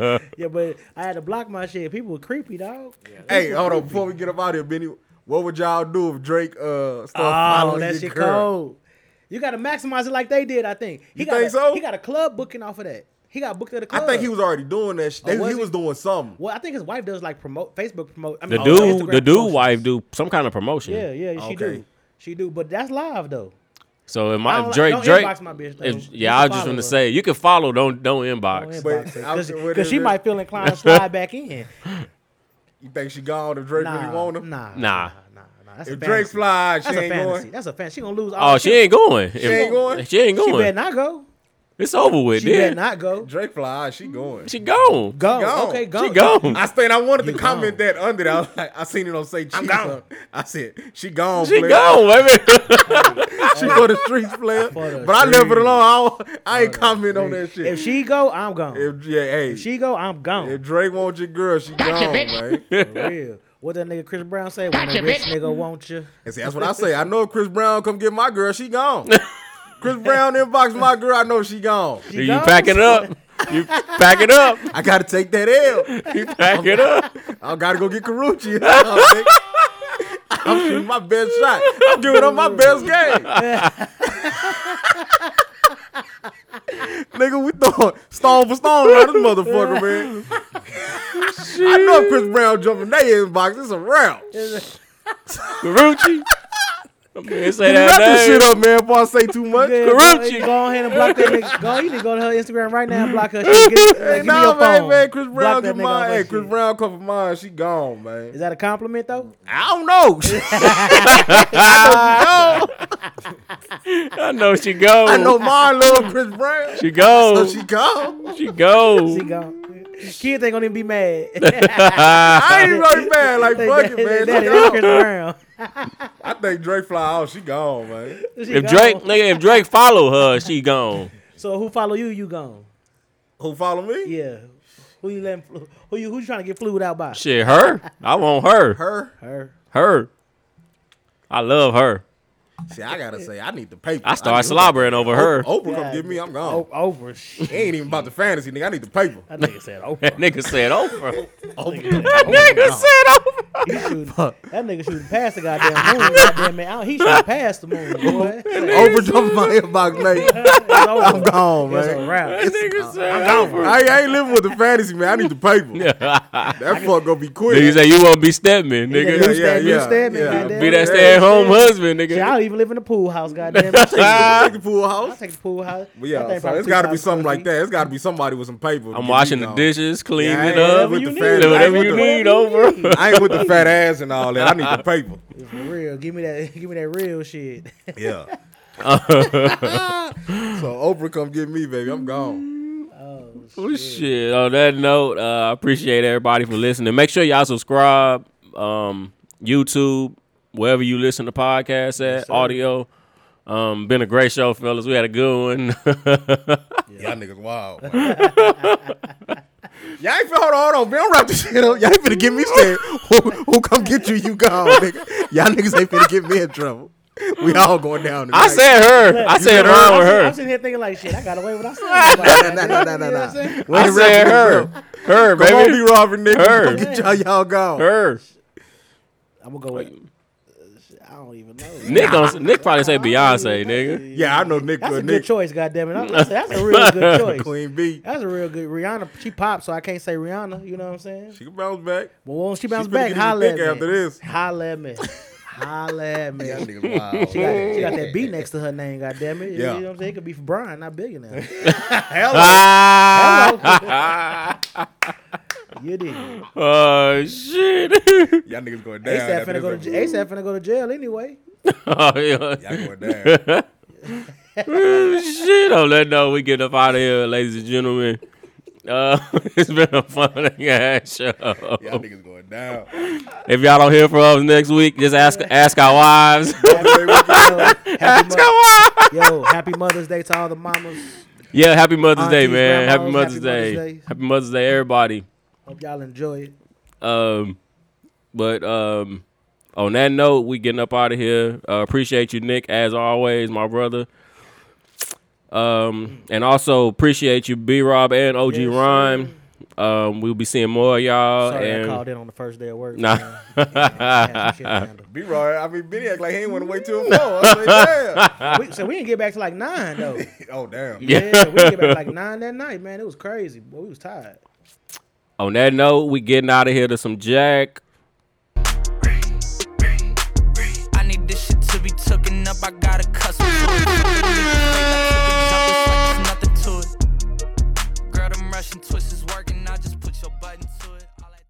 dog.
yeah but i had to block my shit people were creepy dog
hey, hold on, before we get up out of here, Benny, what would y'all do if Drake uh started
Oh,
following
that
your
shit
girl?
cold. You got to maximize it like they did. I think he
You
got
think
a,
so?
He got a club booking off of that. He got booked at a club.
I think he was already doing that. Shit.
Oh, was
he
he?
was doing something.
Well, I think his wife does like promote Facebook promote. I
The
mean, uh,
dude,
Instagram
the dude
promotions.
wife do some kind of promotion.
Yeah, yeah, she
Okay.
do. She do, but that's live though.
So if
I
my
don't like-
Drake,
don't
Drake,
inbox my bitch, though.
if-
You
yeah,
can
I was just
follow
gonna
her.
say you can follow, don't don't inbox.
But I was- what
Because
is
she
it?
might feel inclined to slide back in.
You think she gone if Drake really
Nah,
want
nah,
him?
nah,
Nah.
nah, nah. That's a
If Drake
fantasy.
flies, she
that's a
ain't
fantasy.
going.
That's a fantasy. She gonna lose all.
Oh, she ain't going. She
ain't going?
She ain't
She better
going.
not go.
It's over with.
She better
Then
not go.
Drake flies,
Mm.
she going.
she gone.
Go.
gone.
Okay,
She
go.
She gone.
I think I wanted to
You
comment
gone.
that under that. I was like, I seen it on say cheese. I'm
gone.
I said she gone.
She
player.
gone, baby.
She for the streets player.
For the
But I left it
streets.
alone. I, don't- I ain't comment on that shit.
If she go, I'm gone. If,
If yeah, hey,
she go, I'm gone.
if Drake wants your girl, she gone, man.
For real. What that nigga Chris Brown say? When a rich nigga want you.
And see, that's what I say. I know if Chris Brown come get my girl, she gone. Chris Brown inbox my girl, I know she gone.
you
gone?
pack it up. You pack it up.
I gotta take that L.
You pack it up.
I gotta go get Karuchi. You know what I'm saying? I'm shooting my best shot. I'm giving up my best game. Nigga, we throwing stone for stone around this motherfucker, man. I know if Chris Brown jumping their inbox. It's a round.
Garucci. I'm gonna say that
Wrap this
name.
shit up, man, before I say too much.
Yeah,
Karuchi.
Go, go ahead and block that nigga. Go, you need to go to her Instagram right now and block her. Shit. Get, like,
Hey,
give me
nah,
your
man,
phone.
man, Chris Brown
Block that
get
nigga on
mine.
her
Hey,
shit.
Chris Brown come for mine. She gone, man.
Is that a compliment though?
I don't know.
Ah. I know she go.
I know mine love Chris Brown.
she
So
go.
she gone.
She go.
She gone. Kids ain't gonna even be mad.
I ain't really mad. Like, fuck it, man.
That
She
is
gone.
Chris Brown.
I think Drake fly out. She gone, man.
She
If
gone.
Drake, nigga, if Drake follow her, she gone.
so who follow you? You gone.
Who follow me?
Yeah. Who you letting? flu- Who you? Who you trying to get flued out by?
Shit, her. I want her.
Her.
Her.
Her. I love her.
See, I gotta say, I need the paper.
I start
need-
slobbering over her.
Oprah
Yeah.
come get me. I'm
Oh,
gone.
Oprah. Shit.
It ain't even about the fantasy, nigga. I need the paper.
That nigga said Oprah.
That nigga said "Oh, Oprah.
Oprah.
That nigga said Oprah.
He shooting, that nigga shooting past the goddamn moon. goddamn man, I don't- he shooting past the moon, boy.
Oprah jumped my inbox, mate.
It's over.
I'm gone,
It's a
man.
wrap.
That nigga said Oprah.
I, I ain't living with the fantasy, man. I need the paper. That fuck gonna be quick.
Nigga say you won't be stepman,
Yeah,
nigga.
you stab- you stab me, goddamn.
Be
yeah.
that stay at home husband,
Shit, I
nigga.
don't even live in a pool house, goddamn. it.
Ah.
Take the- take the pool
I'll
house.
take the pool house.
But
That
yeah,
thing
probably
so it's got to be
2,000
something like
feet.
that. It's got to be somebody with some paper. to get
I'm
me
washing the
gone.
dishes, cleaning
Yeah, I ain't
up.
with
you
the
need.
fat
Do
ass.
whatever you need, over.
I ain't with the fat ass and all that. I need the paper.
For real, give me that, give me that real shit.
Yeah. so Oprah, come get me, baby. I'm gone.
Oh shit. On that note, uh, I appreciate everybody for listening. Make sure y'all subscribe, um, YouTube, wherever you listen to podcasts at, audio. Um, been a great show, fellas. We had a good one.
Y'all niggas wild. man. Y'all ain't finna hold on, hold on. Man, don't wrap this shit up. Y'all ain't finna get me scared. Who, who come get you? You gone, nigga. Y'all niggas ain't finna get me in trouble. We all going down.
I
tonight.
said her. I said her
I'm,
with
sitting, I'm
her.
sitting here thinking like, shit, I got away with what I said.
Nah, nah, nah, nah,
You know what
nah.
I'm saying?
Wait
I
to wrap
said
this
her.
up.
Her,
Come on, be
baby.
robbing niggas.
Her.
Come get y'all, y'all gone.
Her.
I'm gonna go with. uh, shit, I don't even know.
Nick, on, Nick probably said Beyonce, nigga.
Yeah, I know Nick.
That's
uh,
a good
Nick
choice, goddamn it! I'm gonna say That's a real good choice.
Queen B.
That's a real good Rihanna. She popped, so I can't say Rihanna. You know what I'm saying?
She can bounce back.
But when she bounce
finna
back,
get in the
holla at me.
thick after this.
Holla at me. Holla at me.
Y'all
She
niggas wild.
got, she got that B next to her name, goddamn it.
Yeah.
You know what I'm saying? It could be for Brian, not billionaire.
Ah!
you did. ASAP
Oh, shit.
Y'all niggas going down. after
finna go to
this
j-
over.
ASAP finna go to jail anyway.
oh, yeah.
Y'all going down.
Shit, on that note, we get up out of here, ladies and gentlemen. Uh, it's been a fun ass show.
Y'all niggas going down.
If y'all don't hear from us next week, just ask ask our wives.
Yo, happy,
ask
mo-
our wives.
yo, happy Mother's Day to all the mamas.
Yeah, happy Mother's Day,
Aunties,
man. happy
grandmas,
Mother's
happy
Day.
Mother's Day.
Happy Mother's Day, everybody.
Hope y'all enjoy it.
Um, but um, on that note, we getting up out of here. Uh, appreciate you, Nick, as always, my brother. Um, and also appreciate you, B Rob and OG
Yes,
Rhyme. Um, we'll be seeing more of y'all.
Sorry, I
and
called in on the first day of work.
Oh, Nah.
man. I had some shit to handle.
B Roy, I mean, Benny act like he ain't want to wait till four. I say, damn.
We- so we didn't get back to like nine though.
Oh, damn.
Yeah.
Yeah, we didn't get back to like nine that night, man. It was crazy, boy. We was tired.
on that note, we getting out of here to some Jack.
I need this shit to be taken up. I gotta cuss